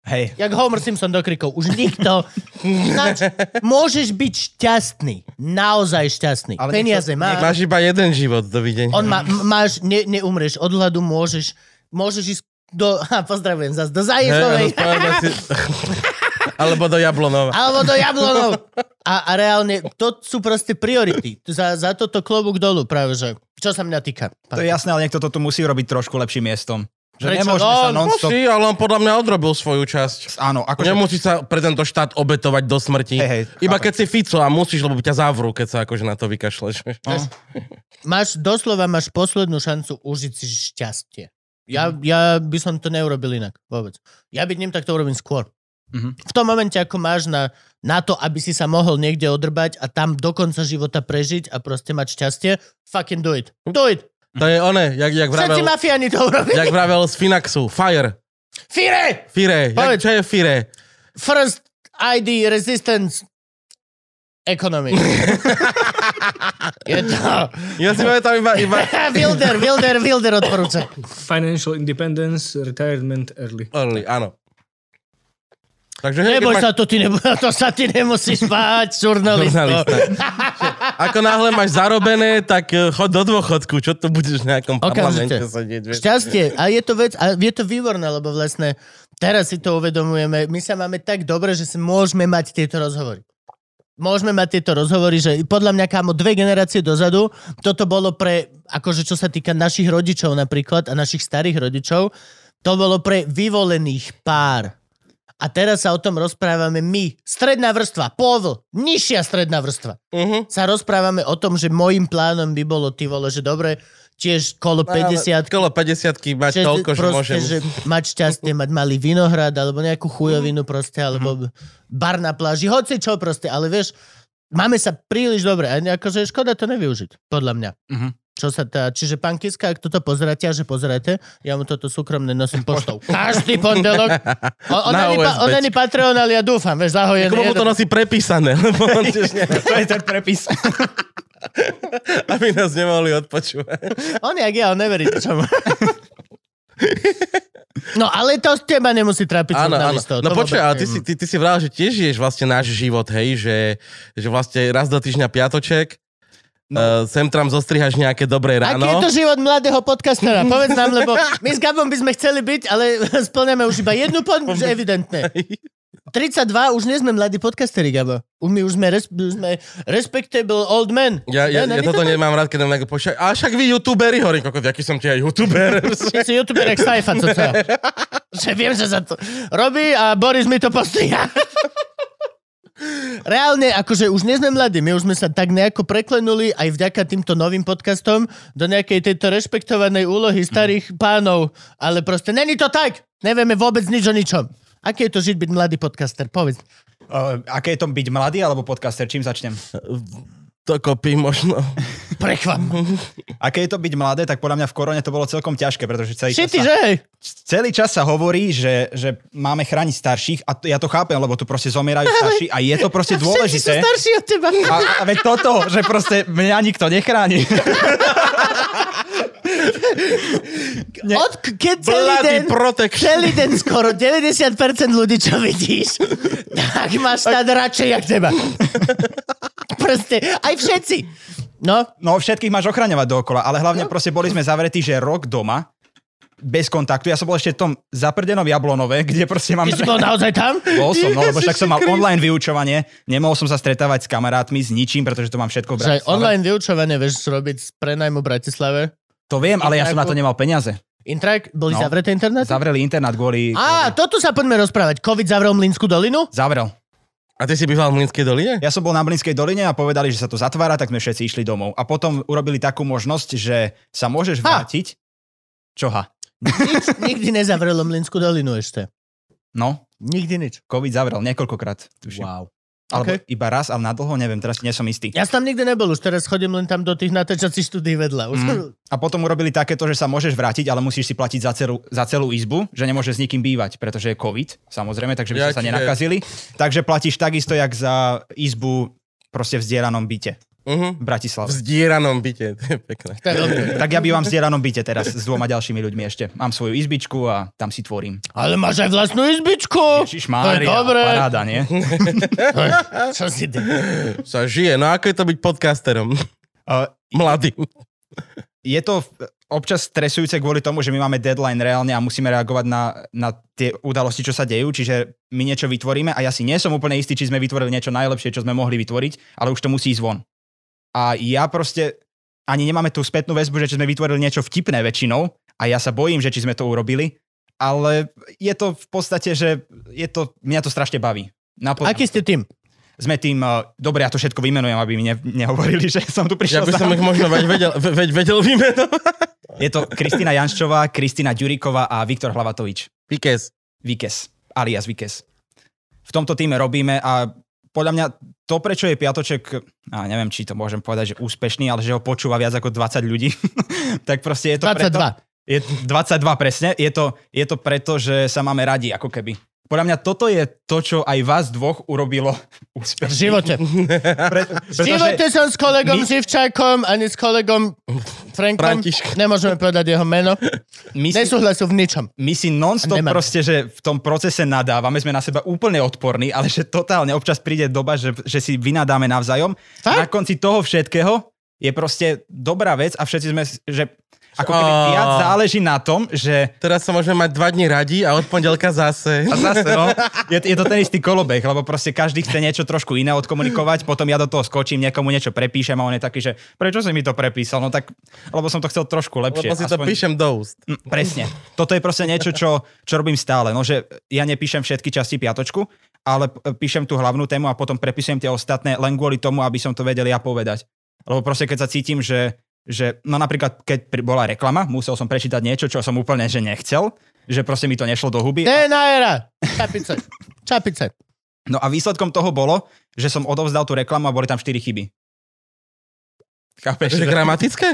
Speaker 5: Hej,
Speaker 1: Jak Homer Simpson do krikov. Už nikto... Znač, môžeš byť šťastný. Naozaj šťastný.
Speaker 5: Ale
Speaker 1: Peniaze
Speaker 5: niekto-
Speaker 1: máš.
Speaker 3: Máš iba jeden život. Dovidenia.
Speaker 1: On má, m- máš, ne, neumrieš od hladu, môžeš, môžeš ísť do, <laughs> ha, pozdravujem zase, do
Speaker 3: Hej,
Speaker 1: Zajesovej,
Speaker 3: rozprávame
Speaker 5: <laughs>
Speaker 3: si- Alebo do Jablonova.
Speaker 1: alebo do Jablonov. A, a reálne, to sú proste priority. Za, za toto klobúk dolu práve, že čo sa mňa týka.
Speaker 5: to je jasné, ale niekto to tu musí robiť trošku lepším miestom. Že
Speaker 1: Prečo?
Speaker 5: nemôžeme sa
Speaker 1: No,
Speaker 5: non-stop...
Speaker 3: Musí, ale on podľa mňa odrobil svoju časť.
Speaker 5: Áno, akože...
Speaker 3: Nemusí sa pre tento štát obetovať do smrti.
Speaker 5: Hej, hej,
Speaker 3: Iba
Speaker 5: chápem.
Speaker 3: keď si Fico a musíš, lebo ťa zavrú, keď sa akože na to vykašleš.
Speaker 5: No.
Speaker 1: Máš, doslova máš poslednú šancu užiť si šťastie.
Speaker 3: Mhm.
Speaker 1: Ja, ja by som to neurobil inak vôbec. Ja byť ním, tak to urobím skôr.
Speaker 5: Mhm.
Speaker 1: V tom momente, ako máš na, na to, aby si sa mohol niekde odrbať a tam do konca života prežiť a proste mať šťastie, fucking do it. Do it.
Speaker 3: To je one, jak, jak
Speaker 1: Všetci
Speaker 3: vravel,
Speaker 1: mafiáni to urobili.
Speaker 3: jak vravel z Finaxu. Fire.
Speaker 1: Fire!
Speaker 3: Fire. Jak,
Speaker 1: Povedz.
Speaker 3: čo je Fire?
Speaker 1: First ID resistance
Speaker 3: <laughs>
Speaker 1: economy. Je to...
Speaker 3: Ja si pamätám iba, iba,
Speaker 1: Wilder, Wilder, Wilder odporúča.
Speaker 4: Financial independence, retirement early.
Speaker 3: Only, áno. Takže hej, keď
Speaker 1: Neboj
Speaker 3: máš-
Speaker 1: sa, to ty, nebo, <laughs> to sa ty nemusíš báť, žurnalista.
Speaker 3: Žurnalista. Ako náhle máš zarobené, tak eh, chod do dôchodku. Čo tu budeš v nejakom parlamente
Speaker 1: Okamžite.
Speaker 3: sedieť? vieš?
Speaker 1: Šťastie. A je to vec, a je to výborné, lebo vlastne teraz si to uvedomujeme. My sa máme tak dobre, že si môžeme mať tieto rozhovory. Môžeme mať tieto rozhovory, že podľa mňa kámo dve generácie dozadu, toto bolo pre, akože čo sa týka našich rodičov napríklad a našich starých rodičov, to bolo pre vyvolených pár. A teraz sa o tom rozprávame my. Stredná vrstva, povl, nižšia stredná vrstva.
Speaker 3: Mhm.
Speaker 1: sa rozprávame o tom, že môjim plánom by bolo, ty vole, že dobre, tiež kolo 50
Speaker 3: Kolo 50 mať
Speaker 1: že
Speaker 3: No, toľko, že
Speaker 1: proste,
Speaker 3: môžem.
Speaker 1: že mať šťastie, mať malý vinohrad, alebo nejakú chujovinu proste,
Speaker 3: Mhm.
Speaker 1: alebo bar na pláži, hoci čo proste, ale vieš, máme sa príliš dobre, a akože škoda to nevyužiť, podľa mňa.
Speaker 5: Mhm.
Speaker 1: Čo sa tá, čiže pán Kiska, ak toto pozeráte a že pozeráte, ja mu toto súkromne nosím
Speaker 3: <laughs>
Speaker 1: poštou. Každý pondelok. O, on,
Speaker 3: Na
Speaker 1: ani, pa, on
Speaker 3: USBčku.
Speaker 1: ani Patreon, ale ja dúfam, vieš, zahojený.
Speaker 3: Komu to
Speaker 1: jeden-
Speaker 3: nosí prepísané, <laughs> lebo on tiež ne,
Speaker 5: <laughs> To je ten prepis.
Speaker 3: aby nás nemohli odpočúvať.
Speaker 1: On jak ja, on neverí čomu. No ale to teba nemusí trápiť
Speaker 3: Áno, áno.
Speaker 1: žurnalistov.
Speaker 3: No
Speaker 1: to
Speaker 3: počkaj,
Speaker 1: vôbec
Speaker 3: ale ty
Speaker 1: nie.
Speaker 3: si, ty, ty si vravel, že tiež žiješ vlastne náš život, hej, že, že vlastne raz do týždňa piatoček, no. sem tam zostrihaš nejaké dobré
Speaker 1: Aký je
Speaker 3: ráno.
Speaker 1: to život mladého podcastera? Povedz nám, lebo my s Gabom by sme chceli byť, ale <laughs> splňame už iba jednu podmienku, že evidentné. 32, už nie sme mladí podcasteri, Gabo. Už my už sme, res, už sme respectable old men.
Speaker 3: Ja, ja,
Speaker 1: Ne,
Speaker 3: ja
Speaker 1: ne,
Speaker 3: toto
Speaker 1: ty
Speaker 3: nemám rád, keď nám nejako pošak... A však vy youtuberi, hovorím, kokot, aký som ti aj
Speaker 1: <laughs>
Speaker 3: youtuber.
Speaker 1: to- Ty si youtuber jak Saifa, co to Že viem, že sa to robí a Boris mi to postriha. Reálne, akože už nie sme mladí, my už sme sa tak nejako preklenuli aj vďaka týmto novým podcastom do nejakej tejto rešpektovanej úlohy
Speaker 5: Mhm.
Speaker 1: starých pánov, ale proste není to tak! Nevieme vôbec nič o ničom. Aké je to žiť byť mladý podcaster? Povedz.
Speaker 5: Uh, aké je to byť mladý alebo podcaster? Čím začnem?
Speaker 3: to kopí možno.
Speaker 1: Prechvap.
Speaker 5: Aké je to byť mladé, tak podľa mňa v korone to bolo celkom ťažké, pretože celý čas,
Speaker 1: Šity,
Speaker 5: sa,
Speaker 1: že hej?
Speaker 5: celý čas sa hovorí, že, že máme chrániť starších a t- ja to chápem, lebo tu proste zomierajú starší a
Speaker 1: <laughs>
Speaker 5: je to proste
Speaker 1: Všetci sú
Speaker 5: dôležité.
Speaker 1: starší od teba.
Speaker 5: A, a veď toto, že proste mňa nikto nechráni. <laughs>
Speaker 1: Od, keď <laughs> celý
Speaker 3: Bloody
Speaker 1: deň...
Speaker 3: protection.
Speaker 1: Celý deň skoro 90% ľudí, čo vidíš, tak máš stať radšej jak teba. Proste, aj všetci. No,
Speaker 5: No všetkých máš ochraňovať dookola, ale hlavne proste boli sme zavretí, že rok doma, bez kontaktu. Ja som bol ešte v tom zaprdenom Jablonove, kde proste mám...
Speaker 1: ty
Speaker 5: <laughs>
Speaker 1: si bol naozaj tam?
Speaker 5: Bol som, no, lebo však som mal online vyučovanie, nemohol som sa stretávať s kamarátmi, s ničím, pretože to mám všetko v
Speaker 1: Že aj
Speaker 5: Bratislave.
Speaker 1: online vyučovanie vieš robiť z prenajmu v Bratislave.
Speaker 5: To viem, ale ja som na to nemal peniaze.
Speaker 1: Intrak, boli
Speaker 5: No.
Speaker 1: zavreté internet?
Speaker 5: Zavreli internát kvôli...
Speaker 1: Á, toto sa poďme rozprávať. COVID zavrel Mlinskú dolinu?
Speaker 5: Zavrel.
Speaker 3: A ty si býval v Mlinskej doline?
Speaker 5: Ja som bol na Blinskej doline a povedali, že sa to zatvára, tak sme všetci išli domov. A potom urobili takú možnosť, že sa môžeš
Speaker 1: Ha.
Speaker 5: vrátiť. Čo ha?
Speaker 1: Nič, nikdy nezavrelo Mlinskú dolinu ešte.
Speaker 5: No,
Speaker 1: Nikdy nič.
Speaker 5: COVID zavrel niekoľkokrát. Tuším. Wow. Alebo
Speaker 1: Ok.
Speaker 5: iba raz a na dlho, neviem, teraz nie som istý.
Speaker 1: Ja som tam nikdy nebol, už teraz chodím len tam do tých natáčacích štúdí vedľa. Už
Speaker 5: Mm. A potom urobili takéto, že sa môžeš vrátiť, ale musíš si platiť za celú, za celú izbu, že nemôžeš s nikým bývať, pretože je COVID, samozrejme, takže by ste
Speaker 3: Ja
Speaker 5: sa
Speaker 3: ti-
Speaker 5: nenakazili. Takže platíš takisto, jak za izbu proste v zdieranom byte v
Speaker 3: Mhm.
Speaker 5: Bratislave.
Speaker 3: V zdieranom byte, to je pekné.
Speaker 1: To je dobré.
Speaker 5: Tak ja bývam v zdieranom byte teraz s dvoma ďalšími ľuďmi ešte. Mám svoju izbičku a tam si tvorím.
Speaker 1: Ale máš aj vlastnú izbičku.
Speaker 5: Ježišmária,
Speaker 1: Oh, to je dobré.
Speaker 5: paráda, nie?
Speaker 1: <laughs> To je- Čo si ty?
Speaker 3: Sa žije. No ako je to byť podcasterom? <laughs>
Speaker 5: Uh,
Speaker 3: Mladý.
Speaker 5: je to v- občas stresujúce kvôli tomu, že my máme deadline reálne a musíme reagovať na, na tie udalosti, čo sa dejú, čiže my niečo vytvoríme a ja si nie som úplne istý, či sme vytvorili niečo najlepšie, čo sme mohli vytvoriť, ale už to musí ísť von. A ja proste ani nemáme tú spätnú väzbu, že či sme vytvorili niečo vtipné väčšinou a ja sa bojím, že či sme to urobili, ale je to v podstate, že je to, mňa to strašne baví. Napod-
Speaker 1: Aký ste tým?
Speaker 5: Sme tým, eh, dobre, ja to všetko vymenujem, aby mi ne, nehovorili, <laughs> že som tu
Speaker 3: Ja
Speaker 5: prišiel
Speaker 3: by som
Speaker 5: sám.
Speaker 3: ich možno veď vedel, ve- veď vedel vymenovať.
Speaker 5: Je to Kristina Janščová, Kristina Ďuriková a Viktor Hlavatovič.
Speaker 3: Pikes.
Speaker 5: Vikes, alias Vikes. V tomto týme robíme a podľa mňa to, prečo je Piatoček, a neviem, či to môžem povedať, že úspešný, ale že ho počúva viac ako 20 ľudí, <laughs> tak proste je to preto...
Speaker 1: 22.
Speaker 5: Je 22 presne, je to, je to preto, že sa máme radi, ako keby. Podľa mňa toto je to, čo aj vás dvoch urobilo <laughs>
Speaker 1: V
Speaker 5: úspešný.
Speaker 1: živote.
Speaker 5: Pre,
Speaker 1: V živote som s kolegom
Speaker 5: my-
Speaker 1: Živčákom ani s kolegom Frankom.
Speaker 3: Františkom.
Speaker 1: Nemôžeme povedať jeho
Speaker 5: <laughs>
Speaker 1: meno.
Speaker 5: my, si,
Speaker 1: Nesúhlasil v ničom.
Speaker 5: my si non-stop
Speaker 1: Nemáme.
Speaker 5: proste, že v tom procese nadávame, sme na seba úplne odporní, ale že totálne občas príde doba, že, že si vynadáme navzájom.
Speaker 1: Fakt?
Speaker 5: Na konci toho všetkého je proste dobrá vec a všetci sme, že ako keby
Speaker 3: Á.
Speaker 5: viac záleží na tom, že
Speaker 3: Teraz sa môžeme mať dva dni radi a od pondelka zase.
Speaker 5: A zase, no, je, je to ten istý kolobeh, lebo proste každý chce niečo trošku iné odkomunikovať, potom ja do toho skočím, niekomu niečo prepíšem a on je taký, že prečo si mi to prepísal? No tak, lebo som to chcel trošku lepšie.
Speaker 3: Lebo si to
Speaker 5: aspoň-
Speaker 3: píšem do úst.
Speaker 5: Mm, presne. Toto je proste niečo, čo, čo robím stále. No, že ja nepíšem všetky časti piatočku, ale p- píšem tú hlavnú tému a potom prepisujem tie ostatné len kvôli tomu, aby som to vedel ja povedať. Lebo proste keď sa cítim, že, že no napríklad keď pri- bola reklama, musel som prečítať niečo, čo som úplne že nechcel, že proste mi to nešlo do huby.
Speaker 1: DNA era. Čapice. Čapice.
Speaker 5: No a výsledkom toho bolo, že som odovzdal tú reklamu a boli tam 4 chyby. Chápeš? <laughs>
Speaker 3: Že
Speaker 5: že-
Speaker 3: gramatické?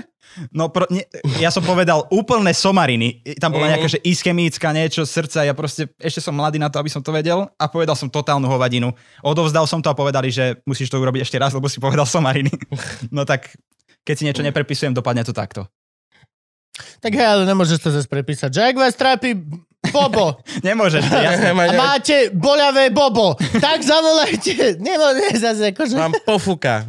Speaker 5: No pro, ne, ja som povedal úplné somariny. I- Tam
Speaker 3: Mhm.
Speaker 5: bola nejaká, že ischemická, niečo, srdca. Ja proste, ešte som mladý na to, aby som to vedel. A povedal som totálnu hovadinu. Odovzdal som to a povedali, že musíš to urobiť ešte raz, lebo si povedal somariny. No tak, keď si niečo neprepisujem, dopadne to takto.
Speaker 1: Tak hej, ale nemôžeš to zase prepísať. Že ak vás trápi
Speaker 5: <laughs>
Speaker 1: Bobo
Speaker 5: Nemôžeš, to je
Speaker 3: <laughs>
Speaker 5: jasné.
Speaker 1: a
Speaker 3: Mať aj-
Speaker 1: máte boľavé Bobo, tak zavolajte. Nemôžeš zase akože...
Speaker 5: No.
Speaker 3: Mám pofuka.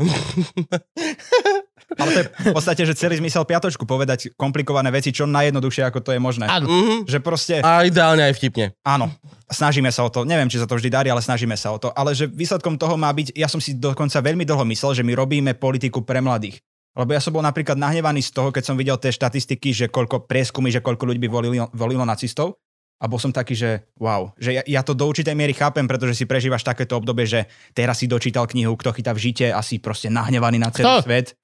Speaker 5: Ale to je v podstate, že celý zmysel piatočku povedať komplikované veci čo najjednoduchšie, ako to je možné.
Speaker 1: Áno.
Speaker 3: Mhm.
Speaker 5: Že proste...
Speaker 3: <laughs> A ideálne aj vtipne.
Speaker 5: Áno, snažíme sa o to. Neviem, či sa to vždy darí, ale snažíme sa o to. Ale že výsledkom toho má byť, ja som si dokonca veľmi dlho myslel, že my robíme politiku pre mladých. Lebo ja som bol napríklad nahnevaný z toho, keď som videl tie štatistiky, že koľko prieskumy, že koľko ľudí by volilo, volilo nacistov. A bol som taký, že wow, že ja, ja to do určitej miery chápem, pretože si prežívaš takéto obdobie, že teraz si dočítal knihu Kto chytá v žite a si proste nahnevaný na celý
Speaker 1: Kto?
Speaker 5: svet.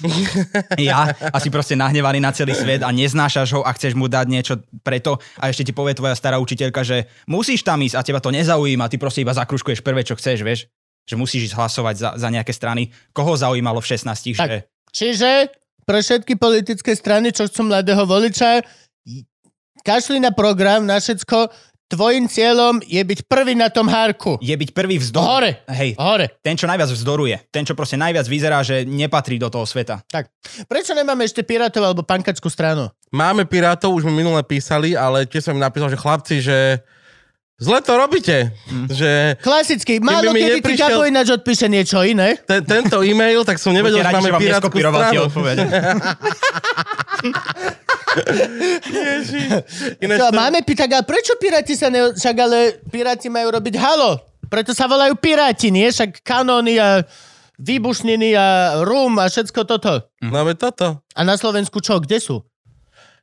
Speaker 5: <laughs> ja a si proste nahnevaný na celý svet a neznášaš ho a chceš mu dať niečo preto a ešte ti povie tvoja stará učiteľka, že musíš tam ísť a teba to nezaujíma, ty proste iba zakruškuješ prvé, čo chceš, vieš, že musíš ísť hlasovať za, za nejaké strany. Koho zaujímalo v 16,
Speaker 1: Tak.
Speaker 5: že
Speaker 1: Čiže pre všetky politické strany, čo chcú mladého voliča, kašli na program, na všetko. Tvojim cieľom je byť prvý na tom hárku.
Speaker 5: je byť prvý vzdor.
Speaker 1: Hore.
Speaker 5: Hej,
Speaker 1: Hore.
Speaker 5: ten, čo najviac vzdoruje, ten, čo proste najviac vyzerá, že nepatrí do toho sveta.
Speaker 1: Tak. Prečo nemáme ešte pirátov alebo pankačku stranu?
Speaker 3: Máme pirátov, už mi minule písali, ale tiež som im napísal, že chlapci, že zle to robíte.
Speaker 5: Mhm.
Speaker 3: Že
Speaker 1: Klasicky. Málo
Speaker 3: mi
Speaker 1: kedy ti
Speaker 3: neprišiel-
Speaker 1: Gabo ináč odpíše niečo iné.
Speaker 3: te, tento e-mail, tak som nevedel, že
Speaker 5: Buďte radi,
Speaker 3: máme
Speaker 5: že vám
Speaker 3: pirátku
Speaker 5: neskopíroval tie
Speaker 3: stranu. <laughs>
Speaker 5: odpovede.
Speaker 3: Ježiš. Ináč
Speaker 1: Čo,
Speaker 3: to-
Speaker 1: máme pi- tak ale prečo piráti sa ne... Však ale piráti majú robiť halo. Preto sa volajú piráti, nie? Však kanóny a výbušniny a rum a všetko toto.
Speaker 3: No veď toto.
Speaker 1: A na Slovensku čo? Kde sú?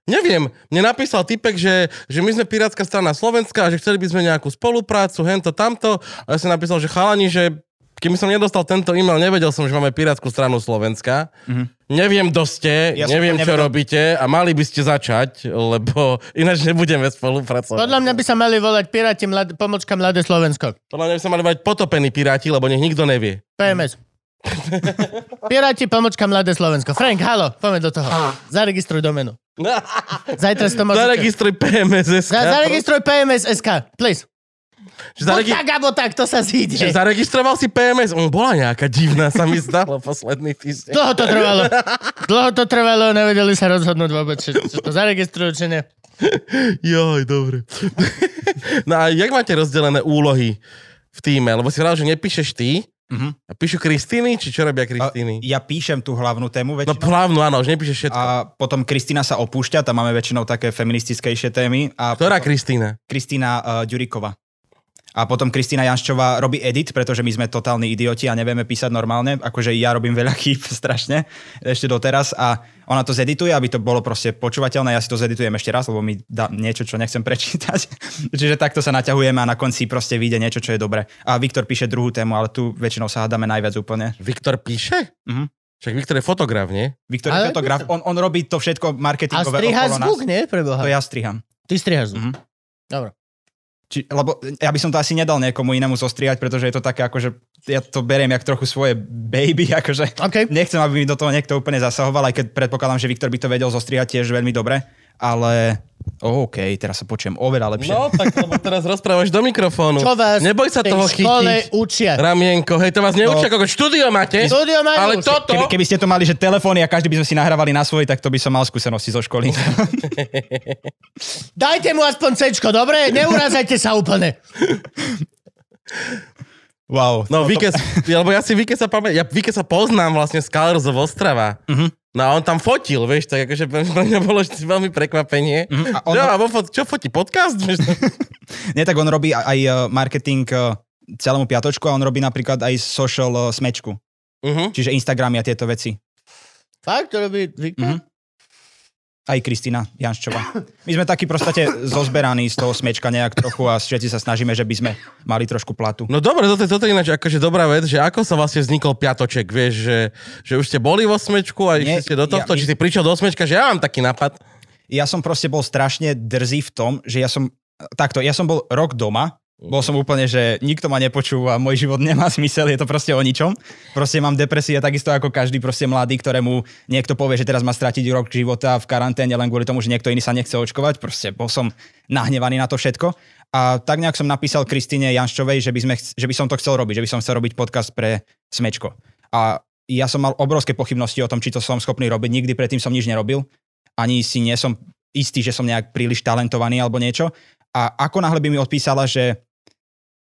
Speaker 3: Neviem, mne napísal typek, že, že my sme pirátska strana Slovenska a že chceli by sme nejakú spoluprácu, hento, tamto. A ja som napísal, že chalani, že keby som nedostal tento e-mail, nevedel som, že máme pirátsku stranu Slovenska. Mm-hmm. Neviem, kto ste,
Speaker 5: Mhm.
Speaker 3: ja
Speaker 5: Ja som
Speaker 3: neviem,
Speaker 5: to
Speaker 3: čo
Speaker 5: nevedel.
Speaker 3: robíte a mali by ste začať, lebo <laughs> ináč nebudeme spolupracovať.
Speaker 1: Podľa mňa by sa mali volať piráti mlad... pomočka Mladé Slovensko.
Speaker 3: Podľa mňa by sa mali mať potopení piráti, lebo nech nikto
Speaker 1: <laughs>
Speaker 3: nevie.
Speaker 1: PMS. piráti pomočka Mladé Slovensko. Frank, halo, poďme do toho. Zaregistruj domenu. Zajtra si to môžete.
Speaker 3: Zaregistruj PMS.
Speaker 1: Za, zaregistruj PMS.sk, please. Zaregi... Tak, alebo tak, to sa zíde.
Speaker 3: Že zaregistroval si PMS? Mm, bola nejaká divná, sa mi zdalo posledný týždeň.
Speaker 1: Dlho to
Speaker 3: <laughs>
Speaker 1: trvalo. Dlho to trvalo, nevedeli sa rozhodnúť vôbec, či, či to zaregistrujú, či nie.
Speaker 3: Joj, dobre. <laughs> no a jak máte rozdelené úlohy v týme? Lebo si hovoril, že nepíšeš ty.
Speaker 5: Mhm.
Speaker 3: A píšu Kristýny, či čo robia
Speaker 5: A
Speaker 3: Kristýny?
Speaker 5: Ja píšem tú hlavnú tému
Speaker 3: No
Speaker 5: väčšinou.
Speaker 3: hlavnú, áno, už nepíšeš všetko.
Speaker 5: a potom Kristina sa opúšťa, tam máme väčšinou také feministickejšie témy. A
Speaker 3: Ktorá Kristýna?
Speaker 5: Kristýna uh, Ďuriková. A potom Kristýna Janščová robí edit, pretože my sme totálni idioti a nevieme písať normálne. Akože ja robím veľa chýb <laughs> strašne ešte doteraz a ona to zedituje, aby to bolo proste počúvateľné. Ja si to zeditujem ešte raz, lebo mi dá niečo, čo nechcem prečítať. <laughs> Čiže takto sa naťahujeme a na konci proste vyjde niečo, čo je dobre. A Viktor píše druhú tému, ale tu väčšinou sa hádame najviac úplne.
Speaker 3: Viktor píše?
Speaker 5: Mhm.
Speaker 3: Však Viktor je fotograf, nie?
Speaker 5: Viktor je
Speaker 1: Ale-
Speaker 5: fotograf, on, on robí to všetko
Speaker 1: A
Speaker 5: marketingové
Speaker 1: striháš
Speaker 5: okolo nás.
Speaker 1: zvuk, nie? Preboha.
Speaker 5: To ja striham.
Speaker 1: Ty striháš
Speaker 5: Mhm.
Speaker 1: zvuk. Dobre.
Speaker 5: Či, lebo ja by som to asi nedal niekomu inému zostriať, pretože je to také akože, ja to beriem jak trochu svoje baby, <laughs> akože
Speaker 1: OK.
Speaker 5: nechcem, aby mi do toho niekto úplne zasahoval, aj keď predpokladám, že Viktor by to vedel zostriať tiež veľmi dobre, ale oh, OK, teraz sa počujem oveľa lepšie.
Speaker 3: No, tak lebo teraz rozprávaš do mikrofónu.
Speaker 1: Čo vás
Speaker 3: Mm. Neboj sa
Speaker 1: v tej
Speaker 3: toho
Speaker 1: škole
Speaker 3: chytiť.
Speaker 1: učia?
Speaker 3: Ramienko, hej, to vás neučia, no. ako štúdio máte.
Speaker 1: Štúdio majú.
Speaker 3: Ale toto...
Speaker 5: Keby, keby ste to mali, že telefóny a každý by sme si nahrávali na svoj, tak to by som mal skúsenosti zo školy.
Speaker 1: Dajte mu aspoň cečko, dobre? Neurázajte sa úplne.
Speaker 5: <laughs> wow.
Speaker 3: No, Vike, lebo ja si Vike sa pamätám, ja Vike sa poznám vlastne z Colors of Ostrava.
Speaker 5: Mhm.
Speaker 3: No a on tam fotil, vieš, tak akože pre pre mňa bolo že veľmi prekvapenie.
Speaker 5: A
Speaker 3: Čo,
Speaker 5: Mhm. on-
Speaker 3: a vo fot, čo fotí, podcast? Vieš,
Speaker 5: <laughs>
Speaker 3: to-
Speaker 5: Nie, tak on robí aj- aj eh, marketing eh, celému piatočku a on robí napríklad aj social eh, smečku,
Speaker 3: Mhm.
Speaker 5: čiže Instagramy a tieto veci.
Speaker 1: Fakt, to robí Viktor?
Speaker 5: Mhm. Aj Kristina Janščová. My sme takí prostate zozberaní z toho smečka nejak trochu a všetci sa snažíme, že by sme mali trošku platu.
Speaker 3: No dobre, toto, toto je ináč akože dobrá vec, že ako sa vlastne vznikol piatoček, vieš, že, že už ste boli vo smečku a išli
Speaker 5: Nie,
Speaker 3: ste do tohto,
Speaker 5: ja-
Speaker 3: či si prišiel do smečka, že ja mám taký nápad.
Speaker 5: Ja som proste bol strašne drzý v tom, že ja som, takto, ja som bol rok doma, bol som úplne, že nikto ma nepočúva, môj život nemá zmysel, je to proste o ničom. Proste mám depresie takisto ako každý proste mladý, ktorému niekto povie, že teraz má stratiť rok života v karanténe len kvôli tomu, že niekto iný sa nechce očkovať. Proste bol som nahnevaný na to všetko. A tak nejak som napísal Kristine Janščovej, že by, sme, chc- že by som to chcel robiť, že by som chcel robiť podcast pre Smečko. A ja som mal obrovské pochybnosti o tom, či to som schopný robiť. Nikdy predtým som nič nerobil. Ani si nie som istý, že som nejak príliš talentovaný alebo niečo. A ako náhle by mi odpísala, že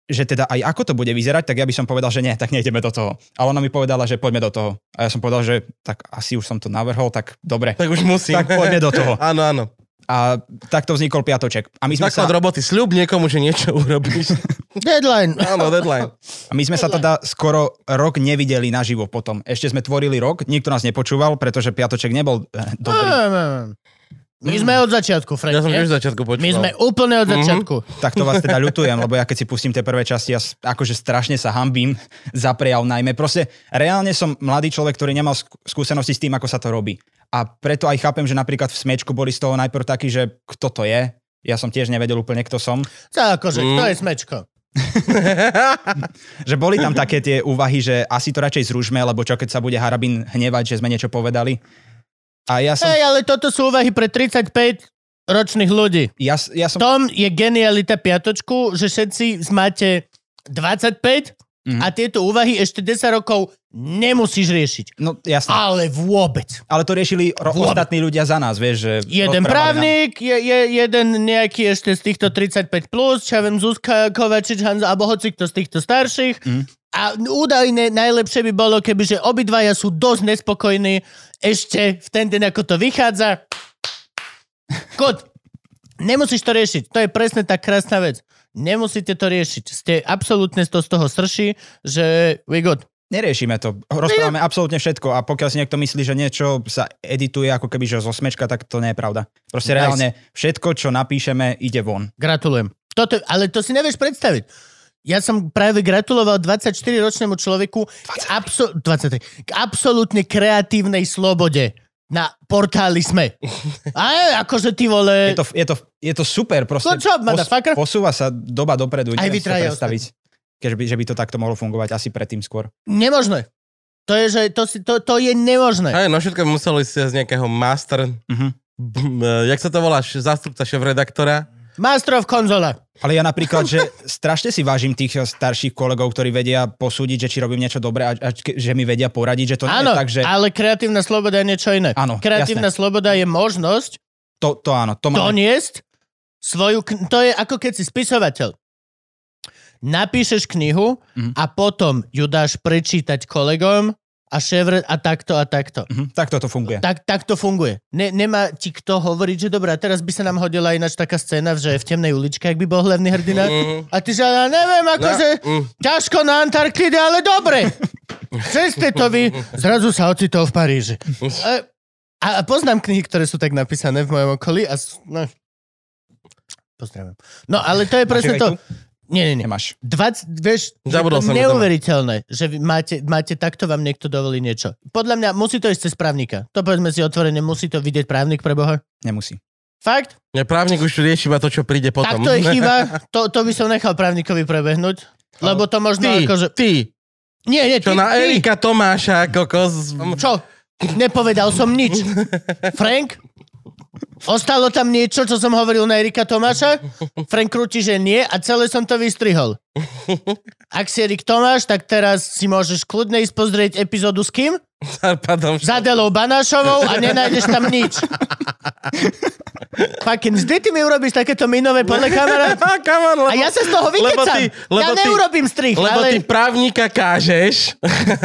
Speaker 5: že teda aj ako to bude vyzerať, tak ja by som povedal, že nie, tak nejdeme do toho. A ona mi povedala, že poďme do toho. A ja som povedal, že tak asi už som to navrhol, tak dobre.
Speaker 3: Tak už musím.
Speaker 5: Tak poďme do toho.
Speaker 3: <laughs> áno, áno.
Speaker 5: A takto vznikol piatoček. A my sme sa...
Speaker 3: Základ roboty, sľub niekomu, že niečo
Speaker 5: <laughs>
Speaker 3: urobíš.
Speaker 1: Deadline.
Speaker 3: áno, deadline.
Speaker 5: A my sme sa teda skoro rok nevideli naživo potom. Ešte sme tvorili rok, nikto nás nepočúval, pretože piatoček nebol eh, dobrý.
Speaker 1: Mm, mm, mm. My sme od začiatku,
Speaker 3: Mhm.
Speaker 1: Frank.
Speaker 3: Ja som
Speaker 1: nie?
Speaker 3: tiež v začiatku
Speaker 1: My
Speaker 3: počúval. Mhm.
Speaker 1: sme úplne od začiatku.
Speaker 5: Tak to vás teda ľutujem, lebo ja keď si pustím tie prvé časti, ja s- akože strašne sa hambím za prejav najmä. Proste reálne som mladý človek, ktorý nemal skú- skúsenosti s tým, ako sa to robí. A preto aj chápem, že napríklad v smečku boli z toho najprv takí, že kto to je. Ja som tiež nevedel úplne, kto som.
Speaker 1: To akože, to
Speaker 3: Mhm.
Speaker 1: je smečko.
Speaker 5: Že boli tam také tie úvahy, že asi to radšej zružme, lebo čo keď sa bude Harabin hnevať, že sme niečo povedali. A ja som...
Speaker 1: Hej, ale toto sú úvahy pre 35 ročných ľudí.
Speaker 5: Ja, s- ja som...
Speaker 1: V tom je genialita piatočku, že všetci máte 25
Speaker 5: Mhm.
Speaker 1: a tieto úvahy ešte 10 rokov nemusíš riešiť.
Speaker 5: No jasné.
Speaker 1: Ale vôbec.
Speaker 5: Ale to riešili ro-
Speaker 1: Vôbec.
Speaker 5: ostatní ľudia za nás, vieš, že...
Speaker 1: Jeden
Speaker 5: rozprávali
Speaker 1: právnik, je, je, jeden nejaký ešte z týchto 35+, plus, čo ja viem, Zuzka Kovačič, Hanza, alebo hoci kto z týchto starších.
Speaker 5: Mhm.
Speaker 1: Mm. A údajne najlepšie by bolo, keby že obidvaja sú dosť nespokojní ešte v ten deň, ako to vychádza. Kod, nemusíš to riešiť. To je presne tá krásna vec. Nemusíte to riešiť. Ste absolútne to z toho srší, že we good.
Speaker 5: Neriešime to.
Speaker 1: No
Speaker 5: Rozprávame absolútne všetko a pokiaľ si niekto myslí, že niečo sa edituje ako keby že zo smečka, tak to nie je pravda. Proste
Speaker 1: Nice.
Speaker 5: nice. reálne všetko, čo napíšeme, ide von.
Speaker 1: Gratulujem. Toto, ale to si nevieš predstaviť. Ja som práve gratuloval 24-ročnému človeku k, absol- 23, k absolútne kreatívnej slobode na portáli SME. A akože ty vole...
Speaker 5: Je to, je to, je to super, proste
Speaker 1: Good job, motherfucker.
Speaker 5: posúva sa doba dopredu.
Speaker 1: No Aj
Speaker 5: Neviem si to
Speaker 1: vytraja
Speaker 5: predstaviť, keďže by, že by to takto mohlo fungovať asi predtým skôr.
Speaker 1: Nemožné. To je, že to, si, to, to je nemožné.
Speaker 3: Hej, no všetko by muselo ísť z nejakého master...
Speaker 5: Mhm.
Speaker 3: Mm, e, Jak sa to volá? š- Zástupca šéf-redaktora?
Speaker 1: Master of konzola.
Speaker 5: Ale ja napríklad,
Speaker 1: <laughs>
Speaker 5: že strašne si vážim tých starších kolegov, ktorí vedia posúdiť, že či robím niečo dobré a, a ke- že mi vedia poradiť, že to No, nie
Speaker 1: Áno,
Speaker 5: je tak, že...
Speaker 1: ale kreatívna sloboda je niečo iné.
Speaker 5: Áno,
Speaker 1: kreatívna sloboda je možnosť
Speaker 5: To, to áno, to máme.
Speaker 1: doniesť svoju... Kn- to je ako keď si spisovateľ. Napíšeš knihu
Speaker 5: Mhm.
Speaker 1: a potom ju dáš prečítať kolegom a šéfre a takto a takto.
Speaker 5: Mhm, tak toto funguje.
Speaker 1: Tak, tak to funguje. Ne, nemá ti kto hovoriť, že dobrá, teraz by sa nám hodila ináč taká scéna, že v temnej uličke, ak by bol hlavný hrdina.
Speaker 3: Mhm.
Speaker 1: A ty že, ja neviem,
Speaker 5: No,
Speaker 1: akože
Speaker 5: mhm.
Speaker 3: mm.
Speaker 1: ťažko na Antarktide, ale dobre. Ceste to vy, zrazu sa ocitol v Paríži. E, A, a poznám knihy, ktoré sú tak napísané v mojom okolí a... s- No, pozdravím. No, ale to je presne
Speaker 5: aj tu?
Speaker 1: to. Nie, nie, nie.
Speaker 5: Nemáš.
Speaker 1: 20, vieš, že
Speaker 3: Zabudol som, že
Speaker 1: to
Speaker 3: to má.
Speaker 1: neuveriteľné, že vy máte, máte, takto vám niekto dovolí niečo. Podľa mňa musí to ísť cez právnika. To povedzme si otvorene, musí to vidieť právnik pre Boha.
Speaker 5: Nemusí.
Speaker 1: Fakt?
Speaker 3: Ja, právnik už rieši iba to, čo príde potom.
Speaker 1: Takto je chyba. To, to by som nechal právnikovi prebehnúť. Lebo to možno
Speaker 3: Ty,
Speaker 1: akože...
Speaker 3: ty,
Speaker 1: Nie, nie,
Speaker 3: čo
Speaker 1: ty,
Speaker 3: na
Speaker 1: ty.
Speaker 3: Erika Tomáša, kokos.
Speaker 1: Čo? Nepovedal som nič. Frank? Ostalo tam niečo, čo som hovoril na Erika Tomáša? Frank krúti, že nie a celé som to vystrihol. Ak si Erik Tomáš, tak teraz si môžeš kľudne ísť pozrieť epizódu s kým?
Speaker 3: Pardon.
Speaker 1: S Adelou Banášovou a nenájdeš tam nič. Fucking, vždy ty mi urobíš takéto minové podľa kamarát.
Speaker 3: <laughs> Ah, come on, lebo,
Speaker 1: A ja sa z toho
Speaker 3: lebo
Speaker 1: vykecam.
Speaker 3: ty,
Speaker 1: Ja
Speaker 3: lebo ty,
Speaker 1: neurobím strich,
Speaker 3: Lebo ty
Speaker 1: ale...
Speaker 3: právnika kážeš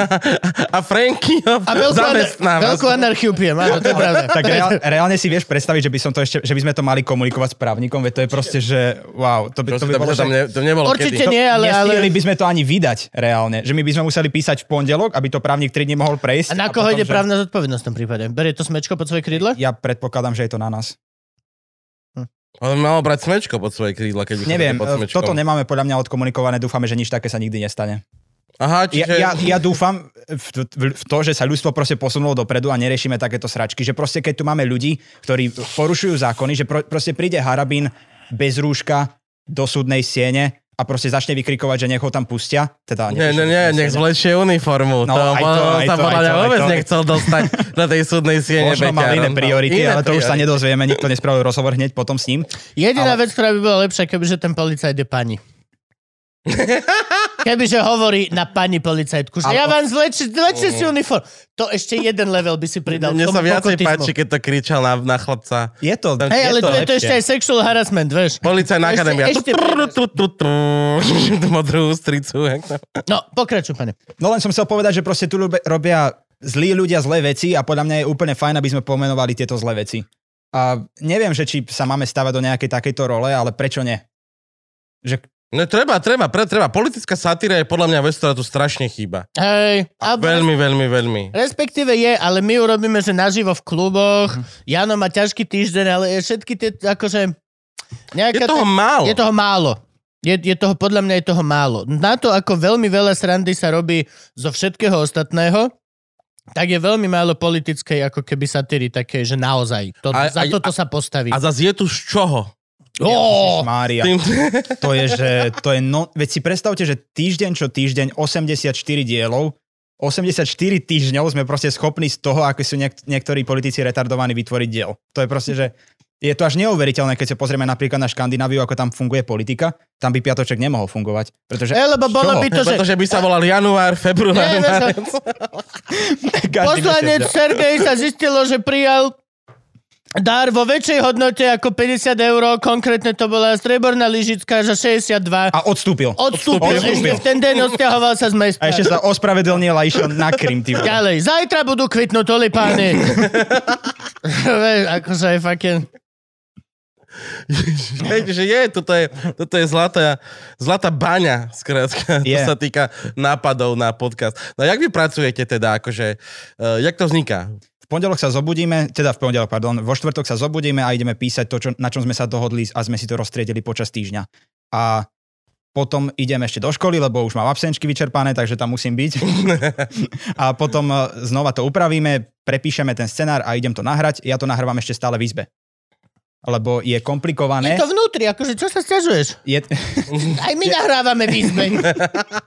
Speaker 3: <laughs> a Franky ho
Speaker 1: A veľkú, anar-
Speaker 3: zamestnávaš.
Speaker 1: veľkú anarchiu pijem, áno, to je pravda. <laughs>
Speaker 5: Tak reál, reálne si vieš predstaviť, že by, som to ešte, že by sme to mali komunikovať s právnikom, veď to je proste, že wow, to by, to
Speaker 3: Proste
Speaker 5: by
Speaker 3: to, by
Speaker 5: bolo,
Speaker 3: sa tam
Speaker 5: že...
Speaker 3: ne, to nebolo
Speaker 1: Určite
Speaker 3: kedy.
Speaker 1: nie, ale... ale...
Speaker 5: Nestihli by sme to ani vydať reálne, že my by sme museli písať v pondelok, aby to právnik 3 dní mohol prejsť.
Speaker 1: A na koho
Speaker 5: potom,
Speaker 1: ide
Speaker 5: že-
Speaker 1: právna zodpovednosť v tom prípade? Berie to smečko pod svoje krídla?
Speaker 5: Ja predpokladám, že je to na nás.
Speaker 3: On mal brať smečko pod svoje krídla, keď
Speaker 5: Neviem,
Speaker 3: pod
Speaker 5: e,
Speaker 3: smečkom.
Speaker 5: toto nemáme podľa mňa odkomunikované, dúfame, že nič také sa nikdy nestane.
Speaker 3: Aha,
Speaker 5: Ja,
Speaker 3: čiže...
Speaker 5: ja, ja dúfam v, v, v to, že sa ľudstvo proste posunulo dopredu a neriešime takéto sračky, že proste keď tu máme ľudí, ktorí porušujú zákony, že pro, proste príde harabín bez rúška do súdnej siene a proste začne vykrikovať, že nech ho tam pustia. Teda
Speaker 3: Nie, nie, nie,
Speaker 5: nevyšiel do
Speaker 3: nech
Speaker 5: súdnej siene.
Speaker 3: zvlečie uniformu.
Speaker 5: No,
Speaker 3: to,
Speaker 5: aj to,
Speaker 3: on
Speaker 5: aj
Speaker 3: sa
Speaker 5: to,
Speaker 3: podľa
Speaker 5: aj
Speaker 3: mňa
Speaker 5: to, aj
Speaker 3: vôbec
Speaker 5: to.
Speaker 3: nechcel dostať na tej súdnej siene.
Speaker 5: Možno mal
Speaker 3: Beťar.
Speaker 5: iné
Speaker 3: On-
Speaker 5: priority,
Speaker 3: no. iné
Speaker 5: ale to už sa
Speaker 3: priority.
Speaker 5: nedozvieme, nikto nespravil rozhovor hneď potom s ním.
Speaker 1: Jediná vec, ktorá by bola lepšia, kebyže ten policajt je
Speaker 3: <laughs>
Speaker 1: pani. Kebyže hovorí na pani policajtku, že ja vám zleči, zleči si uniform. To ešte jeden level by si
Speaker 3: Mm.
Speaker 1: pridal.
Speaker 3: Mne
Speaker 1: tomu
Speaker 3: sa viacej
Speaker 1: kokotizmu.
Speaker 3: páči, keď to kričal na, na chlapca.
Speaker 5: Je to...
Speaker 1: Hej, ale
Speaker 5: je
Speaker 1: to, je- to
Speaker 5: lepšie.
Speaker 1: ešte aj sexual harassment, vieš.
Speaker 3: Policajná
Speaker 1: Ešte-
Speaker 3: akadémia.
Speaker 1: ešte-
Speaker 3: Tru, tru, tru, <laughs> tru, tru. Modrú ústricu. jak to-
Speaker 1: No, pokračuj, pane.
Speaker 5: No len som chcel povedať, že proste tu ľube- robia zlí ľudia zlé veci a podľa mňa je úplne fajn, aby sme pomenovali tieto zlé veci. A neviem, že či sa máme stavať do nejakej takejto role, ale prečo nie? Že
Speaker 3: No treba, treba, pre, treba. Politická satíra je podľa mňa vec, ktorá tu strašne chýba.
Speaker 1: Hej, alebo-
Speaker 3: Veľmi, veľmi, veľmi.
Speaker 1: Respektíve je, ale my urobíme, že naživo v kluboch.
Speaker 3: Mhm.
Speaker 1: Jano má ťažký týždeň, ale je všetky tie, akože...
Speaker 3: Je
Speaker 1: Nejaká
Speaker 3: toho málo.
Speaker 1: Je toho málo. Je, je toho, podľa mňa je toho málo. Na to, ako veľmi veľa srandy sa robí zo všetkého ostatného, tak je veľmi málo politickej ako keby satíry také, že naozaj. To,
Speaker 3: A-
Speaker 1: a,
Speaker 3: a-
Speaker 1: za toto sa postaví.
Speaker 3: A zase je tu z čoho?
Speaker 1: Ó,
Speaker 5: Mária,
Speaker 3: Tým,
Speaker 5: to je, že to je no... Veď si predstavte, že týždeň čo týždeň 84 dielov, 84 týždňov sme proste schopní z toho, ako sú niek- niektorí politici retardovaní vytvoriť diel. To je proste, že je to až neuveriteľné, keď sa pozrieme napríklad na Škandináviu, ako tam funguje politika. Tam by piatoček nemohol fungovať. Pretože
Speaker 1: e, lebo bolo
Speaker 5: čoho?
Speaker 1: by to, že...
Speaker 3: pretože by sa volal január, február,
Speaker 1: Nie, vieš,
Speaker 3: <laughs> marec.
Speaker 5: <laughs> Každý
Speaker 1: Poslanec
Speaker 5: mesiac,
Speaker 1: Sergej sa zistilo, že prijal dar vo väčšej hodnote ako 50 eur, konkrétne to bola strieborná lyžická, že 62.
Speaker 5: A odstúpil.
Speaker 1: Odstúpil, ešte
Speaker 5: odstúpil.
Speaker 1: v ten deň osťahoval sa z mesta.
Speaker 5: A ešte sa ospravedlnil a išiel na Krym, ty vole.
Speaker 1: Ďalej, zajtra budú kvitnúť tulipány. Vieš, akože je fucking...
Speaker 3: Hej, že je, toto je, toto je zlatá, zlatá baňa, skrátka,
Speaker 5: Je.
Speaker 3: yeah. čo sa týka nápadov na podcast. No jak vy pracujete teda, akože, uh, jak to vzniká?
Speaker 5: V pondelok sa zobudíme, teda v pondelok, pardon, vo štvrtok sa zobudíme a ideme písať to, čo, na čom sme sa dohodli a sme si to rozstriedili počas týždňa. A potom idem ešte do školy, lebo už mám absenčky vyčerpané, takže tam musím
Speaker 1: <laughs>
Speaker 5: byť. a potom eh, znova to upravíme, prepíšeme ten scenár a idem to nahrať. Ja to nahrávam ešte stále v izbe. Lebo je
Speaker 1: Je
Speaker 5: komplikované.
Speaker 1: to vnútri, akože čo sa stiažuješ?
Speaker 5: Eh? Je,
Speaker 1: Aj my nahrávame v izbe.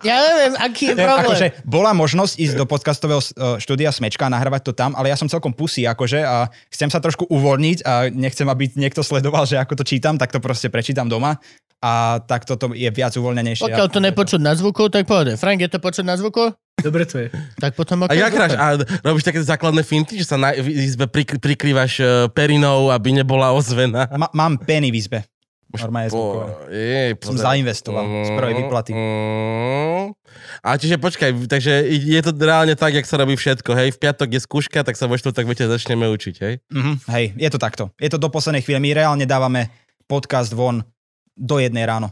Speaker 1: Ja neviem, aký je
Speaker 5: Ten,
Speaker 1: problém.
Speaker 5: akože bola možnosť ísť do podcastového eh, štúdia Smečka a nahrávať to tam, ale ja som celkom pusy akože a chcem sa trošku uvoľniť a nechcem, aby niekto sledoval, že ako to čítam, tak to proste prečítam doma a tak toto je viac uvoľnenejšie.
Speaker 1: Pokiaľ to nepočuť na zvuku, tak pohode. Frank, je to počuť na zvuku?
Speaker 4: Dobre to je.
Speaker 1: Tak potom...
Speaker 3: A
Speaker 1: ok,
Speaker 3: jak
Speaker 1: super.
Speaker 3: hráš? A robíš také základné finty, že sa na v izbe prikry, prikrývaš eh, perinou, aby nebola ozvena?
Speaker 5: Ma, mám peny v izbe. Normálne zvukové.
Speaker 3: Po- no jej,
Speaker 5: Som
Speaker 3: pozeraj.
Speaker 5: zainvestoval z prvej výplaty.
Speaker 3: Mm. A čiže počkaj, takže je to reálne tak, jak sa robí všetko, hej? V piatok je skúška, tak sa vo štvrtok viete začneme učiť, hej?
Speaker 5: Mhm, hej, je to takto. Je to do poslednej chvíle. My reálne dávame podcast von do jednej ráno.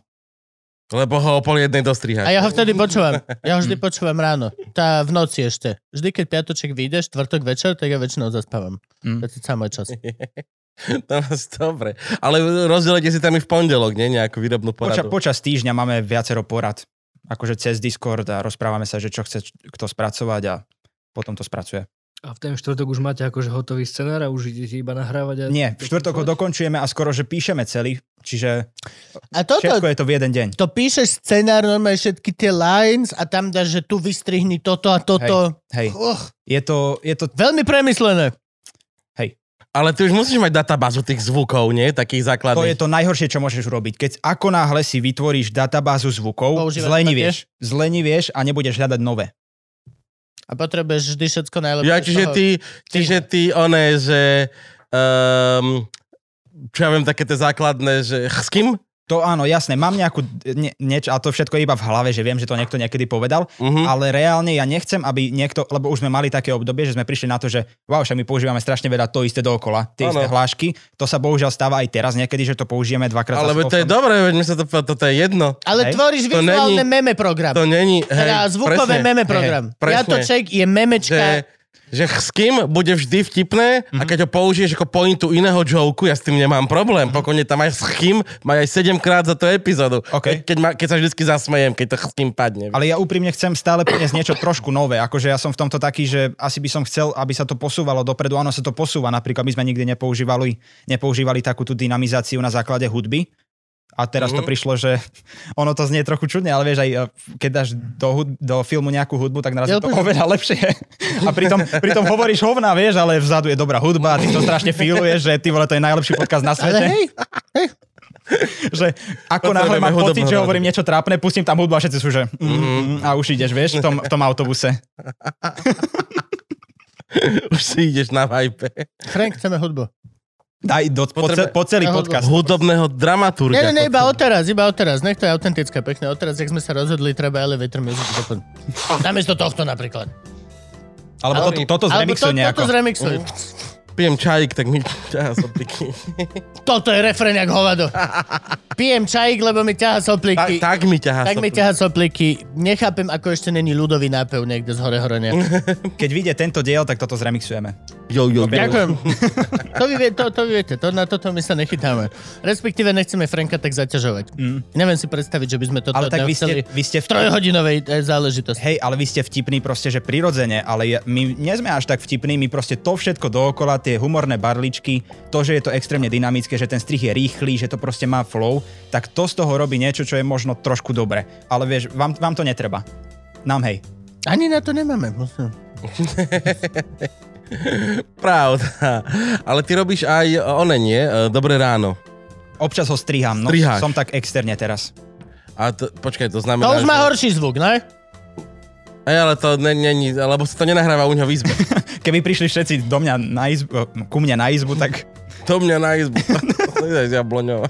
Speaker 3: Lebo ho o pol jednej dostrihaš.
Speaker 1: A ja ho vtedy počúvam. Ja ho
Speaker 3: <laughs>
Speaker 1: vždy počúvam ráno. Tá v noci ešte. Vždy, keď piatoček vyjde, štvrtok večer, tak ja väčšinou zaspávam.
Speaker 5: Mm.
Speaker 1: To je samý čas.
Speaker 3: To nás dobre. Ale rozdelite si tam i v pondelok, nie? Nejakú výrobnú
Speaker 5: Poča,
Speaker 3: poradu.
Speaker 5: počas týždňa máme viacero porad. Akože cez Discord a rozprávame sa, že čo chce č- kto spracovať a potom to spracuje.
Speaker 4: A v ten štvrtok už máte akože hotový scenár a už idete iba nahrávať. A
Speaker 5: Nie, v štvrtok ho dokončujeme a skoro, že píšeme celý. Čiže
Speaker 1: A toto,
Speaker 5: všetko je to v jeden deň.
Speaker 1: to píšeš scenár, normálne všetky tie lines a tam dáš, že tu vystrihni toto a toto.
Speaker 5: Hej,
Speaker 1: Och,
Speaker 5: je to, je to
Speaker 1: veľmi premyslené.
Speaker 3: Ale ty už musíš mať databázu tých zvukov, nie? Takých
Speaker 5: To je
Speaker 3: základných.
Speaker 5: to najhoršie, čo môžeš urobiť. Keď ako náhle si vytvoríš databázu zvukov,
Speaker 1: Používaš
Speaker 5: zlenivieš, zlenivieš a nebudeš hľadať nové.
Speaker 1: A potrebuješ vždy všetko najlepšie.
Speaker 3: Ja,
Speaker 1: z
Speaker 3: čiže
Speaker 1: toho.
Speaker 3: ty, čiže ty, oné, že... Um, čo ja viem, také tie základné, že ch- s kým?
Speaker 5: To áno, jasné, mám nejakú ne, niečo, a to všetko je iba v hlave, že viem, že to niekto niekedy povedal,
Speaker 3: Mhm.
Speaker 5: ale reálne ja nechcem, aby niekto, lebo už sme mali také obdobie, že sme prišli na to, že wow, však my používame strašne veľa to isté dookola, tie
Speaker 3: Áno.
Speaker 5: isté hlášky, to sa bohužiaľ stáva aj teraz niekedy, že to použijeme dvakrát.
Speaker 3: Ale
Speaker 5: za
Speaker 3: veď to je
Speaker 5: spôsobom.
Speaker 3: dobré, veď mi sa to, to, to je jedno.
Speaker 1: Ale
Speaker 5: Hej.
Speaker 1: tvoríš
Speaker 3: To
Speaker 1: vizuálne
Speaker 3: není-
Speaker 1: meme program.
Speaker 3: To není, hej,
Speaker 1: Teda zvukové
Speaker 3: presne,
Speaker 1: meme program.
Speaker 3: presne.
Speaker 1: ja to ček je memečka.
Speaker 3: Že, že ch- s kým bude vždy vtipné a keď ho použiješ ako pointu iného joke, ja s tým nemám problém. Pokojne tam aj s kým, maj aj 7 krát za tú epizódu.
Speaker 5: OK.
Speaker 3: Keď, keď, ma, keď sa vždycky zasmejem, keď to s kým padne.
Speaker 5: Ale ja úprimne chcem stále priniesť niečo trošku nové. Akože ja som v tomto taký, že asi by som chcel, aby sa to posúvalo dopredu. Áno, sa to posúva. Napríklad my sme nikdy nepoužívali, nepoužívali takú tú dynamizáciu na základe hudby. A teraz mm-hmm. to
Speaker 3: Mhm.
Speaker 5: prišlo, že <laughs> ono to znie trochu čudne, ale vieš, aj e, keď dáš do, hud- do filmu nejakú hudbu, tak naraz je to
Speaker 1: Ja úplne-
Speaker 5: oveľa lepšie. A pritom, pritom hovoríš hovna, vieš, ale vzadu je dobrá hudba a ty to strašne feeluješ, že ty vole, to je najlepší podcast
Speaker 3: <laughs>
Speaker 5: na
Speaker 1: Ale
Speaker 5: svete
Speaker 1: hej,
Speaker 5: že ako náhle
Speaker 3: Potrebujeme
Speaker 5: mám pocit,
Speaker 3: hudobnú
Speaker 5: že
Speaker 3: radu.
Speaker 5: hovorím niečo trápne, pustím tam hudbu a všetci sú, že mm, mm, a už ideš, vieš, v tom, v tom autobuse.
Speaker 3: Už si ideš na vajpe.
Speaker 1: Frank, chceme hudbu.
Speaker 5: Daj do, po,
Speaker 3: Potrebe-
Speaker 5: ce, po celý
Speaker 1: Na hudbu.
Speaker 5: podcast.
Speaker 3: Hudobného dramaturga.
Speaker 1: Nie, nie, nie, iba odteraz, iba odteraz. Nech to je autentické, pekné. Odteraz, jak sme sa rozhodli, treba elevator music
Speaker 5: <laughs>
Speaker 1: doplniť. Namiesto tohto napríklad.
Speaker 5: Alebo to, toto z
Speaker 1: Alebo
Speaker 5: remixu
Speaker 1: to,
Speaker 5: nejako.
Speaker 1: toto zremixuj.
Speaker 3: Pijem čajík, tak mi ťahá sopliky.
Speaker 1: Toto je refren jak hovado.
Speaker 5: <laughs>
Speaker 1: Pijem čajík, lebo mi ťaha
Speaker 3: tak,
Speaker 1: sopliky.
Speaker 3: tak mi ťahá
Speaker 1: Tak mi
Speaker 3: sopliky.
Speaker 1: ťaha sopliky. Nechápem, ako ešte není ľudový nápev niekde z hore horenia.
Speaker 5: <laughs> Keď vyjde tento diel, tak toto zremixujeme.
Speaker 3: Jo, jo, jo.
Speaker 5: <laughs>
Speaker 1: Ďakujem. To vy, vie- to, to vy viete, to, na toto my sa nechytáme. Respektíve nechceme Franka tak zaťažovať. Neviem si predstaviť, že by sme
Speaker 5: Mm.
Speaker 1: toto
Speaker 5: Ale tak vy ste,
Speaker 1: chceli
Speaker 5: vy ste
Speaker 1: v
Speaker 5: v
Speaker 1: trojhodinovej e, záležitosti.
Speaker 5: Hej, ale vy ste vtipní proste, že prirodzene, ale je, my nie sme až tak vtipní, my proste to všetko dookola, tie humorné barličky, to, že je to extrémne dynamické, že ten strich je rýchly, že to proste má flow, tak to z toho robí niečo, čo je možno trošku dobre. Ale vieš, vám, vám to netreba. Nám hej.
Speaker 1: Ani na to nemáme. musím.
Speaker 3: Pravda. Ale ty robíš aj one, nie? E, Dobré ráno.
Speaker 5: Občas ho striham, no
Speaker 3: Striháš.
Speaker 5: som tak externe teraz. <laughs>
Speaker 3: A to, počkaj, to znamená...
Speaker 1: To už má
Speaker 3: že-
Speaker 1: horší zvuk, ne?
Speaker 3: Hej, ale to není, lebo sa to nenahráva u ňa v izbe.
Speaker 5: Keby prišli všetci do mňa na izbu, eh, ku mne na izbu, tak <laughs>
Speaker 3: To mňa na
Speaker 1: <laughs>
Speaker 3: izbu. To je z Jabloňova.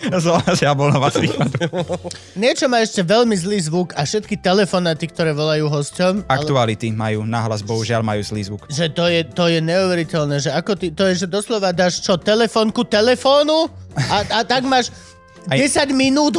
Speaker 5: ja bol na vás vypadol.
Speaker 1: Niečo má ešte veľmi zlý zvuk a všetky telefonáty, ktoré volajú hosťom, ale,
Speaker 5: Aktuality majú nahlas, bohužiaľ majú zlý zvuk.
Speaker 1: že to je, to je neuveriteľné, že ako ty, to je, že doslova dáš čo, telefón ku telefónu a, a tak máš
Speaker 5: Aj-
Speaker 1: 10 minút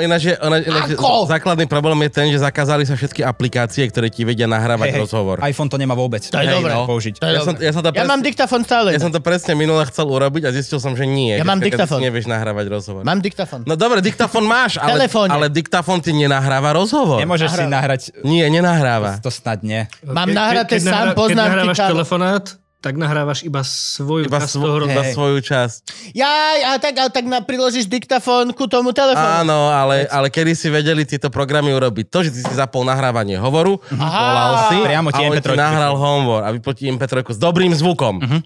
Speaker 3: No, ináč, je, ináč, ináč je-
Speaker 1: Ako?
Speaker 3: základný problém je ten, že zakázali sa všetky aplikácie, ktoré ti vedia nahrávať rozhovor.
Speaker 5: iPhone to nemá vôbec.
Speaker 1: To je
Speaker 5: Hej,
Speaker 1: dobré.
Speaker 5: no, použiť.
Speaker 1: To je
Speaker 3: Ja som-
Speaker 1: dobré.
Speaker 3: ja som to
Speaker 1: ja
Speaker 3: presne-
Speaker 1: mám diktafon stále.
Speaker 3: Ja som to presne minule chcel urobiť a zistil som, že nie.
Speaker 1: Ja
Speaker 3: že
Speaker 1: mám
Speaker 3: vtedy
Speaker 1: diktafon.
Speaker 3: si Nevieš nahrávať rozhovor.
Speaker 1: Mám diktafon.
Speaker 3: No dobre, diktafon máš, ale,
Speaker 1: Telefóne.
Speaker 3: ale diktafon ti nenahráva rozhovor.
Speaker 5: Nemôžeš si nahrať,
Speaker 3: Nie, nenahráva.
Speaker 5: to snad nie.
Speaker 1: Mám nahraté sám
Speaker 4: Keď
Speaker 1: poznámky
Speaker 4: nahrávaš
Speaker 1: tam.
Speaker 4: telefonát, tak nahrávaš iba svoju
Speaker 3: Iba,
Speaker 4: časť toho
Speaker 3: svo,
Speaker 4: rozhovoru.
Speaker 3: iba svoju časť.
Speaker 1: Ja, a tak, a tak na, priložíš diktafón ku tomu telefónu.
Speaker 3: Áno, ale, ale kedy si vedeli tieto programy urobiť? To, že ty si zapol nahrávanie hovoru,
Speaker 1: Mhm.
Speaker 3: volal si
Speaker 5: Priamo ti
Speaker 3: a on ti
Speaker 5: MP3.
Speaker 3: nahral hovor a vypotí MP3 s dobrým zvukom.
Speaker 5: Mhm.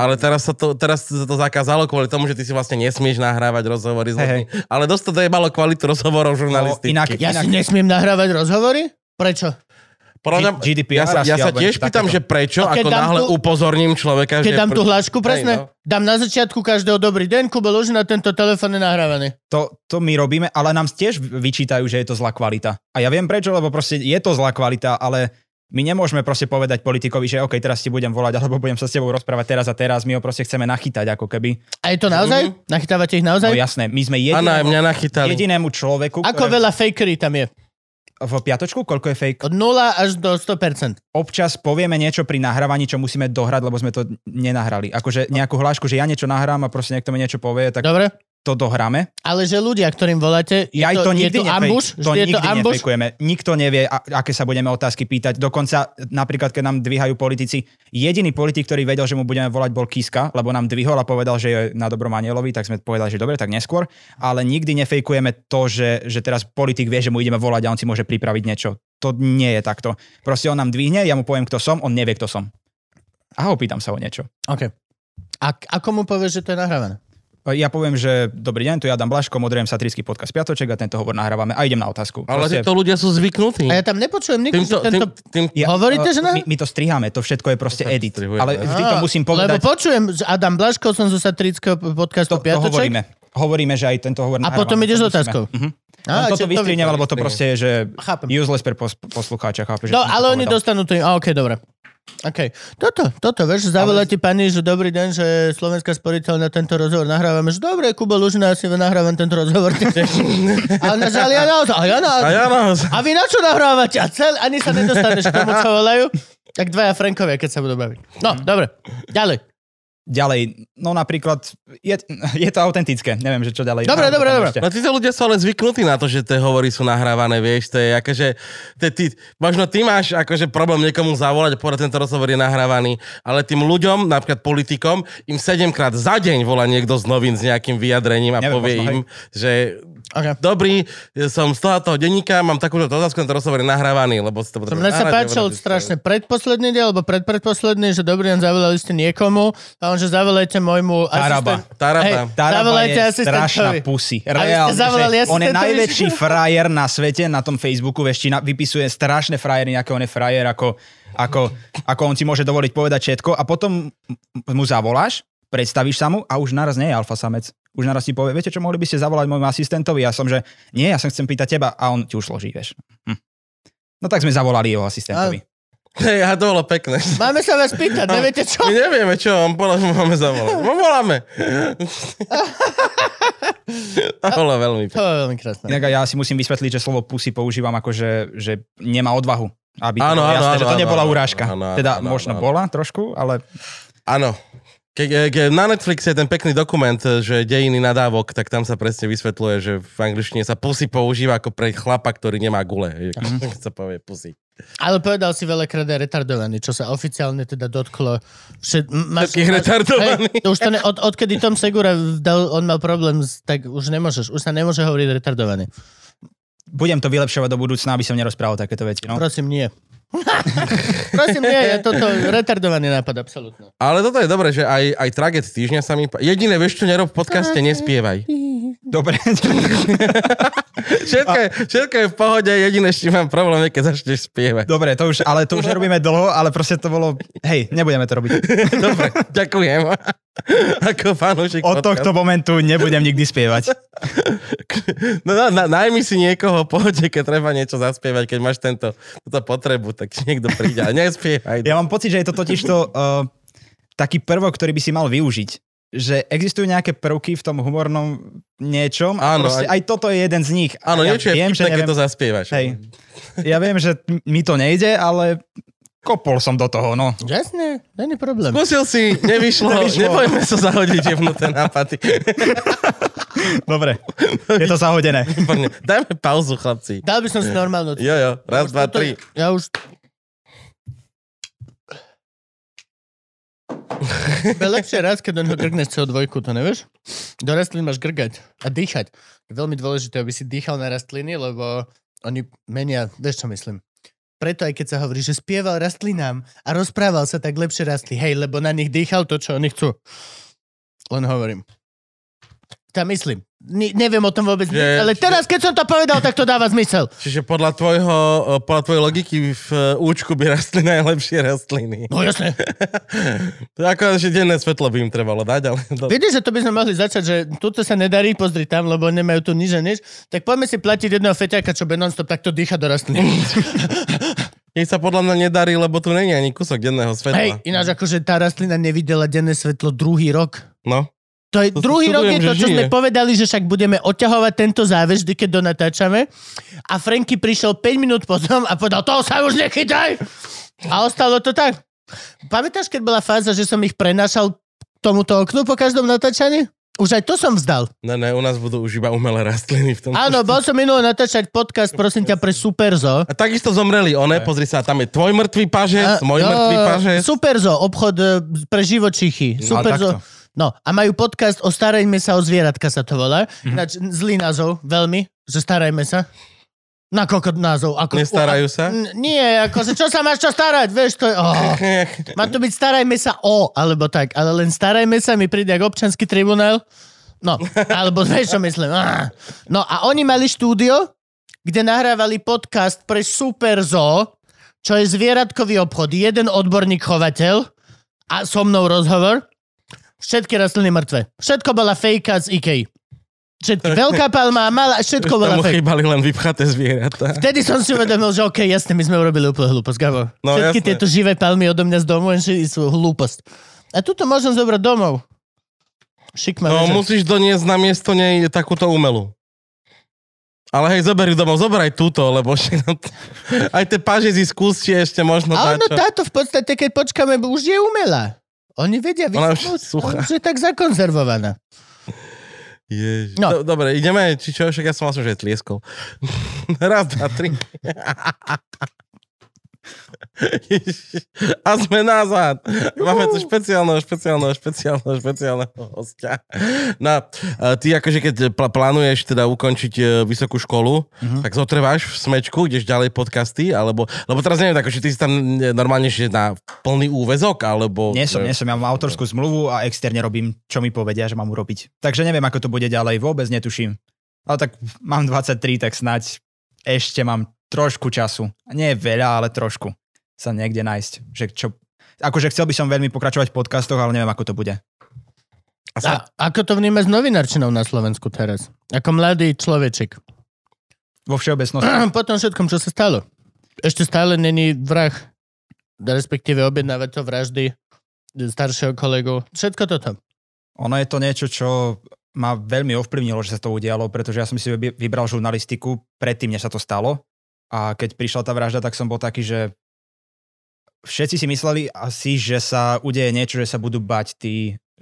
Speaker 3: Ale teraz sa, to, teraz sa to zakázalo kvôli tomu, že ty si vlastne nesmieš nahrávať rozhovory s ľuďmi. Ale dosť to dojebalo kvalitu rozhovorov žurnalistiky.
Speaker 5: No, inak-
Speaker 1: Ja si
Speaker 5: Inak-
Speaker 1: nesmiem nahrávať rozhovory? Prečo?
Speaker 3: Podľa mňa-
Speaker 5: G-
Speaker 3: ja
Speaker 5: GDPR
Speaker 3: sa,
Speaker 5: asi,
Speaker 3: ja sa
Speaker 5: alebo
Speaker 3: tiež
Speaker 5: niečo
Speaker 3: pýtam,
Speaker 5: takéto.
Speaker 3: že prečo,
Speaker 1: A keď
Speaker 3: ako
Speaker 1: dám
Speaker 3: náhle
Speaker 1: tú-
Speaker 3: upozorním človeka,
Speaker 1: Keď
Speaker 3: že...
Speaker 1: dám
Speaker 3: pr-
Speaker 1: tú hlášku,
Speaker 3: Hej,
Speaker 1: presne.
Speaker 3: no.
Speaker 1: Dám na začiatku každého dobrý deň, Kubo Lužina, tento telefón je nahrávaný.
Speaker 5: To, to my robíme, ale nám tiež vyčítajú, že je to zlá kvalita. A ja viem prečo, lebo proste je to zlá kvalita, ale my nemôžeme proste povedať politikovi, že OK, teraz ti budem volať, alebo budem sa s tebou rozprávať teraz a teraz. My ho proste chceme nachytať ako keby.
Speaker 1: A je to naozaj? Nachytávate ich
Speaker 5: No
Speaker 1: naozaj?
Speaker 5: jasné, my sme
Speaker 3: Áno, aj
Speaker 5: jedinému,
Speaker 3: mňa nachytali.
Speaker 5: jedinému človeku,
Speaker 1: Ako
Speaker 5: ktoré-
Speaker 1: veľa fakery tam je?
Speaker 5: v piatočku, koľko je fake.
Speaker 1: Od 0 až do 100%.
Speaker 5: Občas povieme niečo pri nahrávaní, čo musíme dohrať, lebo sme to nenahrali. Akože nejakú hlášku, že ja niečo nahrám a proste niekto mi niečo povie, tak
Speaker 1: Dobre?
Speaker 5: to dohráme.
Speaker 1: Ale že ľudia, ktorým voláte, je
Speaker 5: Ja aj
Speaker 1: to,
Speaker 5: to,
Speaker 1: je
Speaker 5: nikdy
Speaker 1: to ambuš?
Speaker 5: To
Speaker 1: Vždy je
Speaker 5: nikdy
Speaker 1: to ambuš?
Speaker 5: nefejkujeme. Nikto nevie, a- aké sa budeme otázky pýtať. Dokonca napríklad, keď nám dvíhajú politici, jediný politik, ktorý vedel, že mu budeme volať, bol Kiska, lebo nám dvihol a povedal, že je na dobrom anielovi, tak sme povedali, že dobre, tak neskôr. Ale nikdy nefejkujeme to, že, že teraz politik vie, že mu ideme volať a on si môže pripraviť niečo. To nie je takto. Proste on nám dvihne, ja mu poviem, kto som, on nevie, kto som. A opýtam sa o niečo. E,
Speaker 1: Okay. A, ako mu povieš, že to je nahrávané?
Speaker 5: Ja poviem, že dobrý deň, tu je Adam Blaško, moderujem satrický podcast Piatoček a tento hovor nahrávame a idem na otázku.
Speaker 3: Ale
Speaker 5: Proste-
Speaker 3: títo ľudia sú zvyknutí.
Speaker 1: A ja tam nepočujem nikto,
Speaker 3: Týmto,
Speaker 1: že
Speaker 3: tým,
Speaker 1: tento...
Speaker 3: tým,
Speaker 1: Ja- Hovoríte, že ne?
Speaker 5: my, my to striháme, to všetko je proste edit.
Speaker 3: strihujeme.
Speaker 5: Ale vždy to
Speaker 1: Á,
Speaker 5: musím povedať,
Speaker 1: Lebo počujem, že Adam Blaško som zo satrického
Speaker 5: to,
Speaker 1: podcastu
Speaker 5: to
Speaker 1: Piatoček.
Speaker 5: hovoríme. Hovoríme, že aj tento hovor
Speaker 1: A potom
Speaker 5: nahrávame,
Speaker 1: ideš
Speaker 5: to
Speaker 1: s otázkou.
Speaker 5: musíme. Mhm.
Speaker 1: Á,
Speaker 5: Len
Speaker 1: čiže
Speaker 5: toto
Speaker 1: to
Speaker 5: vystrihnem, lebo to
Speaker 3: vystrihnem.
Speaker 5: proste je, že
Speaker 1: Chápem.
Speaker 5: useless pre pos- poslucháča, chápe, že
Speaker 1: No,
Speaker 5: som to
Speaker 1: ale oni
Speaker 5: povedal.
Speaker 1: dostanú to im. A okej, dobre. OK. Toto, toto, vieš, zavolá ti pani, že dobrý deň, že Slovenská sporiteľ na tento rozhovor nahrávame, že dobre, Kubo Lužina, ja si nahrávam tento rozhovor. a ona, že ale ja naozaj, a ja naozaj.
Speaker 3: a ja naozaj.
Speaker 1: A vy na čo nahrávate? A cel, ani sa nedostaneš k tomu, čo volajú. Tak dvaja Frankovia, keď sa budú baviť. No, dobre. Ďalej.
Speaker 5: Ďalej, no napríklad, je, je to autentické, neviem, že čo ďalej.
Speaker 1: Dobre,
Speaker 5: Mám to
Speaker 1: dobre,
Speaker 5: tam
Speaker 1: dobre.
Speaker 5: ešte.
Speaker 3: No títo ľudia sú ale zvyknutí na to, že tie hovory sú nahrávané, vieš, to je akože, to je, ty, možno ty máš akože problém niekomu zavolať a povedať, tento rozhovor je nahrávaný, ale tým ľuďom, napríklad politikom, im sedemkrát za deň volá niekto z novín s nejakým vyjadrením a
Speaker 5: Neviem,
Speaker 3: povie
Speaker 5: možno,
Speaker 3: im, že
Speaker 1: Okay.
Speaker 3: dobrý, som z toho, a toho denníka, mám takúto otázku, tento rozhovor je nahrávaný, lebo si to
Speaker 1: To
Speaker 3: potrebuje
Speaker 1: mne sa
Speaker 3: nahrať,
Speaker 1: páčil
Speaker 3: hovoríš,
Speaker 1: strašne predposledný deň, alebo predpredposledný, že dobrý deň, zavolali ste niekomu a on, že zavolajte môjmu
Speaker 5: Taraba.
Speaker 1: asisten-
Speaker 3: Taraba.
Speaker 1: Hej,
Speaker 5: Taraba
Speaker 1: zavolajte
Speaker 5: je strašná
Speaker 1: asistentovi.
Speaker 5: pusy.
Speaker 1: A vy ste
Speaker 5: Reálne,
Speaker 1: zavolali
Speaker 5: že on je
Speaker 1: asistentovi?
Speaker 5: najväčší frajer na svete, na tom Facebooku, vieš, či na, vypisuje strašné frajery, aké on je frajer, ako, ako, ako on si môže dovoliť povedať všetko a potom m- mu zavoláš, predstavíš sa mu a už naraz nie je alfa samec. Už naraz ti povie, viete čo, mohli by ste zavolať môjmu asistentovi? Ja som, že nie, ja som chcem pýtať teba a on ti už složí, vieš. Hm. No tak sme zavolali jeho asistentovi.
Speaker 3: Hej, a to bolo pekné.
Speaker 1: Máme sa vás pýtať, neviete čo?
Speaker 3: My nevieme, čo vám podľa mňa máme zavolať. No, <laughs> Voláme. to bolo veľmi
Speaker 1: To
Speaker 3: pekné.
Speaker 1: je veľmi krásne.
Speaker 5: Inak aj ja si musím vysvetliť, že slovo pusy používam ako, že, že nemá odvahu. Aby to,
Speaker 3: Áno,
Speaker 5: bolo
Speaker 3: áno,
Speaker 5: jasné,
Speaker 3: áno,
Speaker 5: že to
Speaker 3: áno,
Speaker 5: nebola
Speaker 3: áno,
Speaker 5: urážka.
Speaker 3: áno, áno,
Speaker 5: teda
Speaker 3: áno,
Speaker 5: možno
Speaker 3: áno.
Speaker 5: bola trošku, ale
Speaker 3: Áno. Ke, ke, na Netflixe je ten pekný dokument, že dejiny nadávok, tak tam sa presne vysvetľuje, že v angličtine sa pusy používa ako pre chlapa, ktorý nemá gule. Keď <laughs> sa povie pusy.
Speaker 1: Ale povedal si veľakrát aj retardovaný, čo sa oficiálne teda dotklo všet... m- máš-
Speaker 3: Všetkých
Speaker 1: máš-
Speaker 3: retardovaných.
Speaker 1: Hej, to už to ne... Od, odkedy Tom Segura dal, on mal problém, s- tak už nemôžeš, už sa nemôže hovoriť retardovaný.
Speaker 5: budem to vylepšovať do budúcna, aby som nerozprával takéto veci. No.
Speaker 1: Prosím, nie. <laughs> Prosím, nie, je toto retardovaný nápad, absolútne.
Speaker 3: Ale toto je dobré, že aj, aj traget týždňa sa mi... pá- Jediné, vieš čo, nerob v podcaste, <laughs> nespievaj.
Speaker 5: Dobre. <laughs>
Speaker 3: Všetko je, všetko je v pohode, jediné, s čím mám problém, je, keď začneš spievať.
Speaker 5: Dobre, to už, ale to už nerobíme dlho, ale proste to bolo, hej, nebudeme to robiť.
Speaker 3: Dobre, <laughs> ďakujem. Ako fanúšik
Speaker 5: Od tohto momentu nebudem nikdy spievať.
Speaker 3: No, na, na, najmi si niekoho, pohode, keď treba niečo zaspievať, keď máš tento, túto potrebu, tak ti niekto príde, ale nespievaj.
Speaker 5: Ja mám pocit, že je to totiž to uh, taký prvok, ktorý by si mal využiť. Že existujú nejaké prvky v tom humornom niečom a
Speaker 3: Áno,
Speaker 5: proste
Speaker 3: aj-
Speaker 5: aj toto je jeden z nich.
Speaker 3: Áno,
Speaker 5: ja
Speaker 3: niečo je
Speaker 5: viem, že
Speaker 3: vtipné, keď
Speaker 5: neviem,
Speaker 3: to zaspievaš.
Speaker 5: hej, ja viem, že mi to nejde, ale kopol som do toho, no.
Speaker 1: Jasne, není problém.
Speaker 3: Skúsil si, <laughs> nevyšlo,
Speaker 5: Nevyšlo.
Speaker 3: nebojme sa zahodiť jemnuté nápady.
Speaker 5: Dobre, je to zahodené.
Speaker 3: Výborne. <laughs> Dajme pauzu, chlapci.
Speaker 1: Dal by som si normálnu...
Speaker 3: Jo, jo, raz, dva,
Speaker 1: Toto-
Speaker 3: tri.
Speaker 1: Ja už... To je lepšie raz, keď do neho grgneš CO2, to nevieš? Do rastlín máš grgať a dýchať. Je veľmi dôležité, aby si dýchal na rastliny, lebo oni menia, vieš čo myslím. Preto aj keď sa hovorí, že spieval rastlinám a rozprával sa, tak lepšie rastli. Hej, lebo na nich dýchal to, čo oni chcú. Len hovorím. Tá myslím. Ni- neviem o tom vôbec, nič,
Speaker 3: Že-
Speaker 1: ale teraz, keď som to povedal, tak to dáva zmysel.
Speaker 3: Čiže podľa, tvojho, eh, podľa tvojej logiky v eh, účku by rastli najlepšie rastliny.
Speaker 1: No jasne.
Speaker 3: To je Ako, že denné svetlo by im trebalo dať, ale... <laughs> do-
Speaker 1: Vidíš, že to by sme mohli začať, že tuto sa nedarí, pozri tam, lebo nemajú tu nič a nič. Tak poďme si platiť jedného feťaka, čo be non-stop takto dýcha do rastlín.
Speaker 3: Jej sa podľa mňa nedarí, lebo tu není ani kúsok denného svetla.
Speaker 1: Hej, ináč akože tá rastlina nevidela denné svetlo druhý rok.
Speaker 3: No.
Speaker 1: To je
Speaker 3: To si
Speaker 1: druhý rok
Speaker 3: čudujem,
Speaker 1: je to,
Speaker 3: že
Speaker 1: čo
Speaker 3: žije.
Speaker 1: sme povedali, že však budeme odťahovať tento záväz, vždy, keď donatáčame. A Franky prišiel 5 minút potom a povedal, toho sa už nechytaj! A ostalo to tak. Pamätáš, keď bola fáza, že som ich prenašal k tomuto oknu po každom natáčaní? Už aj to som vzdal.
Speaker 3: Ne, ne, u nás budú už iba umelé rastliny v tom.
Speaker 1: Áno, bol som minulý natáčať podcast, prosím ťa, pre Superzo.
Speaker 3: A takisto zomreli one, pozri sa, tam je tvoj mŕtvý pažec, môj
Speaker 1: jo,
Speaker 3: mŕtvý pažec.
Speaker 1: Superzo, No, obchod e, pre živočichy.
Speaker 5: No,
Speaker 1: Superzo.
Speaker 5: takto.
Speaker 1: No a majú podcast o starajme sa o zvieratka sa to volá.
Speaker 3: Mhm.
Speaker 1: Ináč zlý názov, veľmi, že starajme sa. Na koľko názov? Ako,
Speaker 3: Nestarajú sa?
Speaker 1: N- nie, akože čo sa máš čo starať, vieš, to je... Oh. Má to byť starajme sa o, alebo tak, ale len starajme sa mi príde ako občanský tribunál. No, alebo vieš, čo myslím. Ah. No a oni mali štúdio, kde nahrávali podcast pre Superzo, čo je zvieratkový obchod. Jeden odborník chovateľ a so mnou rozhovor. Všetky rastliny mŕtve. Všetko bola fejka z Ikei. Všetky. Veľká palma, malá, všetko bola
Speaker 3: Tam mu
Speaker 1: fejka.
Speaker 3: chýbali len vypchaté zvieratá.
Speaker 1: Vtedy som si uvedomil, že OK, jasne, my sme urobili úplne hlúposť, Gabo.
Speaker 3: No,
Speaker 1: No, Všetky
Speaker 3: jasné.
Speaker 1: tieto živé palmy odo mňa z domu, že sú hlúposť. A tuto môžem zobrať domov. Šikma.
Speaker 3: No,
Speaker 1: No, mus-
Speaker 3: musíš doniesť na miesto nej takúto umelú. Ale hej, zober ju domov, zober aj túto, lebo <laughs> však no t- aj tie pažezy skúste ešte možno
Speaker 1: a
Speaker 3: dať.
Speaker 1: ono
Speaker 3: čo.
Speaker 1: táto v podstate, keď počkáme, už je umelá. Oni vedia
Speaker 3: Ona už
Speaker 1: vyschnúť,
Speaker 3: suchá.
Speaker 1: ona už je tak zakonzervovaná.
Speaker 3: Ježiš. No.
Speaker 1: No.
Speaker 3: Dobre, ideme, či čo, však ja som vlastne, že tlieskol. <laughs> Raz, dva, tri. <laughs> Ježiš. A sme nazad. Máme tu špeciálneho, špeciálneho, špeciálneho, špeciálneho hostia. No, a ty akože keď pl- plánuješ teda ukončiť e, vysokú školu,
Speaker 5: Mhm.
Speaker 3: tak zotrváš v smečku, ideš ďalej podcasty, alebo, lebo teraz neviem, akože ty si tam e, normálne že na plný úvezok, alebo... e,
Speaker 5: Nie som, nie som, ja mám autorskú zmluvu a externe robím, čo mi povedia, že mám urobiť. Takže neviem, ako to bude ďalej, vôbec netuším. Ale tak mám 23, tak snať ešte mám trošku času. Nie veľa, ale trošku sa niekde nájsť. Že čo... Akože chcel by som veľmi pokračovať v podcastoch, ale neviem, ako to bude.
Speaker 3: A sa,
Speaker 1: A ako to vníma s novinárčinou na Slovensku teraz? Ako mladý človeček. <clears throat>
Speaker 5: Vo všeobecnosti.
Speaker 1: po tom všetkom, čo sa stalo. Ešte stále není vrah, respektíve objednáva to vraždy staršieho kolegu. Všetko toto.
Speaker 5: Ono je to niečo, čo ma veľmi ovplyvnilo, že sa to udialo, pretože ja som si vybi- vybral žurnalistiku predtým, než sa to stalo. A keď prišla tá vražda, tak som bol taký, že všetci si mysleli asi, že sa udeje niečo, že sa budú bať tí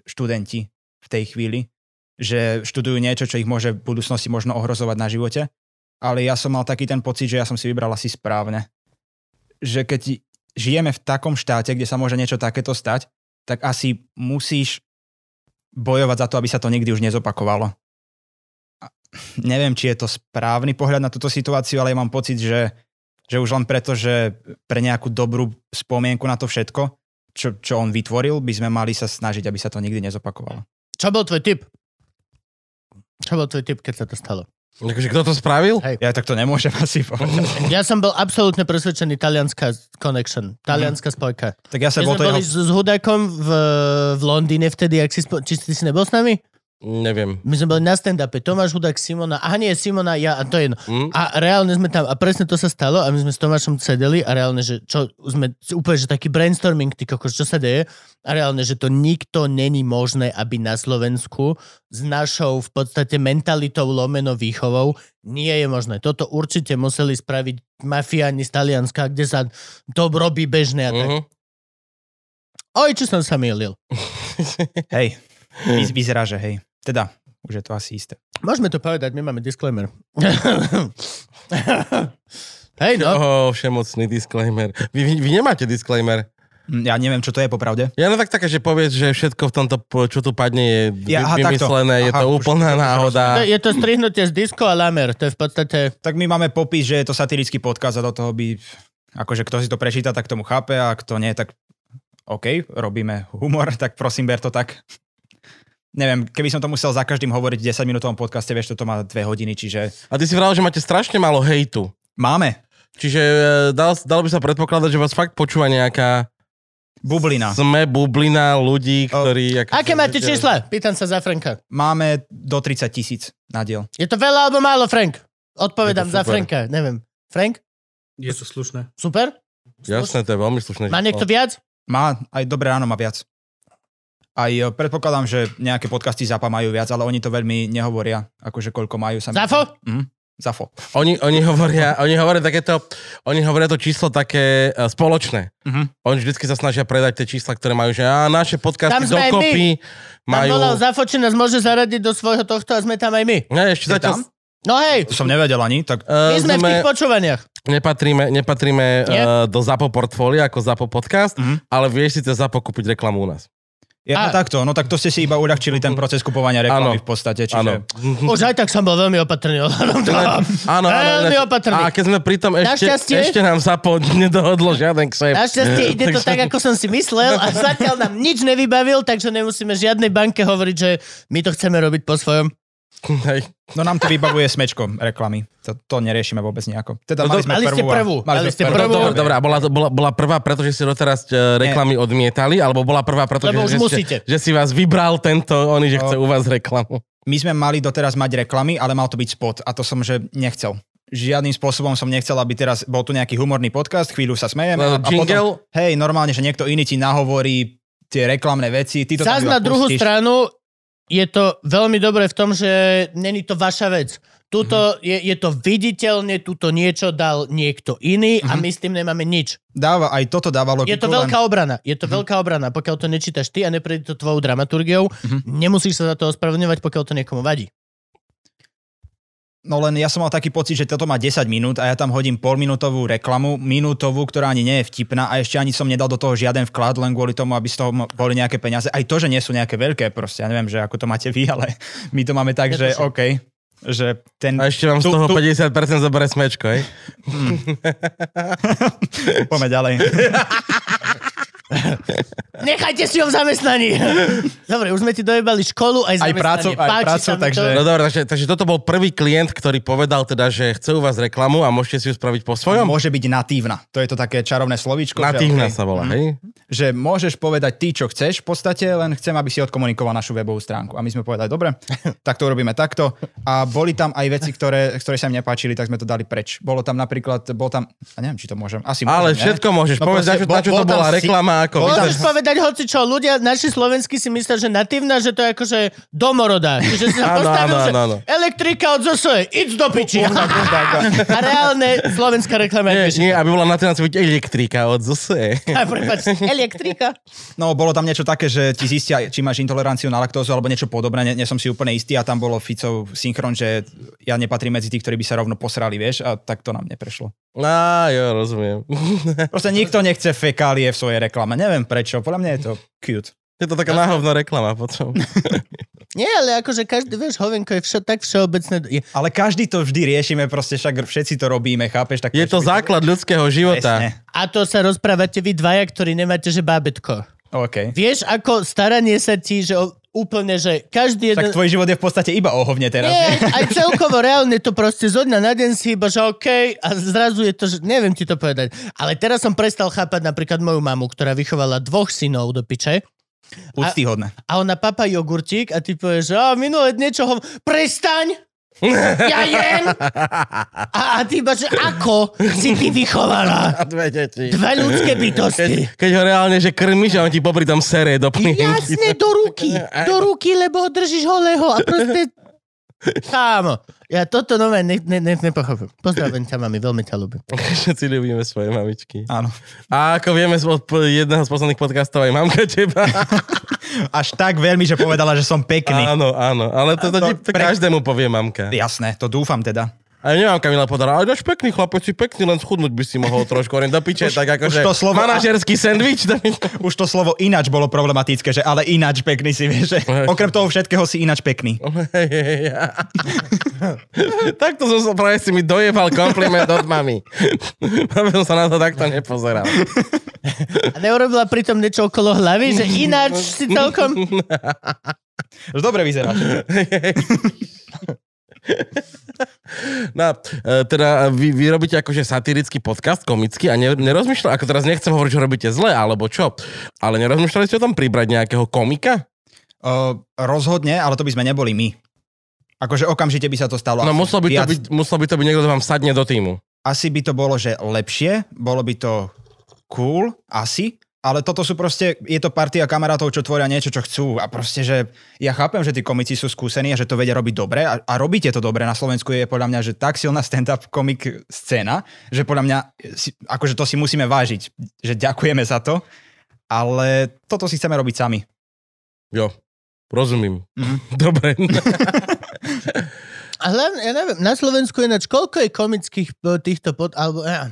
Speaker 5: študenti v tej chvíli, že študujú niečo, čo ich môže v budúcnosti možno ohrozovať na živote. Ale ja som mal taký ten pocit, že ja som si vybral asi správne. Že keď žijeme v takom štáte, kde sa môže niečo takéto stať, tak asi musíš bojovať za to, aby sa to nikdy už nezopakovalo. A Neviem, či je to správny pohľad na túto situáciu, ale ja mám pocit, že, že už len preto, že pre nejakú dobrú spomienku na to všetko, čo, čo on vytvoril, by sme mali sa snažiť, aby sa to nikdy nezopakovalo.
Speaker 1: Čo bol tvoj tip? Čo bol tvoj tip, keď sa to stalo?
Speaker 3: akože kto to spravil?
Speaker 5: Ja tak to nemôžem asi povedať.
Speaker 1: Ja som bol absolútne presvedčený talianská connection, talianská spojka.
Speaker 5: Tak ja
Speaker 1: My
Speaker 5: sa bol Mhm.
Speaker 1: sme
Speaker 5: to
Speaker 1: boli
Speaker 5: jeho...
Speaker 1: s, s Hudakom v, v Londýne vtedy, ak si spo... či ty si nebol s nami?
Speaker 3: Neviem.
Speaker 1: My sme boli na stand-upe, Tomáš Hudák, Simona, a nie, Simona, ja, a to je jedno.
Speaker 3: Hm?
Speaker 1: A reálne sme tam, a presne to sa stalo, a my sme s Tomášom sedeli a reálne, že čo, sme úplne, že taký brainstorming, ty kokos, čo sa deje, a reálne, že to nikto není možné, aby na Slovensku s našou v podstate mentalitou lomeno výchovou nie je možné. Toto určite museli spraviť mafiáni z Talianska, kde sa to robí bežné a tak.
Speaker 3: Mhm.
Speaker 1: Oj, čo som sa mýlil.
Speaker 5: Hej, vy- vyzerá, že hej. Teda, už je to asi isté.
Speaker 1: Môžeme to povedať, my máme disclaimer. Hej, no.
Speaker 3: Oh, všemocný disclaimer. Vy, vy, vy nemáte disclaimer.
Speaker 5: Hm, Ja neviem, čo to je popravde.
Speaker 3: Ja len tak také, že povieš, že všetko v tomto, po- čo tu padne, je ja,
Speaker 5: Ja, aha,
Speaker 3: vymyslené,
Speaker 5: takto.
Speaker 3: je to
Speaker 5: Aha, už-
Speaker 3: úplná
Speaker 5: už- už
Speaker 3: náhoda.
Speaker 1: To- Je to strihnutie z disko a lamer, to je v podstate...
Speaker 5: Tak my máme popis, že je to satirický podcast a do toho by... Akože kto si to prečíta, tak tomu chápe a kto nie, tak OK, robíme humor, <laughs> tak prosím, ber to tak. Neviem, keby som to musel za každým hovoriť v 10-minútovom podcaste, vieš, toto má dve hodiny, čiže
Speaker 3: A ty si vral, že máte strašne málo hejtu.
Speaker 5: máme
Speaker 3: Čiže e, dal, dalo by sa predpokladať, že vás fakt počúva nejaká
Speaker 5: bublina.
Speaker 3: sme bublina ľudí,
Speaker 5: O,
Speaker 3: ktorí... ako-
Speaker 1: Aké máte čísla? Pýtam sa za Franka.
Speaker 5: Máme do 30 tisíc na diel.
Speaker 1: Je to veľa alebo málo, Frank? Odpovedám
Speaker 3: Je to
Speaker 1: za
Speaker 3: super.
Speaker 1: Franka, neviem. Frank?
Speaker 4: Je to slušné.
Speaker 1: Super?
Speaker 3: Jasné, to je veľmi slušné.
Speaker 1: Má niekto viac?
Speaker 5: Má aj dobré ráno, má viac. Aj e, predpokladám, že nejaké podcasty Zapa majú viac, ale oni to veľmi nehovoria, akože koľko majú sami.
Speaker 1: Zafo?
Speaker 5: Mhm. Zafo.
Speaker 3: Oni, oni, hovoria, oni hovoria takéto, oni hovoria to číslo také uh, spoločné.
Speaker 5: Mhm.
Speaker 3: Oni vždycky sa snažia predať tie čísla, ktoré majú, že á, naše podcasty
Speaker 1: Tam sme aj
Speaker 3: dokopy
Speaker 1: Majú... Tam
Speaker 3: majú...
Speaker 1: volal Zafo, či nás môže zaradiť do svojho tohto a sme tam aj my.
Speaker 3: Ne, ešte
Speaker 5: Je
Speaker 3: zatiaľ...
Speaker 5: tam?
Speaker 1: No hej,
Speaker 5: To som nevedel ani, tak
Speaker 1: my
Speaker 3: Uh,
Speaker 1: sme v tých počúvaniach.
Speaker 3: <laughs> nepatríme, nepatríme
Speaker 1: Nie?
Speaker 3: uh, do ZAPO portfólia ako ZAPO podcast,
Speaker 5: Mhm.
Speaker 3: ale vieš si cez ZAPO kúpiť reklamu u nás.
Speaker 5: je
Speaker 1: A-
Speaker 5: to takto. No tak to ste si iba uľahčili ten proces kupovania reklamy
Speaker 3: Áno.
Speaker 5: v podstate. Čiže...
Speaker 3: Áno.
Speaker 1: Už aj tak som bol veľmi opatrný. <laughs> Olanom to.
Speaker 3: Áno, áno.
Speaker 1: Veľmi
Speaker 3: ináč-
Speaker 1: opatrný.
Speaker 3: A keď sme pritom ešte,
Speaker 1: Eh, Našťastie-
Speaker 3: ešte nám ZAPO <laughs> nedohodlo žiaden kšeft. <laughs>
Speaker 1: Našťastie ide to
Speaker 3: Takže-
Speaker 1: tak, ako som si myslel
Speaker 3: <laughs>
Speaker 1: a zatiaľ nám nič nevybavil, takže nemusíme žiadnej banke hovoriť, že my to chceme robiť po svojom.
Speaker 3: Hej.
Speaker 5: No nám to vybavuje smečkom reklamy. To, to neriešime vôbec nejako. Teda
Speaker 3: No
Speaker 5: mali
Speaker 3: do-
Speaker 5: sme
Speaker 1: mali ste
Speaker 5: prvú. a-
Speaker 1: prvú, mali ste
Speaker 3: Dobre,
Speaker 1: prvú.
Speaker 3: No, dobre, dobre, a bola, to- bola, bola prvá, pretože ste doteraz e, reklamy odmietali, alebo bola prvá, pretože
Speaker 1: Lebo už
Speaker 3: že,
Speaker 1: musíte.
Speaker 3: Ste, že si vás vybral tento, oni, že
Speaker 5: No.
Speaker 3: chce u vás reklamu.
Speaker 5: My sme mali doteraz mať reklamy, ale mal to byť spot a to som, že nechcel. Žiadnym spôsobom som nechcel, aby teraz bol tu nejaký humorný podcast, chvíľu sa smejem.
Speaker 3: No,
Speaker 5: a, a potom,
Speaker 3: jingle,
Speaker 5: hej, normálne, že niekto iný ti nahovorí tie reklamné veci, ty to
Speaker 1: Zas
Speaker 5: tam iba
Speaker 1: na druhú
Speaker 5: pustíš.
Speaker 1: stranu je to veľmi dobré v tom, že není to vaša vec.
Speaker 3: Mhm.
Speaker 1: Tuto je, je to viditeľne, tuto niečo dal niekto iný
Speaker 3: Mhm.
Speaker 1: a my s tým nemáme nič.
Speaker 5: Dáva, aj toto dávalo.
Speaker 1: Je to veľká obrana. Je to veľká obrana. Pokiaľ to nečítaš ty a neprejde to tvojou dramaturgiou, nemusíš sa za to ospravedlňovať, pokiaľ to niekomu vadí.
Speaker 5: No len ja som mal taký pocit, že toto má 10 minút a ja tam hodím polminútovú reklamu, minútovú, ktorá ani nie je vtipná a ešte ani som nedal do toho žiaden vklad, len kvôli tomu, aby z toho mo- boli nejaké peniaze. Aj to, že nie sú nejaké veľké proste, ja neviem, že ako to máte vy, <laughs> ale my to máme tak,
Speaker 1: Ja to
Speaker 5: že
Speaker 1: som.
Speaker 5: OK, že ten...
Speaker 3: a ešte vám z
Speaker 5: Tu-
Speaker 3: toho
Speaker 5: tu-
Speaker 3: 50% zoberie smečko, hej?
Speaker 5: Poďme
Speaker 1: <laughs>
Speaker 5: ďalej.
Speaker 1: Nechajte si ho v zamestnaní. Dobre, už sme ti dojebali školu aj
Speaker 5: Aj
Speaker 1: zamestnanie.
Speaker 5: prácu, aj
Speaker 1: Páči
Speaker 5: prácu,
Speaker 1: sa mi
Speaker 5: takže-
Speaker 1: to.
Speaker 3: No dobre, takže, takže toto bol prvý klient, ktorý povedal teda, že chce u vás reklamu a môžete si ju spraviť po svojom?
Speaker 5: Môže byť natívna. To je to také čarovné slovíčko. že
Speaker 3: Natívna
Speaker 5: okej,
Speaker 3: sa volá, hej?
Speaker 5: Že môžeš povedať ty, čo chceš, v podstate len chcem, aby si odkomunikoval našu webovú stránku. A my sme povedali,
Speaker 3: <laughs>
Speaker 5: dobre, tak to urobíme takto. A boli tam aj veci, ktoré, ktoré sa im nepáčili, tak sme to dali preč. Bolo tam napríklad, bol tam, a neviem, či to môžem, asi môžem,
Speaker 3: Ale
Speaker 5: ne?
Speaker 3: všetko môžeš
Speaker 5: No
Speaker 3: povedať, na
Speaker 5: proste,
Speaker 3: čo, na čo
Speaker 5: bol-
Speaker 3: to
Speaker 5: bol tam
Speaker 3: bola
Speaker 5: si-
Speaker 3: reklama, ako
Speaker 5: bol tam
Speaker 1: Môžeš povedať hoci čo, ľudia, naši slovenskí si myslia, že natívna, že to je akože domorodá. Čiže si sa
Speaker 3: Áno,
Speaker 1: postavil,
Speaker 3: áno,
Speaker 1: že
Speaker 3: áno, áno.
Speaker 1: elektrika od ZSE, idz do piči. A reálne slovenská reklama
Speaker 3: Nie,
Speaker 1: je
Speaker 3: nie, aby bola natívna, byť elektrika od ZSE.
Speaker 1: A prepáč, elektrika.
Speaker 5: No, bolo tam niečo také, že ti zistia, či máš intoleranciu na laktózu alebo niečo podobné, nie, nie som si úplne istý a tam bolo Ficov synchron, že ja nepatrím medzi tých, ktorí by sa rovno posrali, vieš, a tak to nám neprešlo.
Speaker 3: <laughs> Á, jo, rozumiem. <laughs>
Speaker 5: Proste nikto nechce fekálie v svojej reklame, neviem prečo, podľa mňa je to cute.
Speaker 3: Je to taká náhovná reklama potom.
Speaker 1: Nie, ale akože každý, vieš, hovenko je vše, tak všeobecné. Je,
Speaker 5: Ale každý to vždy riešime, proste však všetci to robíme, chápeš? Tak
Speaker 3: Je to základ ľudského života.
Speaker 5: Presne.
Speaker 1: a to sa rozprávate vy dvaja, ktorí nemáte, že bábetko.
Speaker 5: OK.
Speaker 1: Vieš, ako staranie sa ti, že o, úplne, že každý jeden...
Speaker 5: Tak tvoj život je v podstate iba ohovne teraz.
Speaker 1: Nie,
Speaker 5: Nie.
Speaker 1: aj- aj celkovo reálne to proste zo dňa na deň si iba, že OK, a zrazu je to, že neviem ti to povedať. Ale teraz som prestal chápať napríklad moju mamu, ktorá vychovala dvoch synov do piče
Speaker 5: Úctyhodné.
Speaker 1: a ona papa jogurtík a ty povieš, že "Á, minule niečo ho... Prestaň! Ja jem! A, a ty iba, že ako si ty vychovala?
Speaker 3: A <laughs> dve deti.
Speaker 1: Dve ľudské bytosti.
Speaker 3: Keď ho reálne, že krmiš a on ti popri tom sere do plienky.
Speaker 1: Jasne, do ruky. Do ruky, lebo ho držíš holého a proste... Kámo, ja toto nové ne, ne, ne, nepochopím. Pozdravím ťa, mami, veľmi ťa ľúbim.
Speaker 3: <laughs> Všetci ľubíme svoje mamičky.
Speaker 5: Áno.
Speaker 3: A ako vieme z od jedného z posledných podcastov aj mamka teba.
Speaker 5: Až tak veľmi, že povedala, že som pekný.
Speaker 3: áno, áno. Ale to, to,
Speaker 5: To
Speaker 3: ti- to
Speaker 5: pre-
Speaker 3: každému povie mamka.
Speaker 5: Jasné, to dúfam teda.
Speaker 3: A nemám Kamila podara, ale náš pekný chlapec, si pekný, len schudnúť by si
Speaker 5: <laughs>
Speaker 3: mohol trošku. Len do piče,
Speaker 5: Už-
Speaker 3: tak
Speaker 5: už
Speaker 3: akože
Speaker 5: to slovo- <laughs>
Speaker 3: manažerský sandwich. do piče. <laughs>
Speaker 5: Už to slovo ináč bolo problematické, že ale ináč pekný si vieš, že okrem toho všetkého si ináč pekný.
Speaker 3: Hej, hej, hej. takto som sa práve si mi dojebal kompliment od mami. <laughs> Práve som sa na to takto nepozeral.
Speaker 1: A neurobila pritom niečo okolo hlavy, že ináč si celkom...
Speaker 3: <laughs>
Speaker 5: Dobre vyzeráš.
Speaker 3: No, e, teda vy, vy robíte akože satirický podcast, komický a ne, nerozmýšľa, ako teraz nechcem hovoriť, že robíte zle alebo čo, ale nerozmýšľali ste o tom pribrať nejakého komika?
Speaker 5: Uh, rozhodne, ale to by sme neboli my. Akože okamžite by sa to stalo.
Speaker 3: No
Speaker 5: asi
Speaker 3: musel by, to
Speaker 5: viac-
Speaker 3: byť, musel by to byť niekto, kto vám sadne do týmu.
Speaker 5: Asi by to bolo, že lepšie, bolo by to cool, asi, Ale toto sú proste, je to partia kamarátov, čo tvoria niečo, čo chcú. A proste, že ja chápem, že tí komici sú skúsení a že to vedia robiť dobre a, a robíte to dobre. Na Slovensku je podľa mňa, že tak silná stand-up komik scéna, že podľa mňa, si, akože to si musíme vážiť, že ďakujeme za to, ale toto si chceme robiť sami.
Speaker 3: Jo, rozumím.
Speaker 5: Mhm.
Speaker 3: Mm-hmm. <laughs> Dobre.
Speaker 1: A hlavne, ja neviem, na Slovensku ináč, koľko je komických e, týchto pod... Alebo, ja,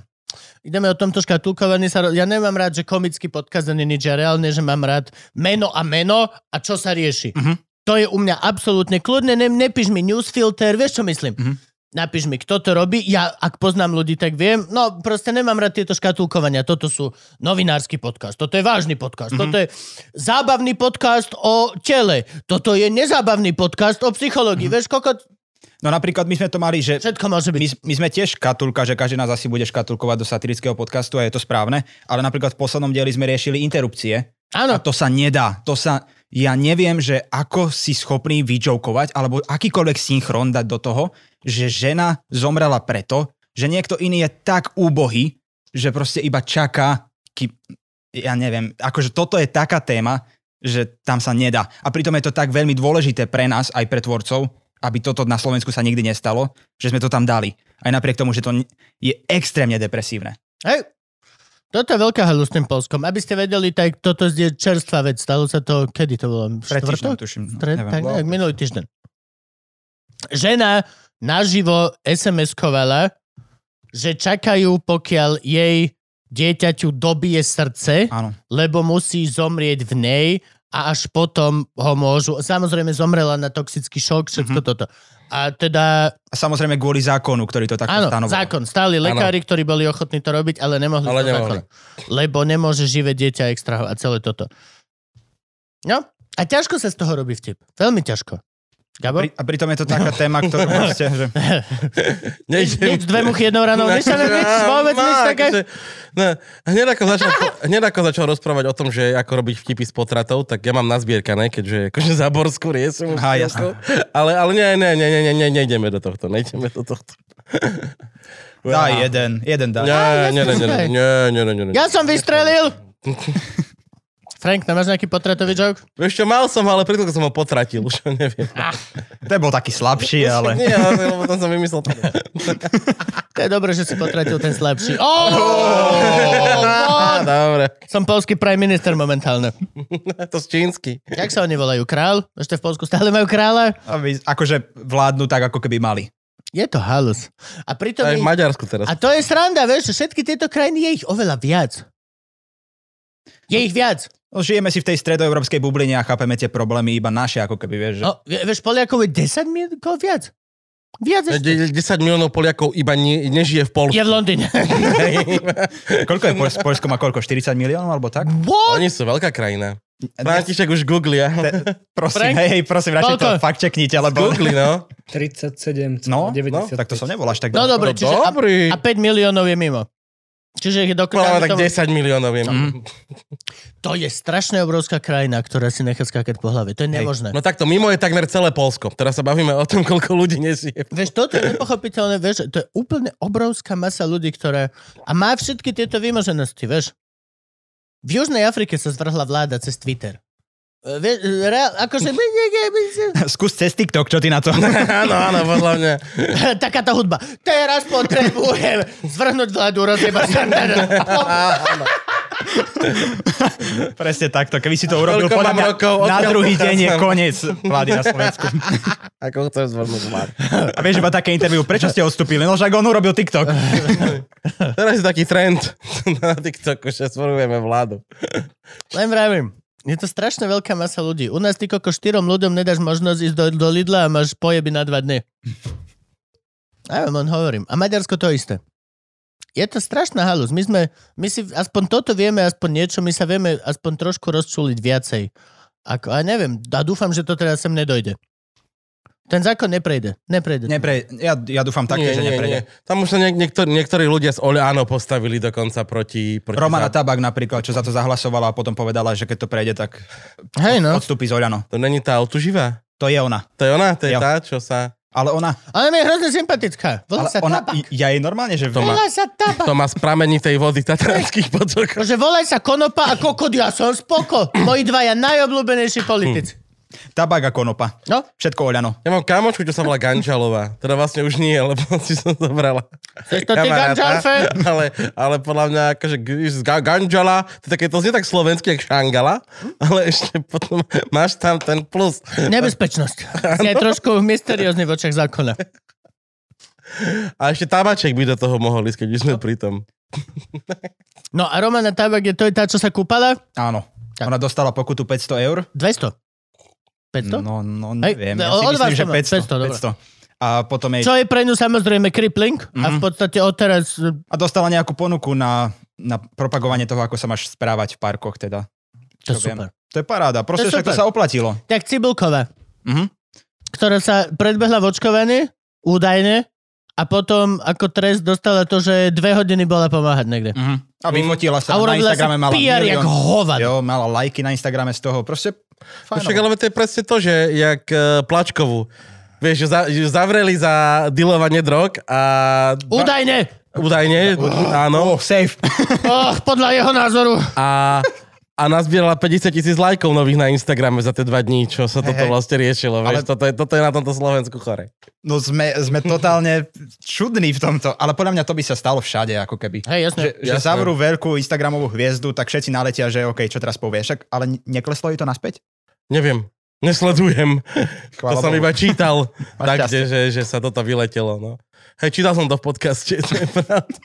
Speaker 1: ideme o tomto škatulkovaní sa... ro- Ja nemám rád, že komický podcast ani nič. Ja reálne, že mám rád meno a meno a čo sa rieši.
Speaker 5: Mhm.
Speaker 1: To je u mňa absolútne kľudné. Ne, nepíš mi newsfilter, vieš, čo myslím?
Speaker 5: Mhm.
Speaker 1: Napíš mi, kto to robí. Ja, ak poznám ľudí, tak viem. No, proste nemám rád tieto škatulkovania. Toto sú novinársky podcast. Toto je vážny podcast. Mm-hmm. Toto je zábavný podcast o tele. Toto je nezábavný podcast
Speaker 5: mhm.
Speaker 1: o psychológii. Mm-hmm. Vieš, koľko...
Speaker 5: No napríklad my sme to mali, že
Speaker 1: Všetko môže byť.
Speaker 5: my, my sme tiež škatulka, že každý nás asi bude škatulkovať do satirického podcastu a je to správne, ale napríklad v poslednom dieli sme riešili interrupcie.
Speaker 1: Áno.
Speaker 5: A to sa nedá. To sa, ja neviem, že ako si schopný vyjokovať alebo akýkoľvek synchron dať do toho, že žena zomrela preto, že niekto iný je tak úbohý, že proste iba čaká, kým, ja neviem, akože toto je taká téma, že tam sa nedá. A pritom je to tak veľmi dôležité pre nás, aj pre tvorcov, aby toto na Slovensku sa nikdy nestalo, že sme to tam dali. Aj napriek tomu, že to n- je extrémne depresívne.
Speaker 1: Hej. Toto je veľká halu s tým Polskom. Aby ste vedeli, tak toto je čerstvá vec. Stalo sa to, kedy to bolo?
Speaker 5: Pred týždňom,
Speaker 1: Štvrtok?
Speaker 5: tuším. No,
Speaker 1: Stred,
Speaker 5: neviem.
Speaker 1: tak, tak, minulý týždeň. Žena naživo SMS-kovala, že čakajú, pokiaľ jej dieťaťu dobije srdce,
Speaker 5: Áno.
Speaker 1: lebo musí zomrieť v nej a až potom ho môžu... Samozrejme, zomrela na toxický šok, všetko
Speaker 5: Mhm.
Speaker 1: mm-hmm. toto. A teda,
Speaker 5: A samozrejme kvôli zákonu, ktorý to takto
Speaker 1: áno,
Speaker 5: stanovoval.
Speaker 1: zákon. Stáli lekári, ktorí boli ochotní to robiť, ale nemohli.
Speaker 3: Ale
Speaker 1: to
Speaker 3: nemohli.
Speaker 1: zákona. Lebo nemôže živé dieťa extrahovať celé toto. No, a ťažko sa z toho robí vtip. Veľmi ťažko. Gabo?
Speaker 5: Pri, a pritom je to taká téma,
Speaker 1: <laughs>
Speaker 5: ktorú proste, že...
Speaker 1: Nič, nič, dve muchy jednou ranou, nič,
Speaker 3: Akože,
Speaker 1: nič,
Speaker 3: <laughs> á,
Speaker 1: vôbec nič
Speaker 3: má,
Speaker 1: také.
Speaker 3: akože, ne, hneď, ako začal, po- hneď ako začal rozprávať o tom, že ako robiť vtipy s potratou, tak ja mám nazbierkané, keďže akože Záborskú riesu.
Speaker 5: Á, jasné.
Speaker 3: Ale, ale nie, nie, nie, nie, nie, nie, nejdeme do tohto, nejdeme do tohto.
Speaker 5: <laughs> Daj jeden, jeden daj.
Speaker 3: Nie, nie, nie, nie, nie, nie, nie, nie, nie.
Speaker 1: Ja som
Speaker 3: <laughs>
Speaker 1: vystrelil! Frank, nemáš nejaký potratový joke?
Speaker 3: Vieš čo, mal som, ho, ale preto som ho potratil, už ho neviem.
Speaker 5: To bol taký slabší, ale...
Speaker 3: <laughs> Nie, ale lebo tam som vymyslel
Speaker 1: <laughs>
Speaker 3: to.
Speaker 1: To je dobré, že si potratil ten slabší.
Speaker 3: <laughs>
Speaker 1: Oh,
Speaker 3: Dobre,
Speaker 1: Som polský prime minister momentálne.
Speaker 3: <laughs> to z čínsky.
Speaker 1: Jak sa oni volajú? Král? Ešte v Polsku stále majú kráľa?
Speaker 5: Aby, akože vládnu tak, ako keby mali.
Speaker 1: Je to halus. A pritom...
Speaker 3: Aj v
Speaker 1: ich-
Speaker 3: Maďarsku teraz.
Speaker 1: A to je sranda, vieš, že všetky tieto krajiny je ich oveľa viac. Je ich viac.
Speaker 5: No, žijeme si v tej stredoeurópskej bubline a chápeme tie problémy iba naše, ako keby, vieš, že...
Speaker 1: No, vie- vieš, Poliakov je 10 miliónov viac. Viac ešte.
Speaker 3: 10 miliónov Poliakov iba nie, nežije v Polsku.
Speaker 1: Je v Londýne.
Speaker 5: <laughs> Koľko je Pols- Polsko má koľko? 40 miliónov alebo tak?
Speaker 1: What?
Speaker 3: Oni sú veľká krajina. František už googlia. <laughs>
Speaker 5: Prosím,
Speaker 1: Frank?
Speaker 5: hej, hej, prosím, radšej to
Speaker 1: Koľko?
Speaker 5: fakt čeknite, lebo...
Speaker 3: Googli, no.
Speaker 4: 37,95.
Speaker 5: No,
Speaker 3: no,
Speaker 5: Tak to som nebol až tak...
Speaker 1: No <laughs> dobre,
Speaker 3: No
Speaker 1: čiže a,
Speaker 3: dobrý.
Speaker 1: a 5 miliónov je mimo. Čiže ich je
Speaker 3: Máme
Speaker 1: dokonca...
Speaker 3: No, tak 10 miliónov, viem. Mm.
Speaker 1: To je strašne obrovská krajina, ktorá si nechá skákať po hlave. To je nemožné.
Speaker 3: No takto, mimo je takmer celé Polsko. Teraz sa bavíme o tom, koľko ľudí nežije.
Speaker 1: Vieš, toto je nepochopiteľné, vieš, to je úplne obrovská masa ľudí, ktoré... A má všetky tieto vymoženosti, vieš. V Južnej Afrike sa zvrhla vláda cez Twitter. E, Vieš, e, reál, akože...
Speaker 5: <laughs> Skús cez TikTok, čo ty na to?
Speaker 3: <laughs> áno, áno, podľa mňa.
Speaker 1: <laughs> Takáto hudba. Teraz potrebujem zvrhnúť vládu, rozjebať sa.
Speaker 5: Presne takto. Keby si to urobil,
Speaker 3: koľko
Speaker 5: podľa
Speaker 3: mám
Speaker 5: mňa,
Speaker 3: rokov,
Speaker 5: na
Speaker 3: odkiaľ
Speaker 5: druhý deň je
Speaker 3: pochádzam?
Speaker 5: koniec vlády na Slovensku.
Speaker 3: Ako chceš zvrnúť vládu.
Speaker 5: A vieš, iba také interviu, prečo ste odstúpili? No, však on urobil TikTok.
Speaker 3: <laughs> Teraz je taký trend <laughs> na TikToku, že zvrnujeme vládu.
Speaker 1: Len vravím. Je to strašne veľká masa ľudí. U nás ty koko štyrom ľuďom nedáš možnosť ísť do, do Lidla a máš pojeby na dva
Speaker 5: <laughs>
Speaker 1: dny. Ja vám len hovorím. A Maďarsko to isté. Je to strašná halus. My sme, my si aspoň toto vieme, aspoň niečo, my sa vieme aspoň trošku rozčuliť viacej. Ako, a neviem, a dúfam, že to teraz sem nedojde. Ten zákon neprejde.
Speaker 5: <laughs>
Speaker 1: Neprejde.
Speaker 5: Nepre, ja, ja dúfam také, že neprejde.
Speaker 3: Tam už sa niek- niektor- niektorí ľudia z Oľano postavili dokonca proti... proti
Speaker 5: Romana
Speaker 3: za-
Speaker 5: Tabak napríklad, čo za to zahlasovala a potom povedala, že keď to prejde, tak
Speaker 1: Hej no.
Speaker 5: odstúpi z Oľano.
Speaker 3: To není tá autuživá?
Speaker 5: To je ona.
Speaker 3: To je ona? To je
Speaker 5: Jo.
Speaker 3: tá, čo sa...
Speaker 5: Ale ona,
Speaker 1: Ale ona je hrozne
Speaker 5: ale
Speaker 1: sympatická. Volá sa
Speaker 5: ona
Speaker 1: tabak.
Speaker 5: ja jej normálne, že...
Speaker 3: To má,
Speaker 1: Volá sa tabak.
Speaker 3: to má z pramenitej vody tatranských potokov.
Speaker 1: Bože, volaj sa Konopa a Kokod, ja som spoko. Moji dvaja najobľúbenejší politici.
Speaker 5: Tabak a konopa.
Speaker 1: No,
Speaker 5: Všetko oľano.
Speaker 3: Ja mám kamočku, čo sa volá Gančalová. Teda vlastne už nie, lebo <laughs> si som zobrala.
Speaker 1: Chceš to ty,
Speaker 3: kamaráta.
Speaker 1: Gančalfe?
Speaker 3: Ale, ale podľa mňa, akože g- z ga- Gančala, to, je také, to znie tak slovenské, jak Šangala, ale ešte potom máš tam ten plus.
Speaker 5: Hm.
Speaker 1: nebezpečnosť. Je trošku mysteriózny v očiach zákona.
Speaker 3: A ešte tabaček by do toho mohol ísť, keď už sme pri tom.
Speaker 1: No a Romana Tabak je to je tá, čo sa kúpala?
Speaker 5: Áno.
Speaker 1: Tak.
Speaker 5: Ona dostala pokutu 500 eur.
Speaker 1: 200. 500?
Speaker 5: No, no,
Speaker 1: Hej,
Speaker 5: neviem.
Speaker 1: to je
Speaker 5: Ja si
Speaker 1: od vás
Speaker 5: myslím, že
Speaker 1: to má. 500, dobre.
Speaker 5: 500. 500. A potom jej...
Speaker 1: Čo je pre ňu samozrejme crippling a
Speaker 5: Mhm.
Speaker 1: v podstate odteraz e,
Speaker 5: A dostala nejakú ponuku na, na propagovanie toho, ako sa máš správať v parkoch teda.
Speaker 1: to
Speaker 5: Čo viem.
Speaker 1: super.
Speaker 5: To je paráda. Proste
Speaker 1: To je
Speaker 5: však to
Speaker 1: super.
Speaker 5: sa oplatilo.
Speaker 1: Tak Cibulková,
Speaker 5: Mhm.
Speaker 1: ktorá sa predbehla v očkovaní, údajne, a potom ako trest dostala to, že dve hodiny bola pomáhať niekde.
Speaker 5: Mhm. A vyfotila sa
Speaker 1: A
Speaker 5: na
Speaker 1: urobila sa
Speaker 5: Instagrame. mala
Speaker 1: PR
Speaker 5: milión-
Speaker 1: jak hovado.
Speaker 5: Jo, mala lajky na Instagrame z toho. Proste
Speaker 3: No však
Speaker 5: fajn.
Speaker 3: ale to je presne to, že jak uh, Plačkovú. Vieš, že, za, že zavreli za dealovanie drog a...
Speaker 1: Údajne!
Speaker 3: Údajne, áno.
Speaker 5: Safe. <laughs>
Speaker 1: Och, Oh, podľa jeho názoru.
Speaker 3: A, a nazbierala 50 tisíc lajkov nových na Instagrame za tie dva dní, čo sa toto
Speaker 5: hej.
Speaker 3: vlastne riešilo. Vieš,
Speaker 5: Ale-
Speaker 3: toto, je, toto je na tomto Slovensku chore.
Speaker 5: No sme, sme totálne čudní v tomto, ale podľa mňa to by sa stalo všade, ako keby.
Speaker 1: Hej, jasné.
Speaker 5: Že, že
Speaker 3: Jasné.
Speaker 5: zavrú veľkú Instagramovú hviezdu, tak všetci naletia, že OK, čo teraz povie. Však, ale ne- nekleslo jej to naspäť?
Speaker 3: Neviem, nesledujem.
Speaker 5: Chvála
Speaker 3: to som
Speaker 5: Bohu.
Speaker 3: iba čítal,
Speaker 5: <laughs> Máš
Speaker 3: tak,
Speaker 5: šťastie.
Speaker 3: že, že, že sa toto vyletelo. No. Hej, čítal som to v podcaste, <laughs> to je pravda.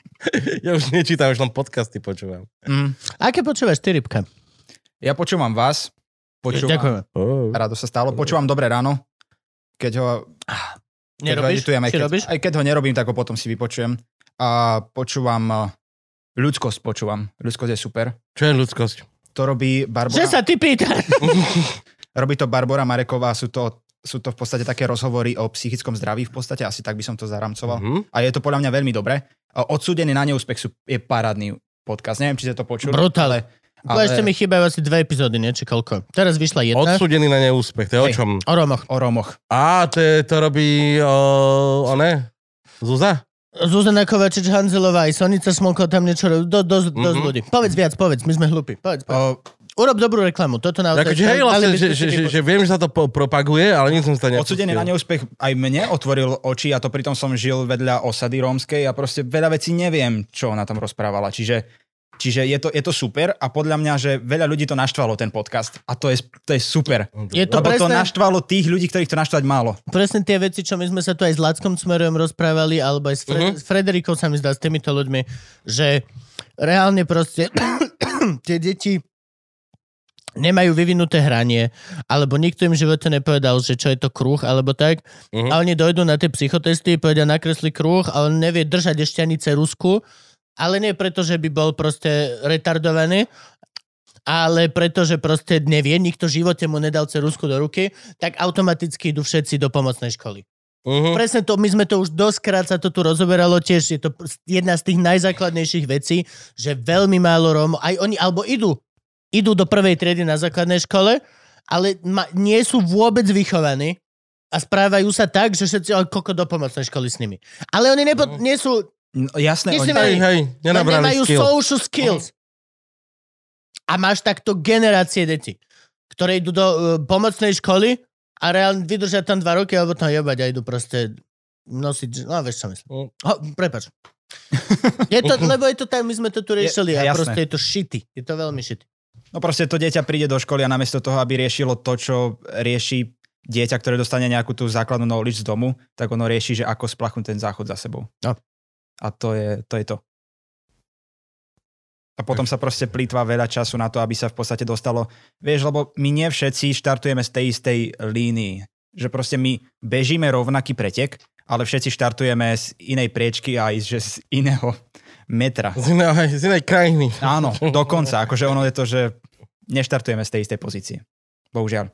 Speaker 3: Ja už nečítam, už len podcasty počúvam.
Speaker 5: Mm.
Speaker 1: Aké počúvaš ty, rybka?
Speaker 5: Ja počúvam vás. Počúvam.
Speaker 1: Ďakujem.
Speaker 3: Oh.
Speaker 1: Hm?
Speaker 5: Rado sa stalo. Počúvam dobré ráno. Keď ho, keď ho
Speaker 1: Nerobíš?
Speaker 5: editujem, aj,
Speaker 1: Či
Speaker 5: keď,
Speaker 1: robíš?
Speaker 5: aj keď ho nerobím, tak ho potom si vypočujem. A počúvam... eh, Ľudskosť počúvam. Ľudskosť je super.
Speaker 3: Čo je ľudskosť?
Speaker 5: To robí
Speaker 1: Že
Speaker 5: Barbora.
Speaker 1: sa ty pýtaš?
Speaker 5: Robí to Barbora Mareková, sú to, sú to v podstate také rozhovory o psychickom zdraví v podstate, asi tak by som to zaramcoval.
Speaker 3: Mhm.
Speaker 5: A je to podľa mňa veľmi dobré. A Odsúdený na neúspech sú, je parádny podcast. Neviem, či ste to počuli.
Speaker 1: Brutál. Ale...
Speaker 5: Ale-
Speaker 1: Ešte mi chýbajú asi dve epizódy, nie? Či koľko? Teraz vyšla jedna.
Speaker 3: Odsudený na neúspech, to je o
Speaker 5: Hej.
Speaker 3: čom?
Speaker 1: O Romoch.
Speaker 5: O Rómoch.
Speaker 3: Á, to, je, to robí... O, o ne? Zúza?
Speaker 1: Zuzana Kovačič-Hanzelová aj Sonica Smolko tam niečo robí. Do, dosť, mm-hmm. dosť
Speaker 3: Mhm.
Speaker 1: ľudí. Povedz viac, povedz, my sme hlúpi. Povedz, povedz.
Speaker 5: O,
Speaker 1: Urob dobrú reklamu. Toto
Speaker 5: No,
Speaker 1: naozaj...
Speaker 3: Akože, hej,
Speaker 1: mali
Speaker 3: vlastne,
Speaker 1: by
Speaker 3: že,
Speaker 1: ste si
Speaker 3: že, že,
Speaker 1: vypočuť.
Speaker 3: že, viem, že sa to po, propaguje, ale nikdy som sa to
Speaker 5: Odsudený na neúspech aj mne otvoril oči a to pritom som žil vedľa osady rómskej a proste veľa vecí neviem, čo ona tam rozprávala. Čiže, čiže je, to, je to super a podľa mňa, že veľa ľudí to naštvalo ten podcast a to je, to je super.
Speaker 1: Je
Speaker 5: To
Speaker 1: to
Speaker 5: Lebo to
Speaker 1: presne,
Speaker 5: naštvalo tých ľudí, ktorých to naštvať málo.
Speaker 1: presne tie veci, čo my sme sa tu aj s Lackom Smerom rozprávali, alebo aj s, Fre-
Speaker 3: Mhm.
Speaker 1: s Frederikou sa mi zdá, s týmito ľuďmi, že reálne proste <clears throat> tie deti nemajú vyvinuté hranie, alebo nikto im v živote nepovedal, že čo je to kruh, alebo tak.
Speaker 3: Mhm.
Speaker 1: A oni dojdú na tie psychotesty, povedia nakresli kruh a on nevie držať ešte ani ceruzku, ale nie preto, že by bol proste retardovaný, ale preto, že proste nevie, nikto v živote mu nedal ceruzku do ruky, tak automaticky idú všetci do pomocnej školy.
Speaker 3: Uh-huh.
Speaker 1: Presne to, my sme to už doskrát sa to tu rozoberalo tiež, je to pr- jedna z tých najzákladnejších vecí, že veľmi málo Rómov, aj oni, alebo idú, idú do prvej triedy na základnej škole, ale ma, nie sú vôbec vychovaní a správajú sa tak, že všetci, ale koko do pomocnej školy s nimi. Ale oni nepo,
Speaker 3: No.
Speaker 1: nie sú,
Speaker 5: No, jasné,
Speaker 1: Ty si
Speaker 5: oni,
Speaker 1: ma-
Speaker 3: Hej, hej, nenabrali
Speaker 1: nemajú
Speaker 3: skill.
Speaker 1: social skills. A máš takto generácie detí, ktoré idú do uh, pomocnej školy a reálne vydržia tam dva roky, alebo tam jebať a idú proste nosiť, no vieš čo myslím.
Speaker 3: Mm.
Speaker 1: Ho, prepač. Je
Speaker 5: <laughs>
Speaker 1: to, lebo je to tam, my sme to tu
Speaker 5: Je-
Speaker 1: riešili
Speaker 5: jasné.
Speaker 1: a proste je to shitty. Je to veľmi shitty.
Speaker 5: no proste to dieťa príde do školy a namiesto toho, aby riešilo to, čo rieši dieťa, ktoré dostane nejakú tú základnú knowledge z domu, tak ono rieši, že ako splachnúť ten záchod za sebou.
Speaker 1: No.
Speaker 5: A to je, to je to. A potom sa proste plýtva veľa času na to, aby sa v podstate dostalo... Vieš, lebo my nie všetci štartujeme z tej istej línii. Že proste my bežíme rovnaký pretek, ale všetci štartujeme z inej priečky a aj že z iného metra.
Speaker 3: Z inej, hej, z inej krajiny.
Speaker 5: Áno, dokonca. Akože ono je to, že neštartujeme z tej istej pozície. Bohužiaľ.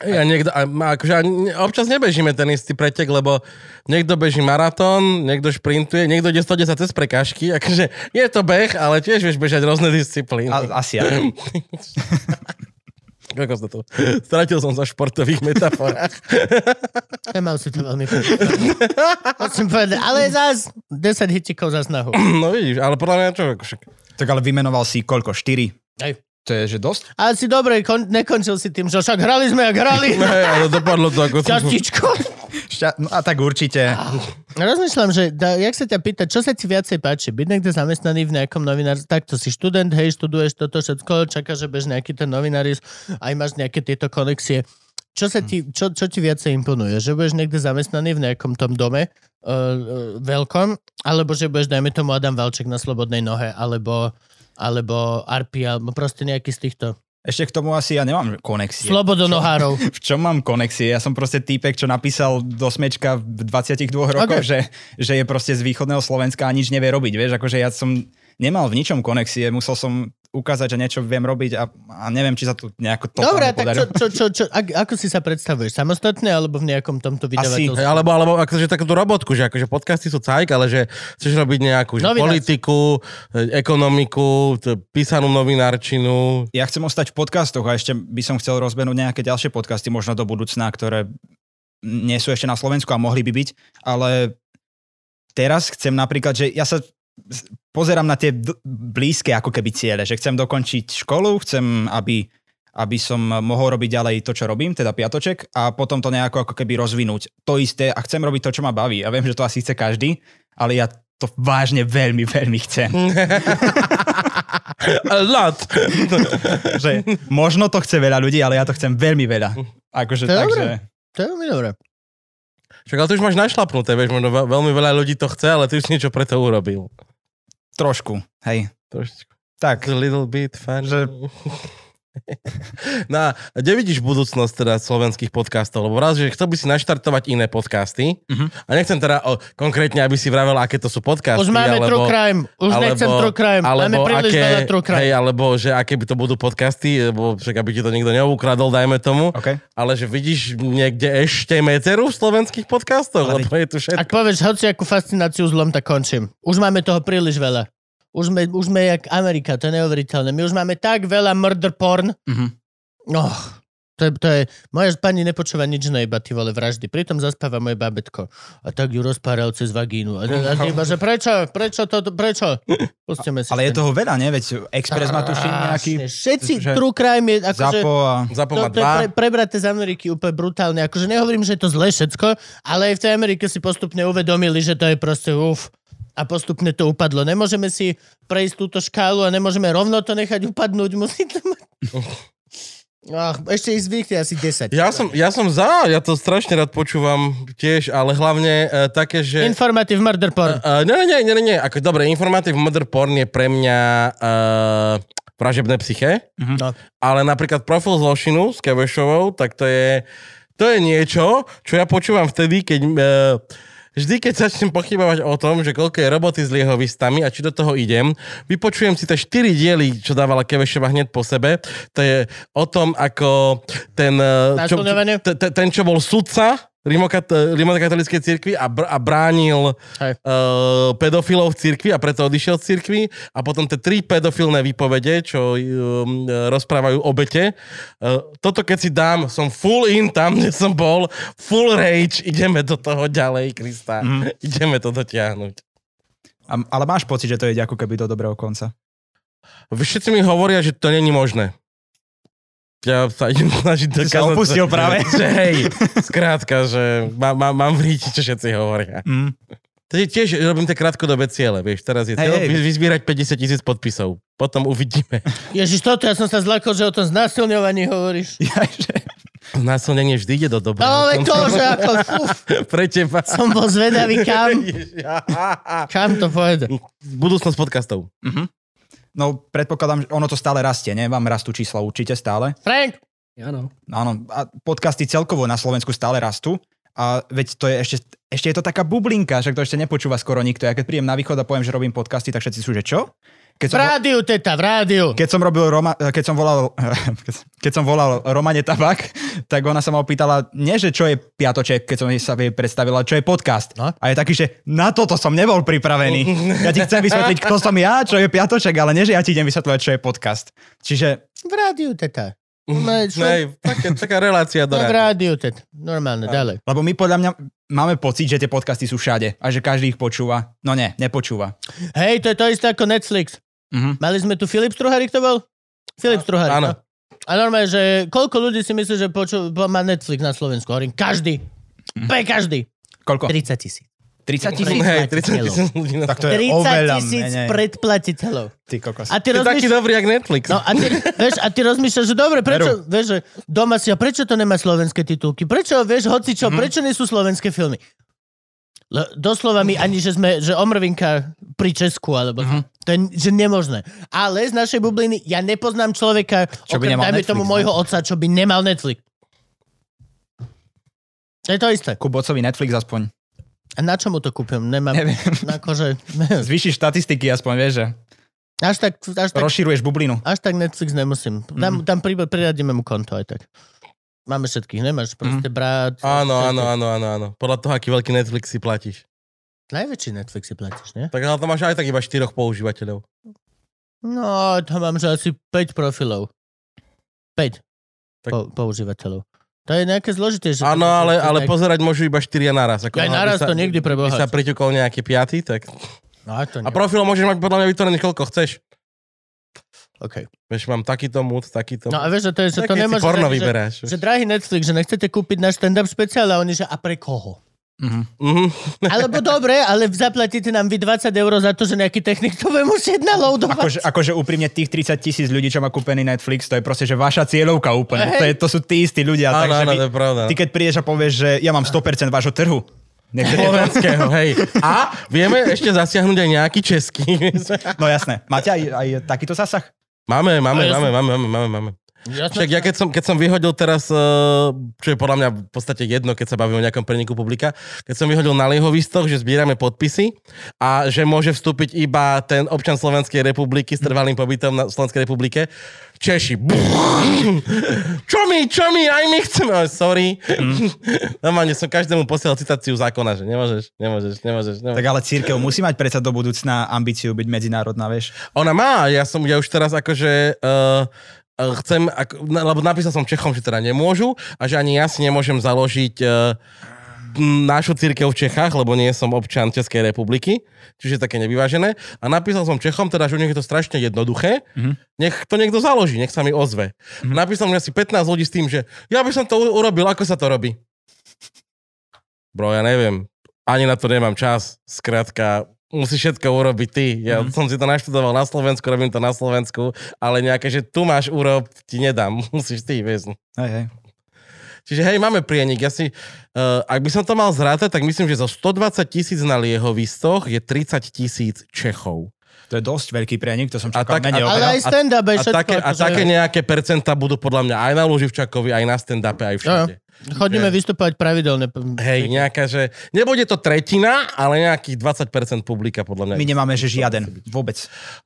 Speaker 3: Ja niekto, a, ma- akože, a ne- občas nebežíme ten istý pretek, lebo niekto beží maratón, niekto šprintuje, niekto ide 110 cez prekážky, <laughs> akože je to beh, ale tiež vieš bežať rôzne disciplíny.
Speaker 5: A, asi ja.
Speaker 3: Koľko to tu? Stratil som sa v športových metaforách. <laughs>
Speaker 1: Nemal si to veľmi predstavu. Musím povedať, ale zás 10 hitikov za snahu.
Speaker 3: No vidíš, ale podľa mňa čo, ako však.
Speaker 5: Tak ale vymenoval si koľko? 4?
Speaker 1: Hej.
Speaker 5: To je, že dosť?
Speaker 1: Ale si dobre, kon- nekončil si tým, že však hrali sme, jak hrali.
Speaker 3: Hej, ale dopadlo to ako...
Speaker 1: Častičko.
Speaker 5: Šťa- no a tak určite.
Speaker 1: Rozmýšľam, že da, jak sa ťa pýta, čo sa ti viacej páči? Byť niekde zamestnaný v nejakom novinárstve, takto si študent, hej, študuješ toto všetko, čaká, že bež nejaký ten novinárist, aj máš nejaké tieto konexie. Čo,
Speaker 5: Hm.
Speaker 1: sa ti, čo, čo ti viacej imponuje? Že budeš niekde zamestnaný v nejakom tom dome uh, uh, veľkom, alebo že budeš, dajme tomu, Adam Valček na slobodnej nohe, alebo alebo RP, alebo proste nejaký z týchto
Speaker 5: Ešte k tomu asi ja nemám konexie.
Speaker 1: slobodonohárov.
Speaker 5: V čom mám konexie? Ja som proste týpek, čo napísal do smečka v 22 rokoch, že, že je proste z východného Slovenska a nič nevie robiť. Vieš, akože ja som nemal v ničom konexie, musel som ukázať, že niečo viem robiť a, a neviem, či sa tu nejako <laughs> to
Speaker 1: Dobre, tak čo,
Speaker 5: podarilo.
Speaker 1: čo, čo, čo, ak, ako si sa predstavuješ? Samostatne alebo v nejakom tomto vydavateľstve?
Speaker 3: Hej, alebo, alebo akože takúto robotku, že akože podcasty sú cajk, ale že chceš robiť nejakú že
Speaker 1: Novinárstvo.
Speaker 3: politiku, e, ekonomiku, t- písanú novinárčinu.
Speaker 5: Ja chcem ostať v podcastoch a ešte by som chcel rozbehnúť nejaké ďalšie podcasty, možno do budúcna, ktoré nie sú ešte na Slovensku a mohli by byť, ale teraz chcem napríklad, že ja sa s- pozerám na tie d- blízke ako keby ciele, že chcem dokončiť školu, chcem, aby, aby som mohol robiť ďalej to, čo robím, teda piatoček a potom to nejako ako keby rozvinúť. To isté a chcem robiť to, čo ma baví. Ja viem, že to asi chce každý, ale ja to vážne veľmi, veľmi chcem.
Speaker 3: <laughs> A lot!
Speaker 5: <laughs> že možno to chce veľa ľudí, ale ja to chcem veľmi veľa. Akože
Speaker 1: To je
Speaker 5: takže...
Speaker 1: dobré. To je veľmi dobré.
Speaker 3: Však ale to už máš našlapnuté, vieš, možno ve- veľmi veľa ľudí to chce, ale ty už si niečo pre to urobil.
Speaker 5: Trošku, hej.
Speaker 3: Trošičku.
Speaker 5: Tak,
Speaker 3: A little bit fun.
Speaker 5: Že-
Speaker 3: <laughs> No a kde vidíš budúcnosť teda slovenských podcastov? Lebo raz, že chcel by si naštartovať iné podcasty
Speaker 5: Mhm.
Speaker 3: a nechcem teda o, konkrétne, aby si vravel, aké to sú podcasty.
Speaker 1: Už máme
Speaker 3: alebo...
Speaker 1: true crime. Už nechcem true crime. Máme príliš veľa true crime.
Speaker 3: Hej, alebo že aké by to budú podcasty, lebo však aby ti to nikto neukradol, dajme tomu.
Speaker 5: OK.
Speaker 3: Ale že vidíš niekde ešte medzeru v slovenských podcastoch,
Speaker 5: Ale-
Speaker 3: lebo je tu všetko.
Speaker 1: Ak povieš hociakú fascináciu zlom, tak končím. Už máme toho príliš veľa. Už sme, už sme jak Amerika, to je neuveriteľné. My už máme tak veľa murder porn.
Speaker 5: Mhm.
Speaker 1: No, to je, to je, moja pani nepočúva nič na iba ty vole vraždy. Pritom zaspáva moje babetko. A tak ju rozpáral cez vagínu. A, a iba, že prečo, prečo to, prečo? Pustíme si.
Speaker 5: Ale je
Speaker 1: to
Speaker 5: toho veľa, ne? Veď Express má tuším nejaký
Speaker 1: Všetci,
Speaker 5: že-
Speaker 1: true crime je akože...
Speaker 5: zapo a...
Speaker 3: Zapo
Speaker 1: To,
Speaker 3: má
Speaker 1: to je
Speaker 3: dva.
Speaker 1: pre, prebraté z Ameriky úplne brutálne. Akože nehovorím, že je to zlé všetko, ale aj v tej Amerike si postupne uvedomili, že to je proste uf. A postupne to upadlo. Nemôžeme si prejsť túto škálu a nemôžeme rovno to nechať upadnúť. Musí to mať... Ach, ešte ich zvykli asi 10.
Speaker 3: Ja som, ja som za, ja to strašne rád počúvam tiež, ale hlavne e, také, že...
Speaker 1: Informative murder porn.
Speaker 3: Uh, nie, nie, nie, nie, nie. Ako, dobre, informatív mother porn je pre mňa uh, vražebné psyché,
Speaker 1: No.
Speaker 3: ale napríklad profil zločinu s Kevešovou, tak to je, to je niečo, čo ja počúvam vtedy, keď... Uh, Vždy, keď začnem pochybovať o tom, že koľko je roboty s liehovistami a či do toho idem, vypočujem si tie štyri diely, čo dávala Kevešova hneď po sebe. To je o tom, ako ten, eh, čo,
Speaker 1: Násilňovanie?
Speaker 3: te- te- ten čo bol sudca Rímokat- rímokatolíckej cirkvi a, br- a bránil
Speaker 1: Hej.
Speaker 3: uh, pedofilov v cirkvi a preto odišiel z cirkvi a potom tie tri pedofilné výpovede, čo um, rozprávajú obete. Uh, toto keď si dám, som full in tam, kde som bol, full rage, ideme do toho ďalej, Krista. Mm. Ideme to dotiahnuť.
Speaker 5: a... Ale máš pocit, že to ide ako keby do dobrého konca.
Speaker 3: Všetci mi hovoria, že to není možné. Ja sa idem snažiť dokázať.
Speaker 5: Ty si sa opustil práve.
Speaker 3: <laughs> Že hej, skrátka, že má, má, mám vríti, čo všetci hovoria.
Speaker 5: Mm.
Speaker 3: To je tiež, robím tie krátkodobé ciele, vieš, teraz je
Speaker 5: Hej,
Speaker 3: cieľ
Speaker 5: hej.
Speaker 3: vy- vyzbierať 50 tisíc podpisov. Potom
Speaker 5: <laughs>
Speaker 3: uvidíme.
Speaker 1: Ježiš, toto ja som sa zlakol, že o tom znásilňovaní hovoríš.
Speaker 5: Ja, že...
Speaker 3: Násilnenie vždy ide do dobra.
Speaker 1: No ale to, že ako... Uf,
Speaker 3: <laughs> Pre teba.
Speaker 1: som bol zvedavý, kam,
Speaker 3: <laughs>
Speaker 1: kam to pojede.
Speaker 3: Budúcnosť podcastov.
Speaker 5: No predpokladám, že ono to stále rastie, ne? Vám rastú čísla určite stále.
Speaker 1: Frank,
Speaker 4: Áno.
Speaker 5: No áno, a podcasty celkovo na Slovensku stále rastú. A veď to je ešte, ešte je to taká bublinka, však to ešte nepočúva skoro nikto. Ja keď príjem na východ a poviem, že robím podcasty, tak všetci sú, že čo? Keď
Speaker 1: v rádiu, teta, v rádiu.
Speaker 5: Keď som robil Roma, keď som volal, <laughs> keď som volal Romane Tabak, tak ona sa ma opýtala, nie že čo je piatoček, keď som jej sa jej predstavila, čo je podcast.
Speaker 1: No.
Speaker 5: A je taký, že na toto som nebol pripravený. Ja ti chcem vysvetliť, kto som ja, čo je piatoček, ale nie, že ja ti idem vysvetľovať, čo je podcast. Čiže
Speaker 1: V rádiu, teta.
Speaker 3: Mhm.
Speaker 1: No, človek,
Speaker 3: Nej, Mm, také, taká relácia do
Speaker 1: no,
Speaker 3: rádia.
Speaker 1: v rádiu, ted. Normálne, ďalej.
Speaker 5: Lebo my podľa mňa máme pocit, že tie podcasty sú všade a že každý ich počúva. No ne, nepočúva.
Speaker 1: Hej, to je to isté ako Netflix.
Speaker 5: Mhm.
Speaker 1: Mali sme tu Filip Struharik, to bol? Filip Struharik,
Speaker 3: áno.
Speaker 1: no. A normálne, že koľko ľudí si myslí, že poču, bo- má Netflix na Slovensku? Hovorím, každý. Pe každý.
Speaker 5: Koľko?
Speaker 1: 30 tisíc.
Speaker 5: 30 Oh. tisíc?
Speaker 3: Hej, 30 tisíc ľudí. No, Na...
Speaker 5: Tak to je
Speaker 1: 30
Speaker 5: oveľa
Speaker 1: tisíc
Speaker 5: menej.
Speaker 1: predplatiteľov.
Speaker 5: Ty kokos.
Speaker 1: A ty
Speaker 3: Ty taký
Speaker 1: rozmýšľaš...
Speaker 3: dobrý, jak Netflix.
Speaker 1: No a ty, vieš, a ty rozmýšľaš, že dobre, prečo, vieš, že doma si, a prečo to nemá slovenské titulky? Prečo, vieš, hoci
Speaker 5: Mhm.
Speaker 1: čo, prečo nie sú slovenské filmy? Le, doslova mi ani, že sme, že omrvinka pri Česku, alebo
Speaker 5: Mhm.
Speaker 1: to je že nemožné. Ale z našej bubliny ja nepoznám človeka,
Speaker 5: Čo
Speaker 1: čo
Speaker 5: by
Speaker 1: okrem,
Speaker 5: nemal
Speaker 1: dajme
Speaker 5: Netflix, no.
Speaker 1: tomu
Speaker 5: ne?
Speaker 1: môjho otca, čo by nemal Netflix. To je to isté.
Speaker 5: Kubocovi Netflix aspoň.
Speaker 1: A na čo mu to kúpim? Nemám.
Speaker 5: Neviem. <laughs>
Speaker 1: Na kože. <laughs>
Speaker 5: Zvýšiš štatistiky aspoň, vieš, že
Speaker 1: Až tak, až tak
Speaker 5: rozširuješ bublinu.
Speaker 1: Až tak Netflix nemusím. Tam, mm. tam pri, priradíme mu konto aj tak. Máme všetkých, nemáš proste mm. brat.
Speaker 3: Áno, áno, áno, áno, áno. Podľa toho, aký veľký Netflix si platíš.
Speaker 1: Najväčší Netflix si platíš, nie?
Speaker 3: Tak ale to máš aj tak iba štyroch používateľov.
Speaker 1: No, tam mám že asi 5 profilov. 5
Speaker 3: Tak-
Speaker 1: po, používateľov. To je nejaké zložité. Že
Speaker 3: Áno,
Speaker 1: to-
Speaker 3: ale,
Speaker 1: to-
Speaker 3: ale
Speaker 1: tak-
Speaker 3: pozerať môžu iba štyria naraz. Ako,
Speaker 1: Aj
Speaker 3: aby
Speaker 1: naraz
Speaker 3: sa-
Speaker 1: to niekdy pre
Speaker 3: By
Speaker 1: Boha.
Speaker 3: sa priťukol nejaký piatý, tak...
Speaker 1: No, a to
Speaker 3: A
Speaker 1: nie.
Speaker 3: profil môžeš mať podľa mňa vytvorený koľko chceš.
Speaker 1: okay.
Speaker 3: Vieš, mám takýto mood, takýto...
Speaker 1: no a vieš, že to je, že
Speaker 3: Tak
Speaker 1: to
Speaker 3: keď si
Speaker 1: nemôže...
Speaker 3: porno
Speaker 1: že-
Speaker 3: vyberáš.
Speaker 1: Že, že drahý Netflix, že nechcete kúpiť náš stand-up špeciál a oni, že a pre koho?
Speaker 5: Mhm.
Speaker 3: Mhm.
Speaker 1: Alebo dobre, ale zaplatíte nám vy 20 eur za to, že nejaký technik to bude musieť naloadovať.
Speaker 5: Akože, akože úprimne tých 30 tisíc ľudí, čo má kúpený Netflix, to je proste, že vaša cieľovka úplne.
Speaker 1: Hej.
Speaker 5: To, je, to sú tí istí ľudia.
Speaker 3: Áno,
Speaker 5: takže
Speaker 3: áno,
Speaker 5: vy,
Speaker 3: to je pravda.
Speaker 5: ty keď prídeš a povieš, že ja mám 100% vášho trhu, nechcete to?
Speaker 3: Slovenského, hej. A vieme ešte zasiahnuť aj nejaký
Speaker 1: <laughs>
Speaker 3: český.
Speaker 5: No jasné. Máte aj, aj takýto zásah?
Speaker 3: Máme, máme,
Speaker 1: Ale ja
Speaker 3: máme, máme, máme, máme, máme. Však ja keď som, keď som vyhodil teraz, eh, čo je podľa mňa v podstate jedno, keď sa bavíme o nejakom preniku publika, keď som vyhodil na liehovistoch, že zbierame podpisy a že môže vstúpiť iba ten občan Slovenskej republiky s trvalým pobytom na Slovenskej republike, Češi. Brrr. Čo mi, čo mi, aj my chceme. Oh, sorry. Normálne som každému posielal citáciu zákona, že nemôžeš, nemôžeš, nemôžeš.
Speaker 5: Tak
Speaker 3: nemôžeš.
Speaker 5: ale církev musí mať predsa do budúcna ambíciu byť medzinárodná, vieš.
Speaker 3: Ona má, ja som, ja už teraz akože... Uh, chcem, ako, na- lebo napísal som Čechom, že teda nemôžu a že ani ja si nemôžem založiť uh, našu církev v Čechách, lebo nie som občan Českej republiky, čiže také nevyvážené. A napísal som Čechom, teda, že u nich je to strašne jednoduché, mm-hmm. nech to niekto založí, nech sa mi ozve. Mm-hmm. Napísal mi asi 15 ľudí s tým, že ja by som to u- urobil, ako sa to robí. Bro, ja neviem, ani na to nemám čas, skrátka, musíš všetko urobiť ty.
Speaker 5: Mhm.
Speaker 3: Ja mm. som si to naštudoval na Slovensku, robím to na Slovensku, ale nejaké, že tu máš urob, ti nedám, <laughs> musíš ty, vieš.
Speaker 5: Hej, hej.
Speaker 3: Čiže hej, máme prienik. Ja si, uh, ak by som to mal zrátať, tak myslím, že zo 120 tisíc na liehovistoch je 30 tisíc Čechov.
Speaker 5: To je dosť veľký prenik, to som
Speaker 3: A
Speaker 5: čakal
Speaker 3: tak-
Speaker 5: menej.
Speaker 3: No, a-
Speaker 1: Ale
Speaker 5: oveľa.
Speaker 1: aj stand-up, aj
Speaker 3: A
Speaker 1: všetko.
Speaker 3: také, a
Speaker 1: akože-
Speaker 3: také nejaké percenta budú podľa mňa aj na Lúživčakovi, aj na stand-upe, aj
Speaker 1: Jo, jo.
Speaker 3: všade.
Speaker 1: Chodíme vystupovať pravidelne.
Speaker 3: Hej, nejaká, že nebude to tretina, ale nejakých 20% publika podľa mňa.
Speaker 5: My nemáme, že žiaden. Vôbec.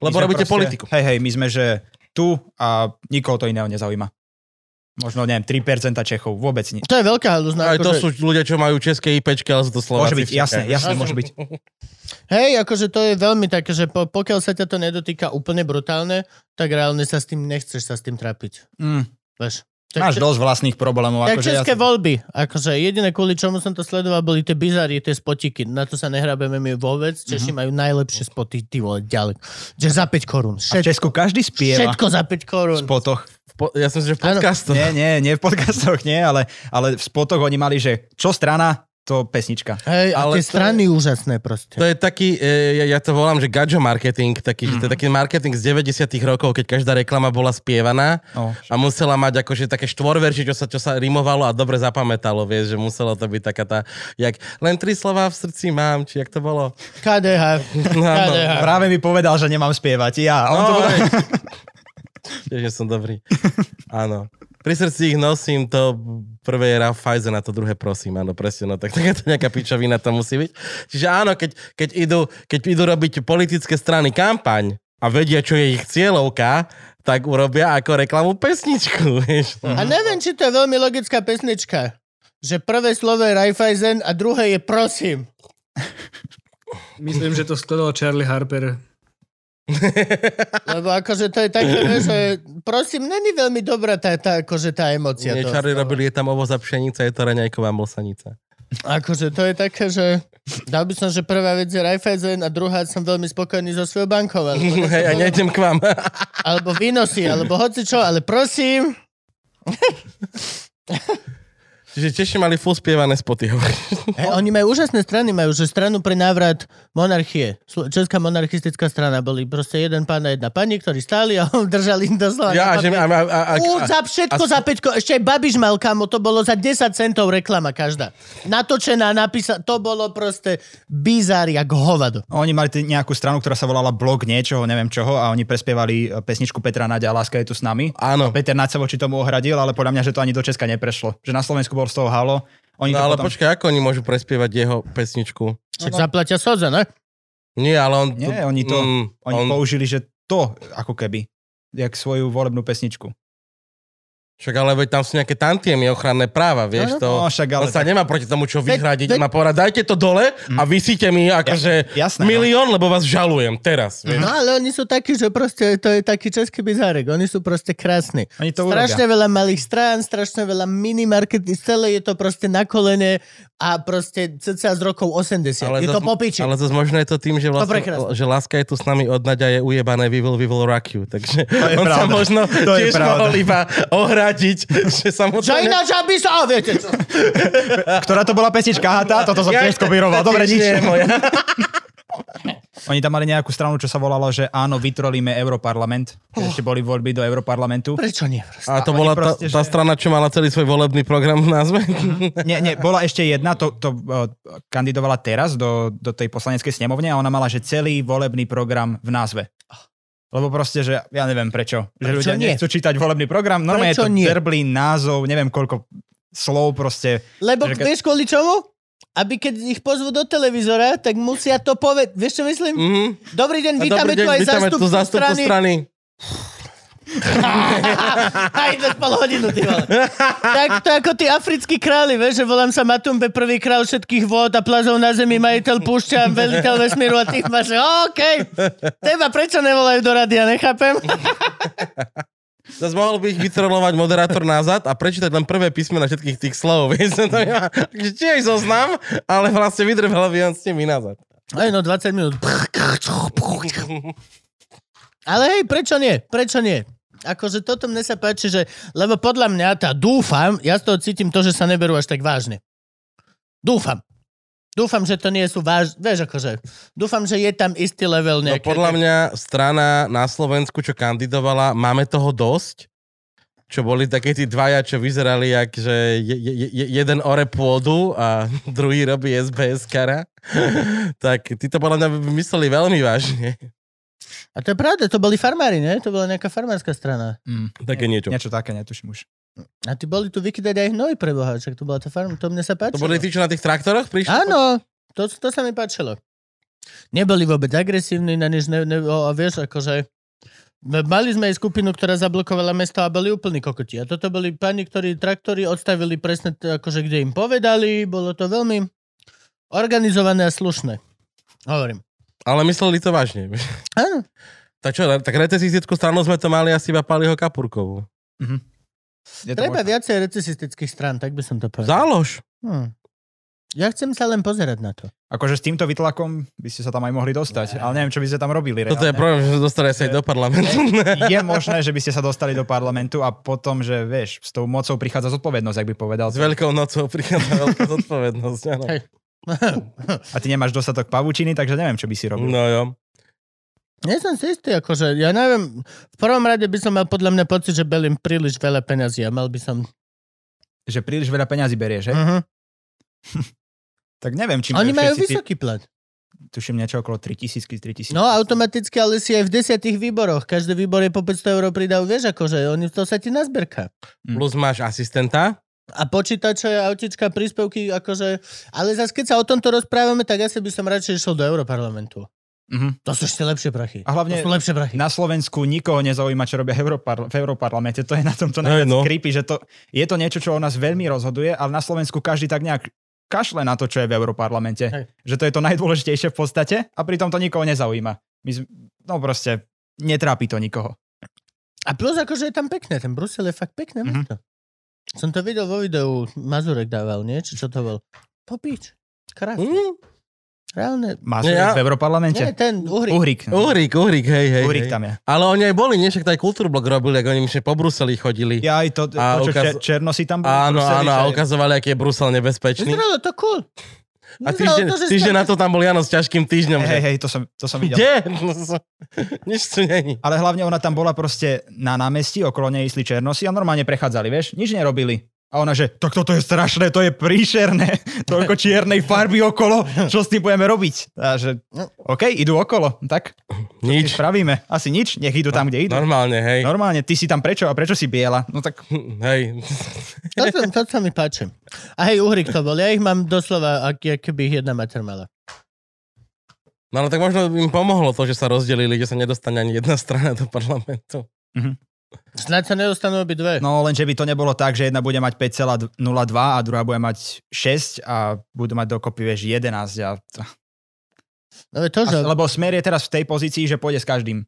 Speaker 5: My
Speaker 3: Lebo
Speaker 5: sme
Speaker 3: robíte politiku.
Speaker 5: Hej, hej, my sme, že tu a nikoho to iného nezaujíma. Možno, neviem, 3% Čechov. Vôbec nie.
Speaker 1: To je veľká akože- halúzna.
Speaker 3: Aj to sú ľudia, čo majú české IPčky, ale sú to Slováci.
Speaker 5: Môže byť,
Speaker 3: v Čechách.
Speaker 5: jasné, jasné, môže byť.
Speaker 1: Hej, akože to je veľmi také, že po, pokiaľ sa ťa to nedotýka úplne brutálne, tak reálne sa s tým nechceš sa s tým trápiť.
Speaker 5: Mm,
Speaker 1: Vieš. Tak,
Speaker 5: máš dosť vlastných problémov.
Speaker 1: Tak
Speaker 5: Akože
Speaker 1: české
Speaker 5: jasné.
Speaker 1: voľby. Akože jediné, kvôli čomu som to sledoval, boli tie bizárie, tie spotiky. Na to sa nehrabeme my vôbec.
Speaker 3: Mhm.
Speaker 1: Češi majú najlepšie spoty, ty vole, ďalej. Že za 5
Speaker 5: A
Speaker 1: korún.
Speaker 5: v
Speaker 1: Všetko,
Speaker 5: Česku každý spieva
Speaker 1: všetko za
Speaker 5: v
Speaker 1: 5 korún.
Speaker 5: spotoch.
Speaker 3: V Po, ja som si, že v
Speaker 1: Áno.
Speaker 3: podcastoch.
Speaker 5: Nie, nie, nie v podcastoch, nie, ale, ale v spotoch oni mali, že čo strana, to pesnička.
Speaker 1: Hej, a
Speaker 3: Ale to
Speaker 1: tie
Speaker 3: je-
Speaker 1: strany úžasné proste.
Speaker 3: To je taký, e, ja, ja to volám, že gadžo marketing, taký, že to je taký marketing z 90 rokov, keď každá reklama bola spievaná
Speaker 5: No.
Speaker 3: a musela mať akože také štvorverši, čo sa, čo sa rimovalo a dobre zapamätalo, vieš, že muselo to byť taká tá, jak len tri slova v srdci mám, či jak to bolo.
Speaker 1: KDH.
Speaker 3: <laughs>
Speaker 1: KDH.
Speaker 5: No, Práve mi povedal, že nemám spievať. Ja, on to
Speaker 3: No,
Speaker 5: povedal.
Speaker 3: hej. <laughs> Vieš, že som dobrý. Áno. Pri srdci ich nosím, to prvé je Raiffeisen a to druhé prosím, áno, presne, no tak takáto nejaká pičovina tam musí byť. Čiže áno, keď, keď, idú, keď idú robiť politické strany kampaň a vedia, čo je ich cieľovka, tak urobia ako reklamu pesničku, <laughs> vieš.
Speaker 1: A neviem, či to je veľmi logická pesnička. Že prvé slovo je Raiffeisen a druhé je prosím.
Speaker 4: Myslím, že to skladal Charlie Harper.
Speaker 1: Lebo akože to je také, vieš, že prosím, není veľmi dobrá tá, tá, akože tá emocia.
Speaker 3: Nie,
Speaker 1: toho.
Speaker 3: čary robili, je tam ovoza pšenica, je to raňajková mlsanica.
Speaker 1: Akože to je také, že dal by som, že prvá vec je Raiffeisen a druhá som veľmi spokojný so svojou bankou. Alebo,
Speaker 3: <laughs> <laughs> Hej, a nejdem k vám.
Speaker 1: alebo výnosy, alebo hoci čo, ale prosím.
Speaker 3: <laughs> Čiže Češi mali full spievané spoty.
Speaker 1: He, oni majú úžasné strany, majú, že stranu pre návrat monarchie. Slo- Česká monarchistická strana boli proste jeden pán a jedna pani, ktorí stáli a <laughs> držali im doslova.
Speaker 3: Ja,
Speaker 1: na
Speaker 3: že... A,
Speaker 1: papier.
Speaker 3: a, a, a,
Speaker 1: Ú,
Speaker 3: a,
Speaker 1: za všetko,
Speaker 3: a-
Speaker 1: za peťko. Ešte aj Babiš mal, kamo, to bolo za 10 centov reklama každá. Natočená, napísaná, to bolo proste bizár jak hovado.
Speaker 5: Oni mali t- nejakú stranu, ktorá sa volala Blog niečoho, neviem čoho, a oni prespievali e, pesničku Petra Naďa, Láska je tu s nami.
Speaker 3: áno.
Speaker 5: Peter Naď sa voči tomu ohradil, ale podľa mňa, že to ani do Česka neprešlo. Že na Slovensku bol z toho halo.
Speaker 3: No
Speaker 5: Oni to
Speaker 3: ale
Speaker 5: potom...
Speaker 3: počkaj, ako oni môžu prespievať jeho pesničku?
Speaker 1: Však zaplatia soza, ne?
Speaker 3: Nie, ale on...
Speaker 5: Nie, oni to-
Speaker 3: Mm,
Speaker 5: Oni
Speaker 3: on,
Speaker 5: on... použili, že to ako keby, jak svoju volebnú pesničku.
Speaker 3: Však ale veď tam sú nejaké tantiemy, ochranné práva, vieš to.
Speaker 5: No, však ale...
Speaker 3: on sa
Speaker 5: tak- Mm.
Speaker 3: nemá proti tomu čo
Speaker 1: Veď-
Speaker 3: vyhradiť,
Speaker 1: veď-
Speaker 3: má povedať, dajte to dole a vysíte mi akože
Speaker 5: Jasné, no. Mm.
Speaker 3: milión, lebo vás žalujem teraz. Vieš.
Speaker 1: No ale oni sú takí, že proste to je taký český bizárek. Oni sú proste krásni.
Speaker 5: no, Oni to
Speaker 1: strašne veľa malých strán, strašne veľa minimarkety, celé je to proste na kolene a proste cca z rokov 80. je
Speaker 3: zas-
Speaker 1: to popiči.
Speaker 3: Ale zase možno je to tým, že, vlastne,
Speaker 1: prekrásne.
Speaker 3: že láska je tu s nami od Naďa je ujebané We will, we will rock you. Takže
Speaker 5: je
Speaker 3: on sa
Speaker 5: pravda.
Speaker 3: možno
Speaker 5: To je
Speaker 3: tiež
Speaker 5: pravda.
Speaker 3: mohol iba ohradiť, <laughs> že sa mu to
Speaker 1: Čo ináč, aby sa... A viete čo?
Speaker 5: Ktorá to bola pesnička? Aha, tá, toto som
Speaker 3: Ja-
Speaker 5: tiež skopíroval.
Speaker 3: to
Speaker 5: Dobre,
Speaker 1: <laughs>
Speaker 3: tiež nie je
Speaker 5: nič.
Speaker 3: moja.
Speaker 5: <laughs> Oni tam mali nejakú stranu, čo sa volalo, že áno, vytrolíme Europarlament. Keď Ešte boli voľby do Europarlamentu.
Speaker 1: Prečo nie? Proste?
Speaker 3: A to
Speaker 5: oni
Speaker 3: bola tá,
Speaker 5: proste,
Speaker 3: tá
Speaker 5: že- Mhm.
Speaker 3: strana, čo mala celý svoj volebný program v názve.
Speaker 5: Nie, nie, bola ešte jedna, to, to uh, kandidovala teraz do, do tej poslaneckej snemovne a ona mala, že celý volebný program v názve. Lebo proste, že ja neviem prečo. Že
Speaker 1: Prečo
Speaker 5: ľudia
Speaker 1: nie?
Speaker 5: nechcú čítať volebný program, normálne je to
Speaker 1: Prečo nie?
Speaker 5: verblý názov, neviem koľko slov proste.
Speaker 1: Lebo
Speaker 5: Že
Speaker 1: Že...
Speaker 5: keď-
Speaker 1: vieš kvôli čomu? Aby keď ich pozvú do televízora, tak musia to povedať. Vieš čo myslím?
Speaker 3: Mhm.
Speaker 1: Dobrý deň,
Speaker 3: A
Speaker 1: vítame
Speaker 3: dobrý
Speaker 1: tu
Speaker 3: deň,
Speaker 1: aj
Speaker 3: vítame
Speaker 1: zástupcu strany. <laughs> Aj to spal hodinu, ty vole. Tak to ako tí africkí králi, vieš, že volám sa Matumbe, prvý král všetkých vôd a plazov na zemi, majiteľ púšťa, veliteľ vesmíru a tých máš, že OK, teba prečo nevolajú do rady, ja nechápem.
Speaker 3: Zas mohol by ich vytrolovať moderátor nazad a prečítať len prvé písmena všetkých tých slov. <laughs> Vieš, to ja, takže tiež zoznam, ale vlastne vydrbal by on s nimi nazad.
Speaker 1: Aj no, 20 minút. Ale hej, prečo nie? Prečo nie? Akože toto mne sa páči, že... Lebo podľa mňa tá dúfam, ja z toho cítim to, že sa neberú až tak vážne. Dúfam. Dúfam, že to nie sú váž... Vieš, akože... Dúfam, že je tam istý level
Speaker 3: No
Speaker 1: nejaký...
Speaker 3: podľa mňa strana na Slovensku, čo kandidovala, máme toho dosť? Čo boli také tí dvaja, čo vyzerali jak, že je, je, je, jeden ore pôdu a <laughs> druhý robí SBS kara. tak títo podľa mňa mysleli veľmi vážne. <laughs>
Speaker 1: A to je pravda, to boli farmári, nie? To bola nejaká farmárska strana.
Speaker 5: Mm,
Speaker 3: Také niečo.
Speaker 5: niečo také, netuším už.
Speaker 1: A ty boli tu vykydať aj hnoj pre Boha, však to bola tá farma, to mne sa
Speaker 3: To
Speaker 1: páčilo.
Speaker 3: boli tí, čo na tých traktoroch prišli?
Speaker 1: Áno, to, to sa mi páčilo. Neboli vôbec agresívni na nič, ne, ne, o, a vieš, akože... Mali sme aj skupinu, ktorá zablokovala mesto a boli úplní kokoti. A toto boli pani, ktorí traktory odstavili presne, t- akože kde im povedali. Bolo to veľmi organizované a slušné. Hovorím.
Speaker 3: Ale mysleli to vážne.
Speaker 1: Áno.
Speaker 3: Tak čo, tak recesistickú stranu sme to mali asi iba Paliho Kapurkovú.
Speaker 5: Je to
Speaker 1: Treba
Speaker 5: možné.
Speaker 1: viacej recesistických strán, tak by som to povedal.
Speaker 3: Zálož.
Speaker 1: Hm. Ja chcem sa len pozerať na to.
Speaker 5: Akože s týmto vytlakom by ste sa tam aj mohli dostať, ale neviem, čo by ste tam robili.
Speaker 3: Toto je
Speaker 5: reálne.
Speaker 3: problém, že sme dostali sa aj do
Speaker 5: <laughs>
Speaker 3: parlamentu.
Speaker 5: je možné, že by ste sa dostali do parlamentu a potom, že vieš, s tou mocou prichádza zodpovednosť, ak by povedal.
Speaker 3: S veľkou nocou prichádza veľká zodpovednosť. Áno.
Speaker 1: Hej.
Speaker 5: A ty nemáš dostatok pavučiny, takže neviem, čo by si robil.
Speaker 3: No jo.
Speaker 1: Nie som si istý, akože, ja neviem, v prvom rade by som mal podľa mňa pocit, že belím príliš veľa peňazí a mal by som...
Speaker 5: Že príliš veľa peňazí berieš, hej?
Speaker 1: Uh-huh.
Speaker 5: Tak neviem, či
Speaker 1: Oni majú
Speaker 5: všetci
Speaker 1: vysoký plat.
Speaker 5: Tí, tuším niečo okolo 3000, 3000.
Speaker 1: No automaticky, ale si aj v desiatých výboroch. Každý výbor je po 500 eur pridajú, vieš akože, oni to sa ti nazberka.
Speaker 5: Hm.
Speaker 3: Plus máš asistenta.
Speaker 1: A počítače, autička, príspevky, akože... Ale zase, keď sa o tomto rozprávame, tak asi by som radšej išiel do Europarlamentu.
Speaker 5: Mhm.
Speaker 1: To sú ešte lepšie prachy.
Speaker 5: A hlavne-
Speaker 1: To sú lepšie prachy.
Speaker 5: Na Slovensku nikoho nezaujíma, čo robia Europarl- v Europarlamente. To je na tomto
Speaker 3: Hej,
Speaker 5: najviac
Speaker 3: no.
Speaker 5: no. creepy, že to, je to niečo, čo o nás veľmi rozhoduje, ale na Slovensku každý tak nejak kašle na to, čo je v Europarlamente.
Speaker 1: Hej.
Speaker 5: Že to je to najdôležitejšie v podstate a pritom to nikoho nezaujíma. My sme, no proste, netrápi to nikoho.
Speaker 1: A plus akože je tam pekné, ten Brusel je fakt pekné
Speaker 5: Mhm.
Speaker 1: mesto. Som to videl vo videu, Mazurek dával, nie? Či čo to bol? Popíč. Krásne.
Speaker 5: Mhm.
Speaker 3: Mm,
Speaker 1: Reálne.
Speaker 5: Máš
Speaker 3: Nie, ja-
Speaker 5: ja, v Europarlamente?
Speaker 1: Nie, ten uhrik.
Speaker 5: Uhrik. no.
Speaker 3: uhrík, uhrík, hej, hej. hej.
Speaker 5: Uhrik Mhm. tam je.
Speaker 3: Ale oni aj boli, nie? Však to aj Kultúrblok robili, ako oni myšli po Bruseli chodili.
Speaker 5: Ja aj to, to
Speaker 3: A
Speaker 5: čo,
Speaker 3: ukaz-
Speaker 5: ukaz... Černo si tam bol.
Speaker 3: Áno,
Speaker 5: Bruseli,
Speaker 3: áno,
Speaker 5: že
Speaker 3: a
Speaker 5: aj-
Speaker 3: ukazovali, aký je Brusel nebezpečný.
Speaker 1: Vyzeralo to cool.
Speaker 3: A
Speaker 1: Vyzeralo
Speaker 3: týždeň,
Speaker 1: to, že
Speaker 3: týždeň
Speaker 1: sa-
Speaker 3: na to tam bol Jano s ťažkým týždňom.
Speaker 5: Hej,
Speaker 3: že...
Speaker 5: hej, to som, to som
Speaker 3: <laughs>
Speaker 5: videl.
Speaker 3: Kde? Nič tu není.
Speaker 5: Ale hlavne ona tam bola proste na námestí, okolo nej išli černosi a normálne prechádzali, vieš, nič nerobili. A ona, že tak toto je strašné, to je príšerné, <laughs> toľko čiernej farby okolo, čo s tým budeme robiť? A že, OK, idú okolo, tak čo
Speaker 3: Nič.
Speaker 5: spravíme. Asi nič, nech idú tam, kde idú.
Speaker 3: Normálne, hej.
Speaker 5: Normálne, ty si tam prečo a prečo si biela? No tak
Speaker 3: Hm, Hej.
Speaker 1: To, to, to sa mi páči. A hej, uhrik to bol. Ja ich mám doslova, ak, ak by ich jedna mater mala.
Speaker 3: No ale tak možno im pomohlo to, že sa rozdelili, že sa nedostane ani jedna strana do parlamentu.
Speaker 1: Snáď sa nedostanú obi dve. No.
Speaker 5: No lenže by to nebolo tak, že jedna bude mať 5,02 a druhá bude mať 6 a budú mať dokopy, vieš, 11. A...
Speaker 1: no veď to,
Speaker 5: A,
Speaker 1: že...
Speaker 5: lebo smer je teraz v tej pozícii, že pôjde s každým.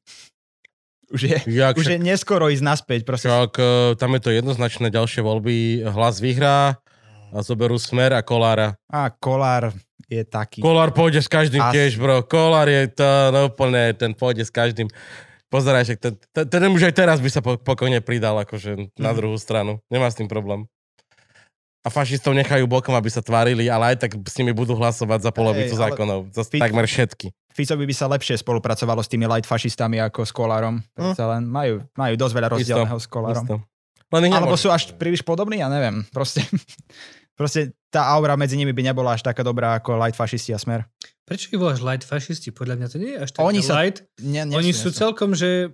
Speaker 5: Už je,
Speaker 3: Jak,
Speaker 5: už je neskoro ísť naspäť, proste.
Speaker 3: však, eh, tam je to jednoznačné, ďalšie voľby, hlas vyhrá a zoberú smer a kolára.
Speaker 5: A kolár je taký.
Speaker 3: Kolár pôjde s každým
Speaker 5: Asi.
Speaker 3: tiež, bro. Kolár je to no, úplne, ten pôjde s každým. Pozeraj, však ten, ten, ten už aj teraz by sa po, pokojne pridal akože na
Speaker 5: Mhm.
Speaker 3: druhú stranu. Nemá s tým problém. A fašistov nechajú bokom, aby sa tvárili, ale aj tak s nimi budú hlasovať za polovicu
Speaker 5: Hej, ale-
Speaker 3: zákonov. Za
Speaker 5: Fi-
Speaker 3: takmer všetky.
Speaker 5: Ficovi by sa lepšie spolupracovalo s tými light fašistami ako s
Speaker 4: Hm.
Speaker 5: kolárom. Predsa len majú, majú dosť veľa rozdielného s kolárom.
Speaker 3: Isto. Len ich
Speaker 5: Alebo
Speaker 3: nemôžu.
Speaker 5: sú až príliš podobní, ja neviem. Proste, <laughs> proste tá aura medzi nimi by nebola až taká dobrá ako light fašisti a smer.
Speaker 4: Prečo ich voláš light fašisti? Podľa mňa to nie je až tak
Speaker 5: Oni sa-
Speaker 4: light.
Speaker 5: Nie, nie
Speaker 4: Oni
Speaker 5: nie
Speaker 4: sú celkom, že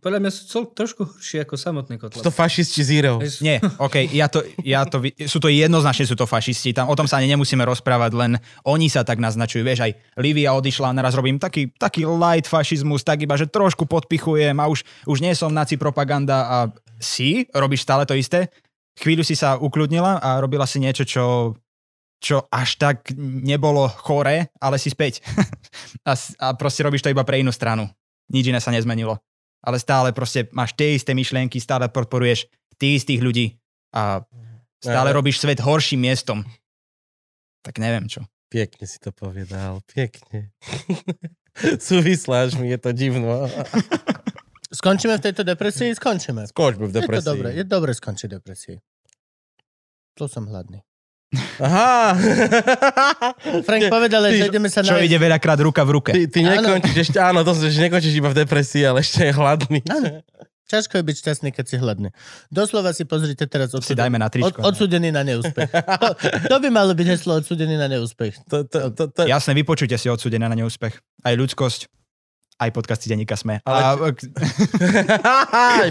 Speaker 4: podľa mňa sú cel, trošku horší ako samotné
Speaker 3: Sú to
Speaker 4: kotle.
Speaker 3: fašisti zero.
Speaker 4: Hej, sú-
Speaker 5: Nie, OK, ja to, ja to, vi- sú to jednoznačne sú to fašisti, tam o tom sa ani nemusíme rozprávať, len oni sa tak naznačujú, vieš, aj Livia odišla a naraz robím taký, taký light fašizmus, tak iba, že trošku podpichujem a už, už nie som naci propaganda a si, robíš stále to isté, chvíľu si sa ukľudnila a robila si niečo, čo, čo až tak nebolo chore, ale si späť. <laughs> a, s- a proste robíš to iba pre inú stranu. Nič iné sa nezmenilo. Ale stále proste máš tie isté myšlienky, stále podporuješ tých istých ľudí a stále
Speaker 3: Ale-
Speaker 5: robíš svet horším miestom. Tak neviem čo.
Speaker 3: Pekne si to povedal, pekne. <laughs> Súvisláš mi, je to divno.
Speaker 1: Skončíme v tejto depresii? Skončíme.
Speaker 3: Skočme v
Speaker 1: Je to
Speaker 3: depresii.
Speaker 1: dobre, je dobre skončiť depresii. Tu som hladný.
Speaker 3: Aha!
Speaker 1: <laughs> Frank povedal,
Speaker 3: ty-
Speaker 1: že ideme sa
Speaker 5: Čo
Speaker 1: nájsť.
Speaker 5: ide veľakrát ruka v ruke.
Speaker 3: Ty, ty nekončíš ešte, áno, to som, že nekončíš iba v depresii, ale ešte je hladný.
Speaker 1: Áno. Ťažko je byť šťastný, keď si hladný. Doslova si pozrite teraz
Speaker 5: Si
Speaker 1: odsuden-
Speaker 5: dajme na
Speaker 1: od,
Speaker 5: tričko. no.
Speaker 1: odsudený na neúspech. To, to by malo byť heslo odsudený na neúspech.
Speaker 3: To, to, to, to, ja.
Speaker 5: Jasné, vypočujte si odsudené na neúspech. Aj ľudskosť, aj podcasty denníka Sme.
Speaker 3: Ale
Speaker 5: A,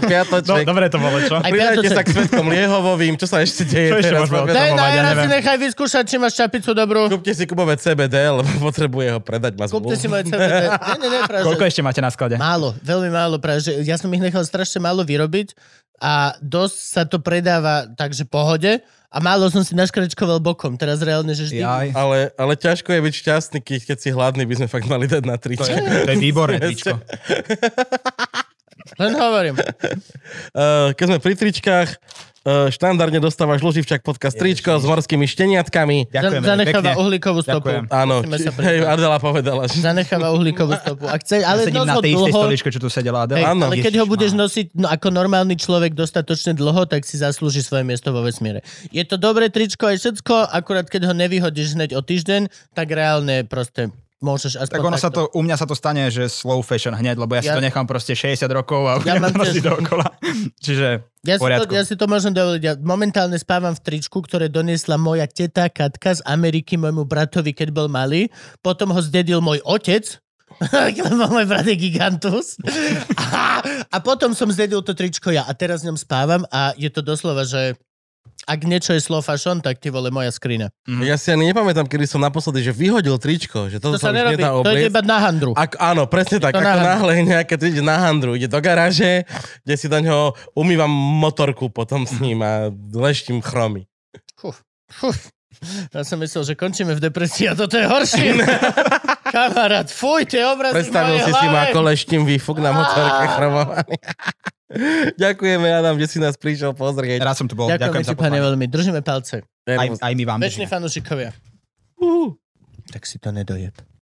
Speaker 3: Aj
Speaker 5: no,
Speaker 3: piatoček.
Speaker 5: dobre to bolo, čo?
Speaker 1: Aj
Speaker 3: Pridajte
Speaker 1: piatoček.
Speaker 3: sa k
Speaker 1: <laughs>
Speaker 3: Svetkom Liehovovým, čo sa ešte deje
Speaker 5: Čo ešte
Speaker 3: teraz?
Speaker 5: môžeme
Speaker 3: Poďme
Speaker 1: Daj
Speaker 5: Vedomovať,
Speaker 1: na
Speaker 5: ja
Speaker 1: raz si
Speaker 5: neviem.
Speaker 1: nechaj vyskúšať, či máš čapicu dobrú.
Speaker 3: domov. <laughs> Kúpte si kubové CBD, lebo <laughs> potrebuje ho predať. Má
Speaker 1: Kúpte
Speaker 3: zmluvu.
Speaker 1: si moje CBD.
Speaker 5: <laughs>
Speaker 1: Ne, ne, ne, práve,
Speaker 5: Koľko
Speaker 1: že-
Speaker 5: ešte máte na sklade?
Speaker 1: Málo, veľmi málo. Práve, že ja som ich nechal strašne málo vyrobiť a dosť sa to predáva takže pohode a málo som si naškrečkoval bokom. Teraz reálne, že vždy...
Speaker 5: Jaj.
Speaker 3: Ale, ale ťažko je byť šťastný, keď, keď si hladný, by sme fakt mali dať na
Speaker 5: To je,
Speaker 3: trička.
Speaker 5: to <laughs> je výborné tričko.
Speaker 1: Len hovorím.
Speaker 3: Eh, keď sme pri tričkách, eh, štandardne dostávaš Luživčak podcast tričko s morskými šteniatkami.
Speaker 5: Ďakujem
Speaker 1: Zan-
Speaker 5: veľmi
Speaker 1: zanecháva
Speaker 5: pekne.
Speaker 1: uhlíkovú stopu.
Speaker 5: Ďakujem.
Speaker 3: Áno,
Speaker 1: Musíme sa
Speaker 3: či-
Speaker 1: priznať.
Speaker 3: hej, Adela povedala, že
Speaker 1: Zanecháva uhlíkovú stopu. Ak chce, ale
Speaker 5: Sedím na
Speaker 1: nosho
Speaker 5: tej istej
Speaker 1: dlho,
Speaker 5: stoličke, čo tu sedela
Speaker 1: hej,
Speaker 5: Adela.
Speaker 3: Áno.
Speaker 1: ale keď ho
Speaker 5: Ježišmar.
Speaker 1: budeš nosiť no, ako normálny človek dostatočne dlho, tak si zaslúži svoje miesto vo vesmíre. Je to dobré tričko aj všetko, akurát keď ho nevyhodíš hneď o týždeň, tak reálne proste môžeš aspoň
Speaker 5: Tak ono sa
Speaker 1: takto.
Speaker 5: to, u mňa sa to stane, že slow fashion hneď, lebo ja, si to
Speaker 1: Ja-
Speaker 5: nechám proste 60 rokov a ja
Speaker 1: Ja
Speaker 5: budem
Speaker 1: mám
Speaker 5: to nosiť
Speaker 1: tiež-
Speaker 5: dookola. Čiže
Speaker 1: Ja si, to,
Speaker 5: poriadku.
Speaker 1: ja si to môžem dovoliť. Ja momentálne spávam v tričku, ktoré doniesla moja teta Katka z Ameriky môjmu bratovi, keď bol malý. Potom ho zdedil môj otec, <laughs> lebo môj brat je gigantus. <laughs> A, a potom som zdedil to tričko ja a teraz v ňom spávam a je to doslova, že ak niečo je slow fashion, tak ty vole moja skrina.
Speaker 3: ja si ani nepamätám, kedy som naposledy, že vyhodil tričko, že
Speaker 1: Mhm. To
Speaker 3: toto sa
Speaker 1: sa
Speaker 3: už
Speaker 1: nerobí,
Speaker 3: nedá
Speaker 1: to je
Speaker 3: obliecť.
Speaker 1: iba na handru.
Speaker 3: Ako, áno, presne tak.
Speaker 1: to na
Speaker 3: Ako
Speaker 1: handru.
Speaker 3: náhle je nejaké tričko na handru, ide do garáže, kde si do ňoho umývam motorku potom s ním a leštím chromy.
Speaker 1: Fuf, fuf. Ja som myslel, že končíme v depresii a toto
Speaker 3: <laughs>
Speaker 1: je horšie. Kamarát, fuj, tie obrazy
Speaker 3: Predstavil
Speaker 1: v mojej
Speaker 3: si si
Speaker 1: hlave.
Speaker 3: ma ako leštím výfuk na
Speaker 1: <laughs>
Speaker 3: motorke chromovaný. <laughs> Ďakujeme, Adam, že si nás prišiel pozrieť.
Speaker 5: Rád som tu bol.
Speaker 1: Ďakujeme
Speaker 5: Ďakujem,
Speaker 1: ti,
Speaker 5: za
Speaker 1: pane,
Speaker 5: pozvanie.
Speaker 1: veľmi. Držíme palce.
Speaker 5: Aj, aj my vám.
Speaker 1: Večne
Speaker 5: držíme.
Speaker 1: fanúšikovia. teda. Tak si to nedojeb.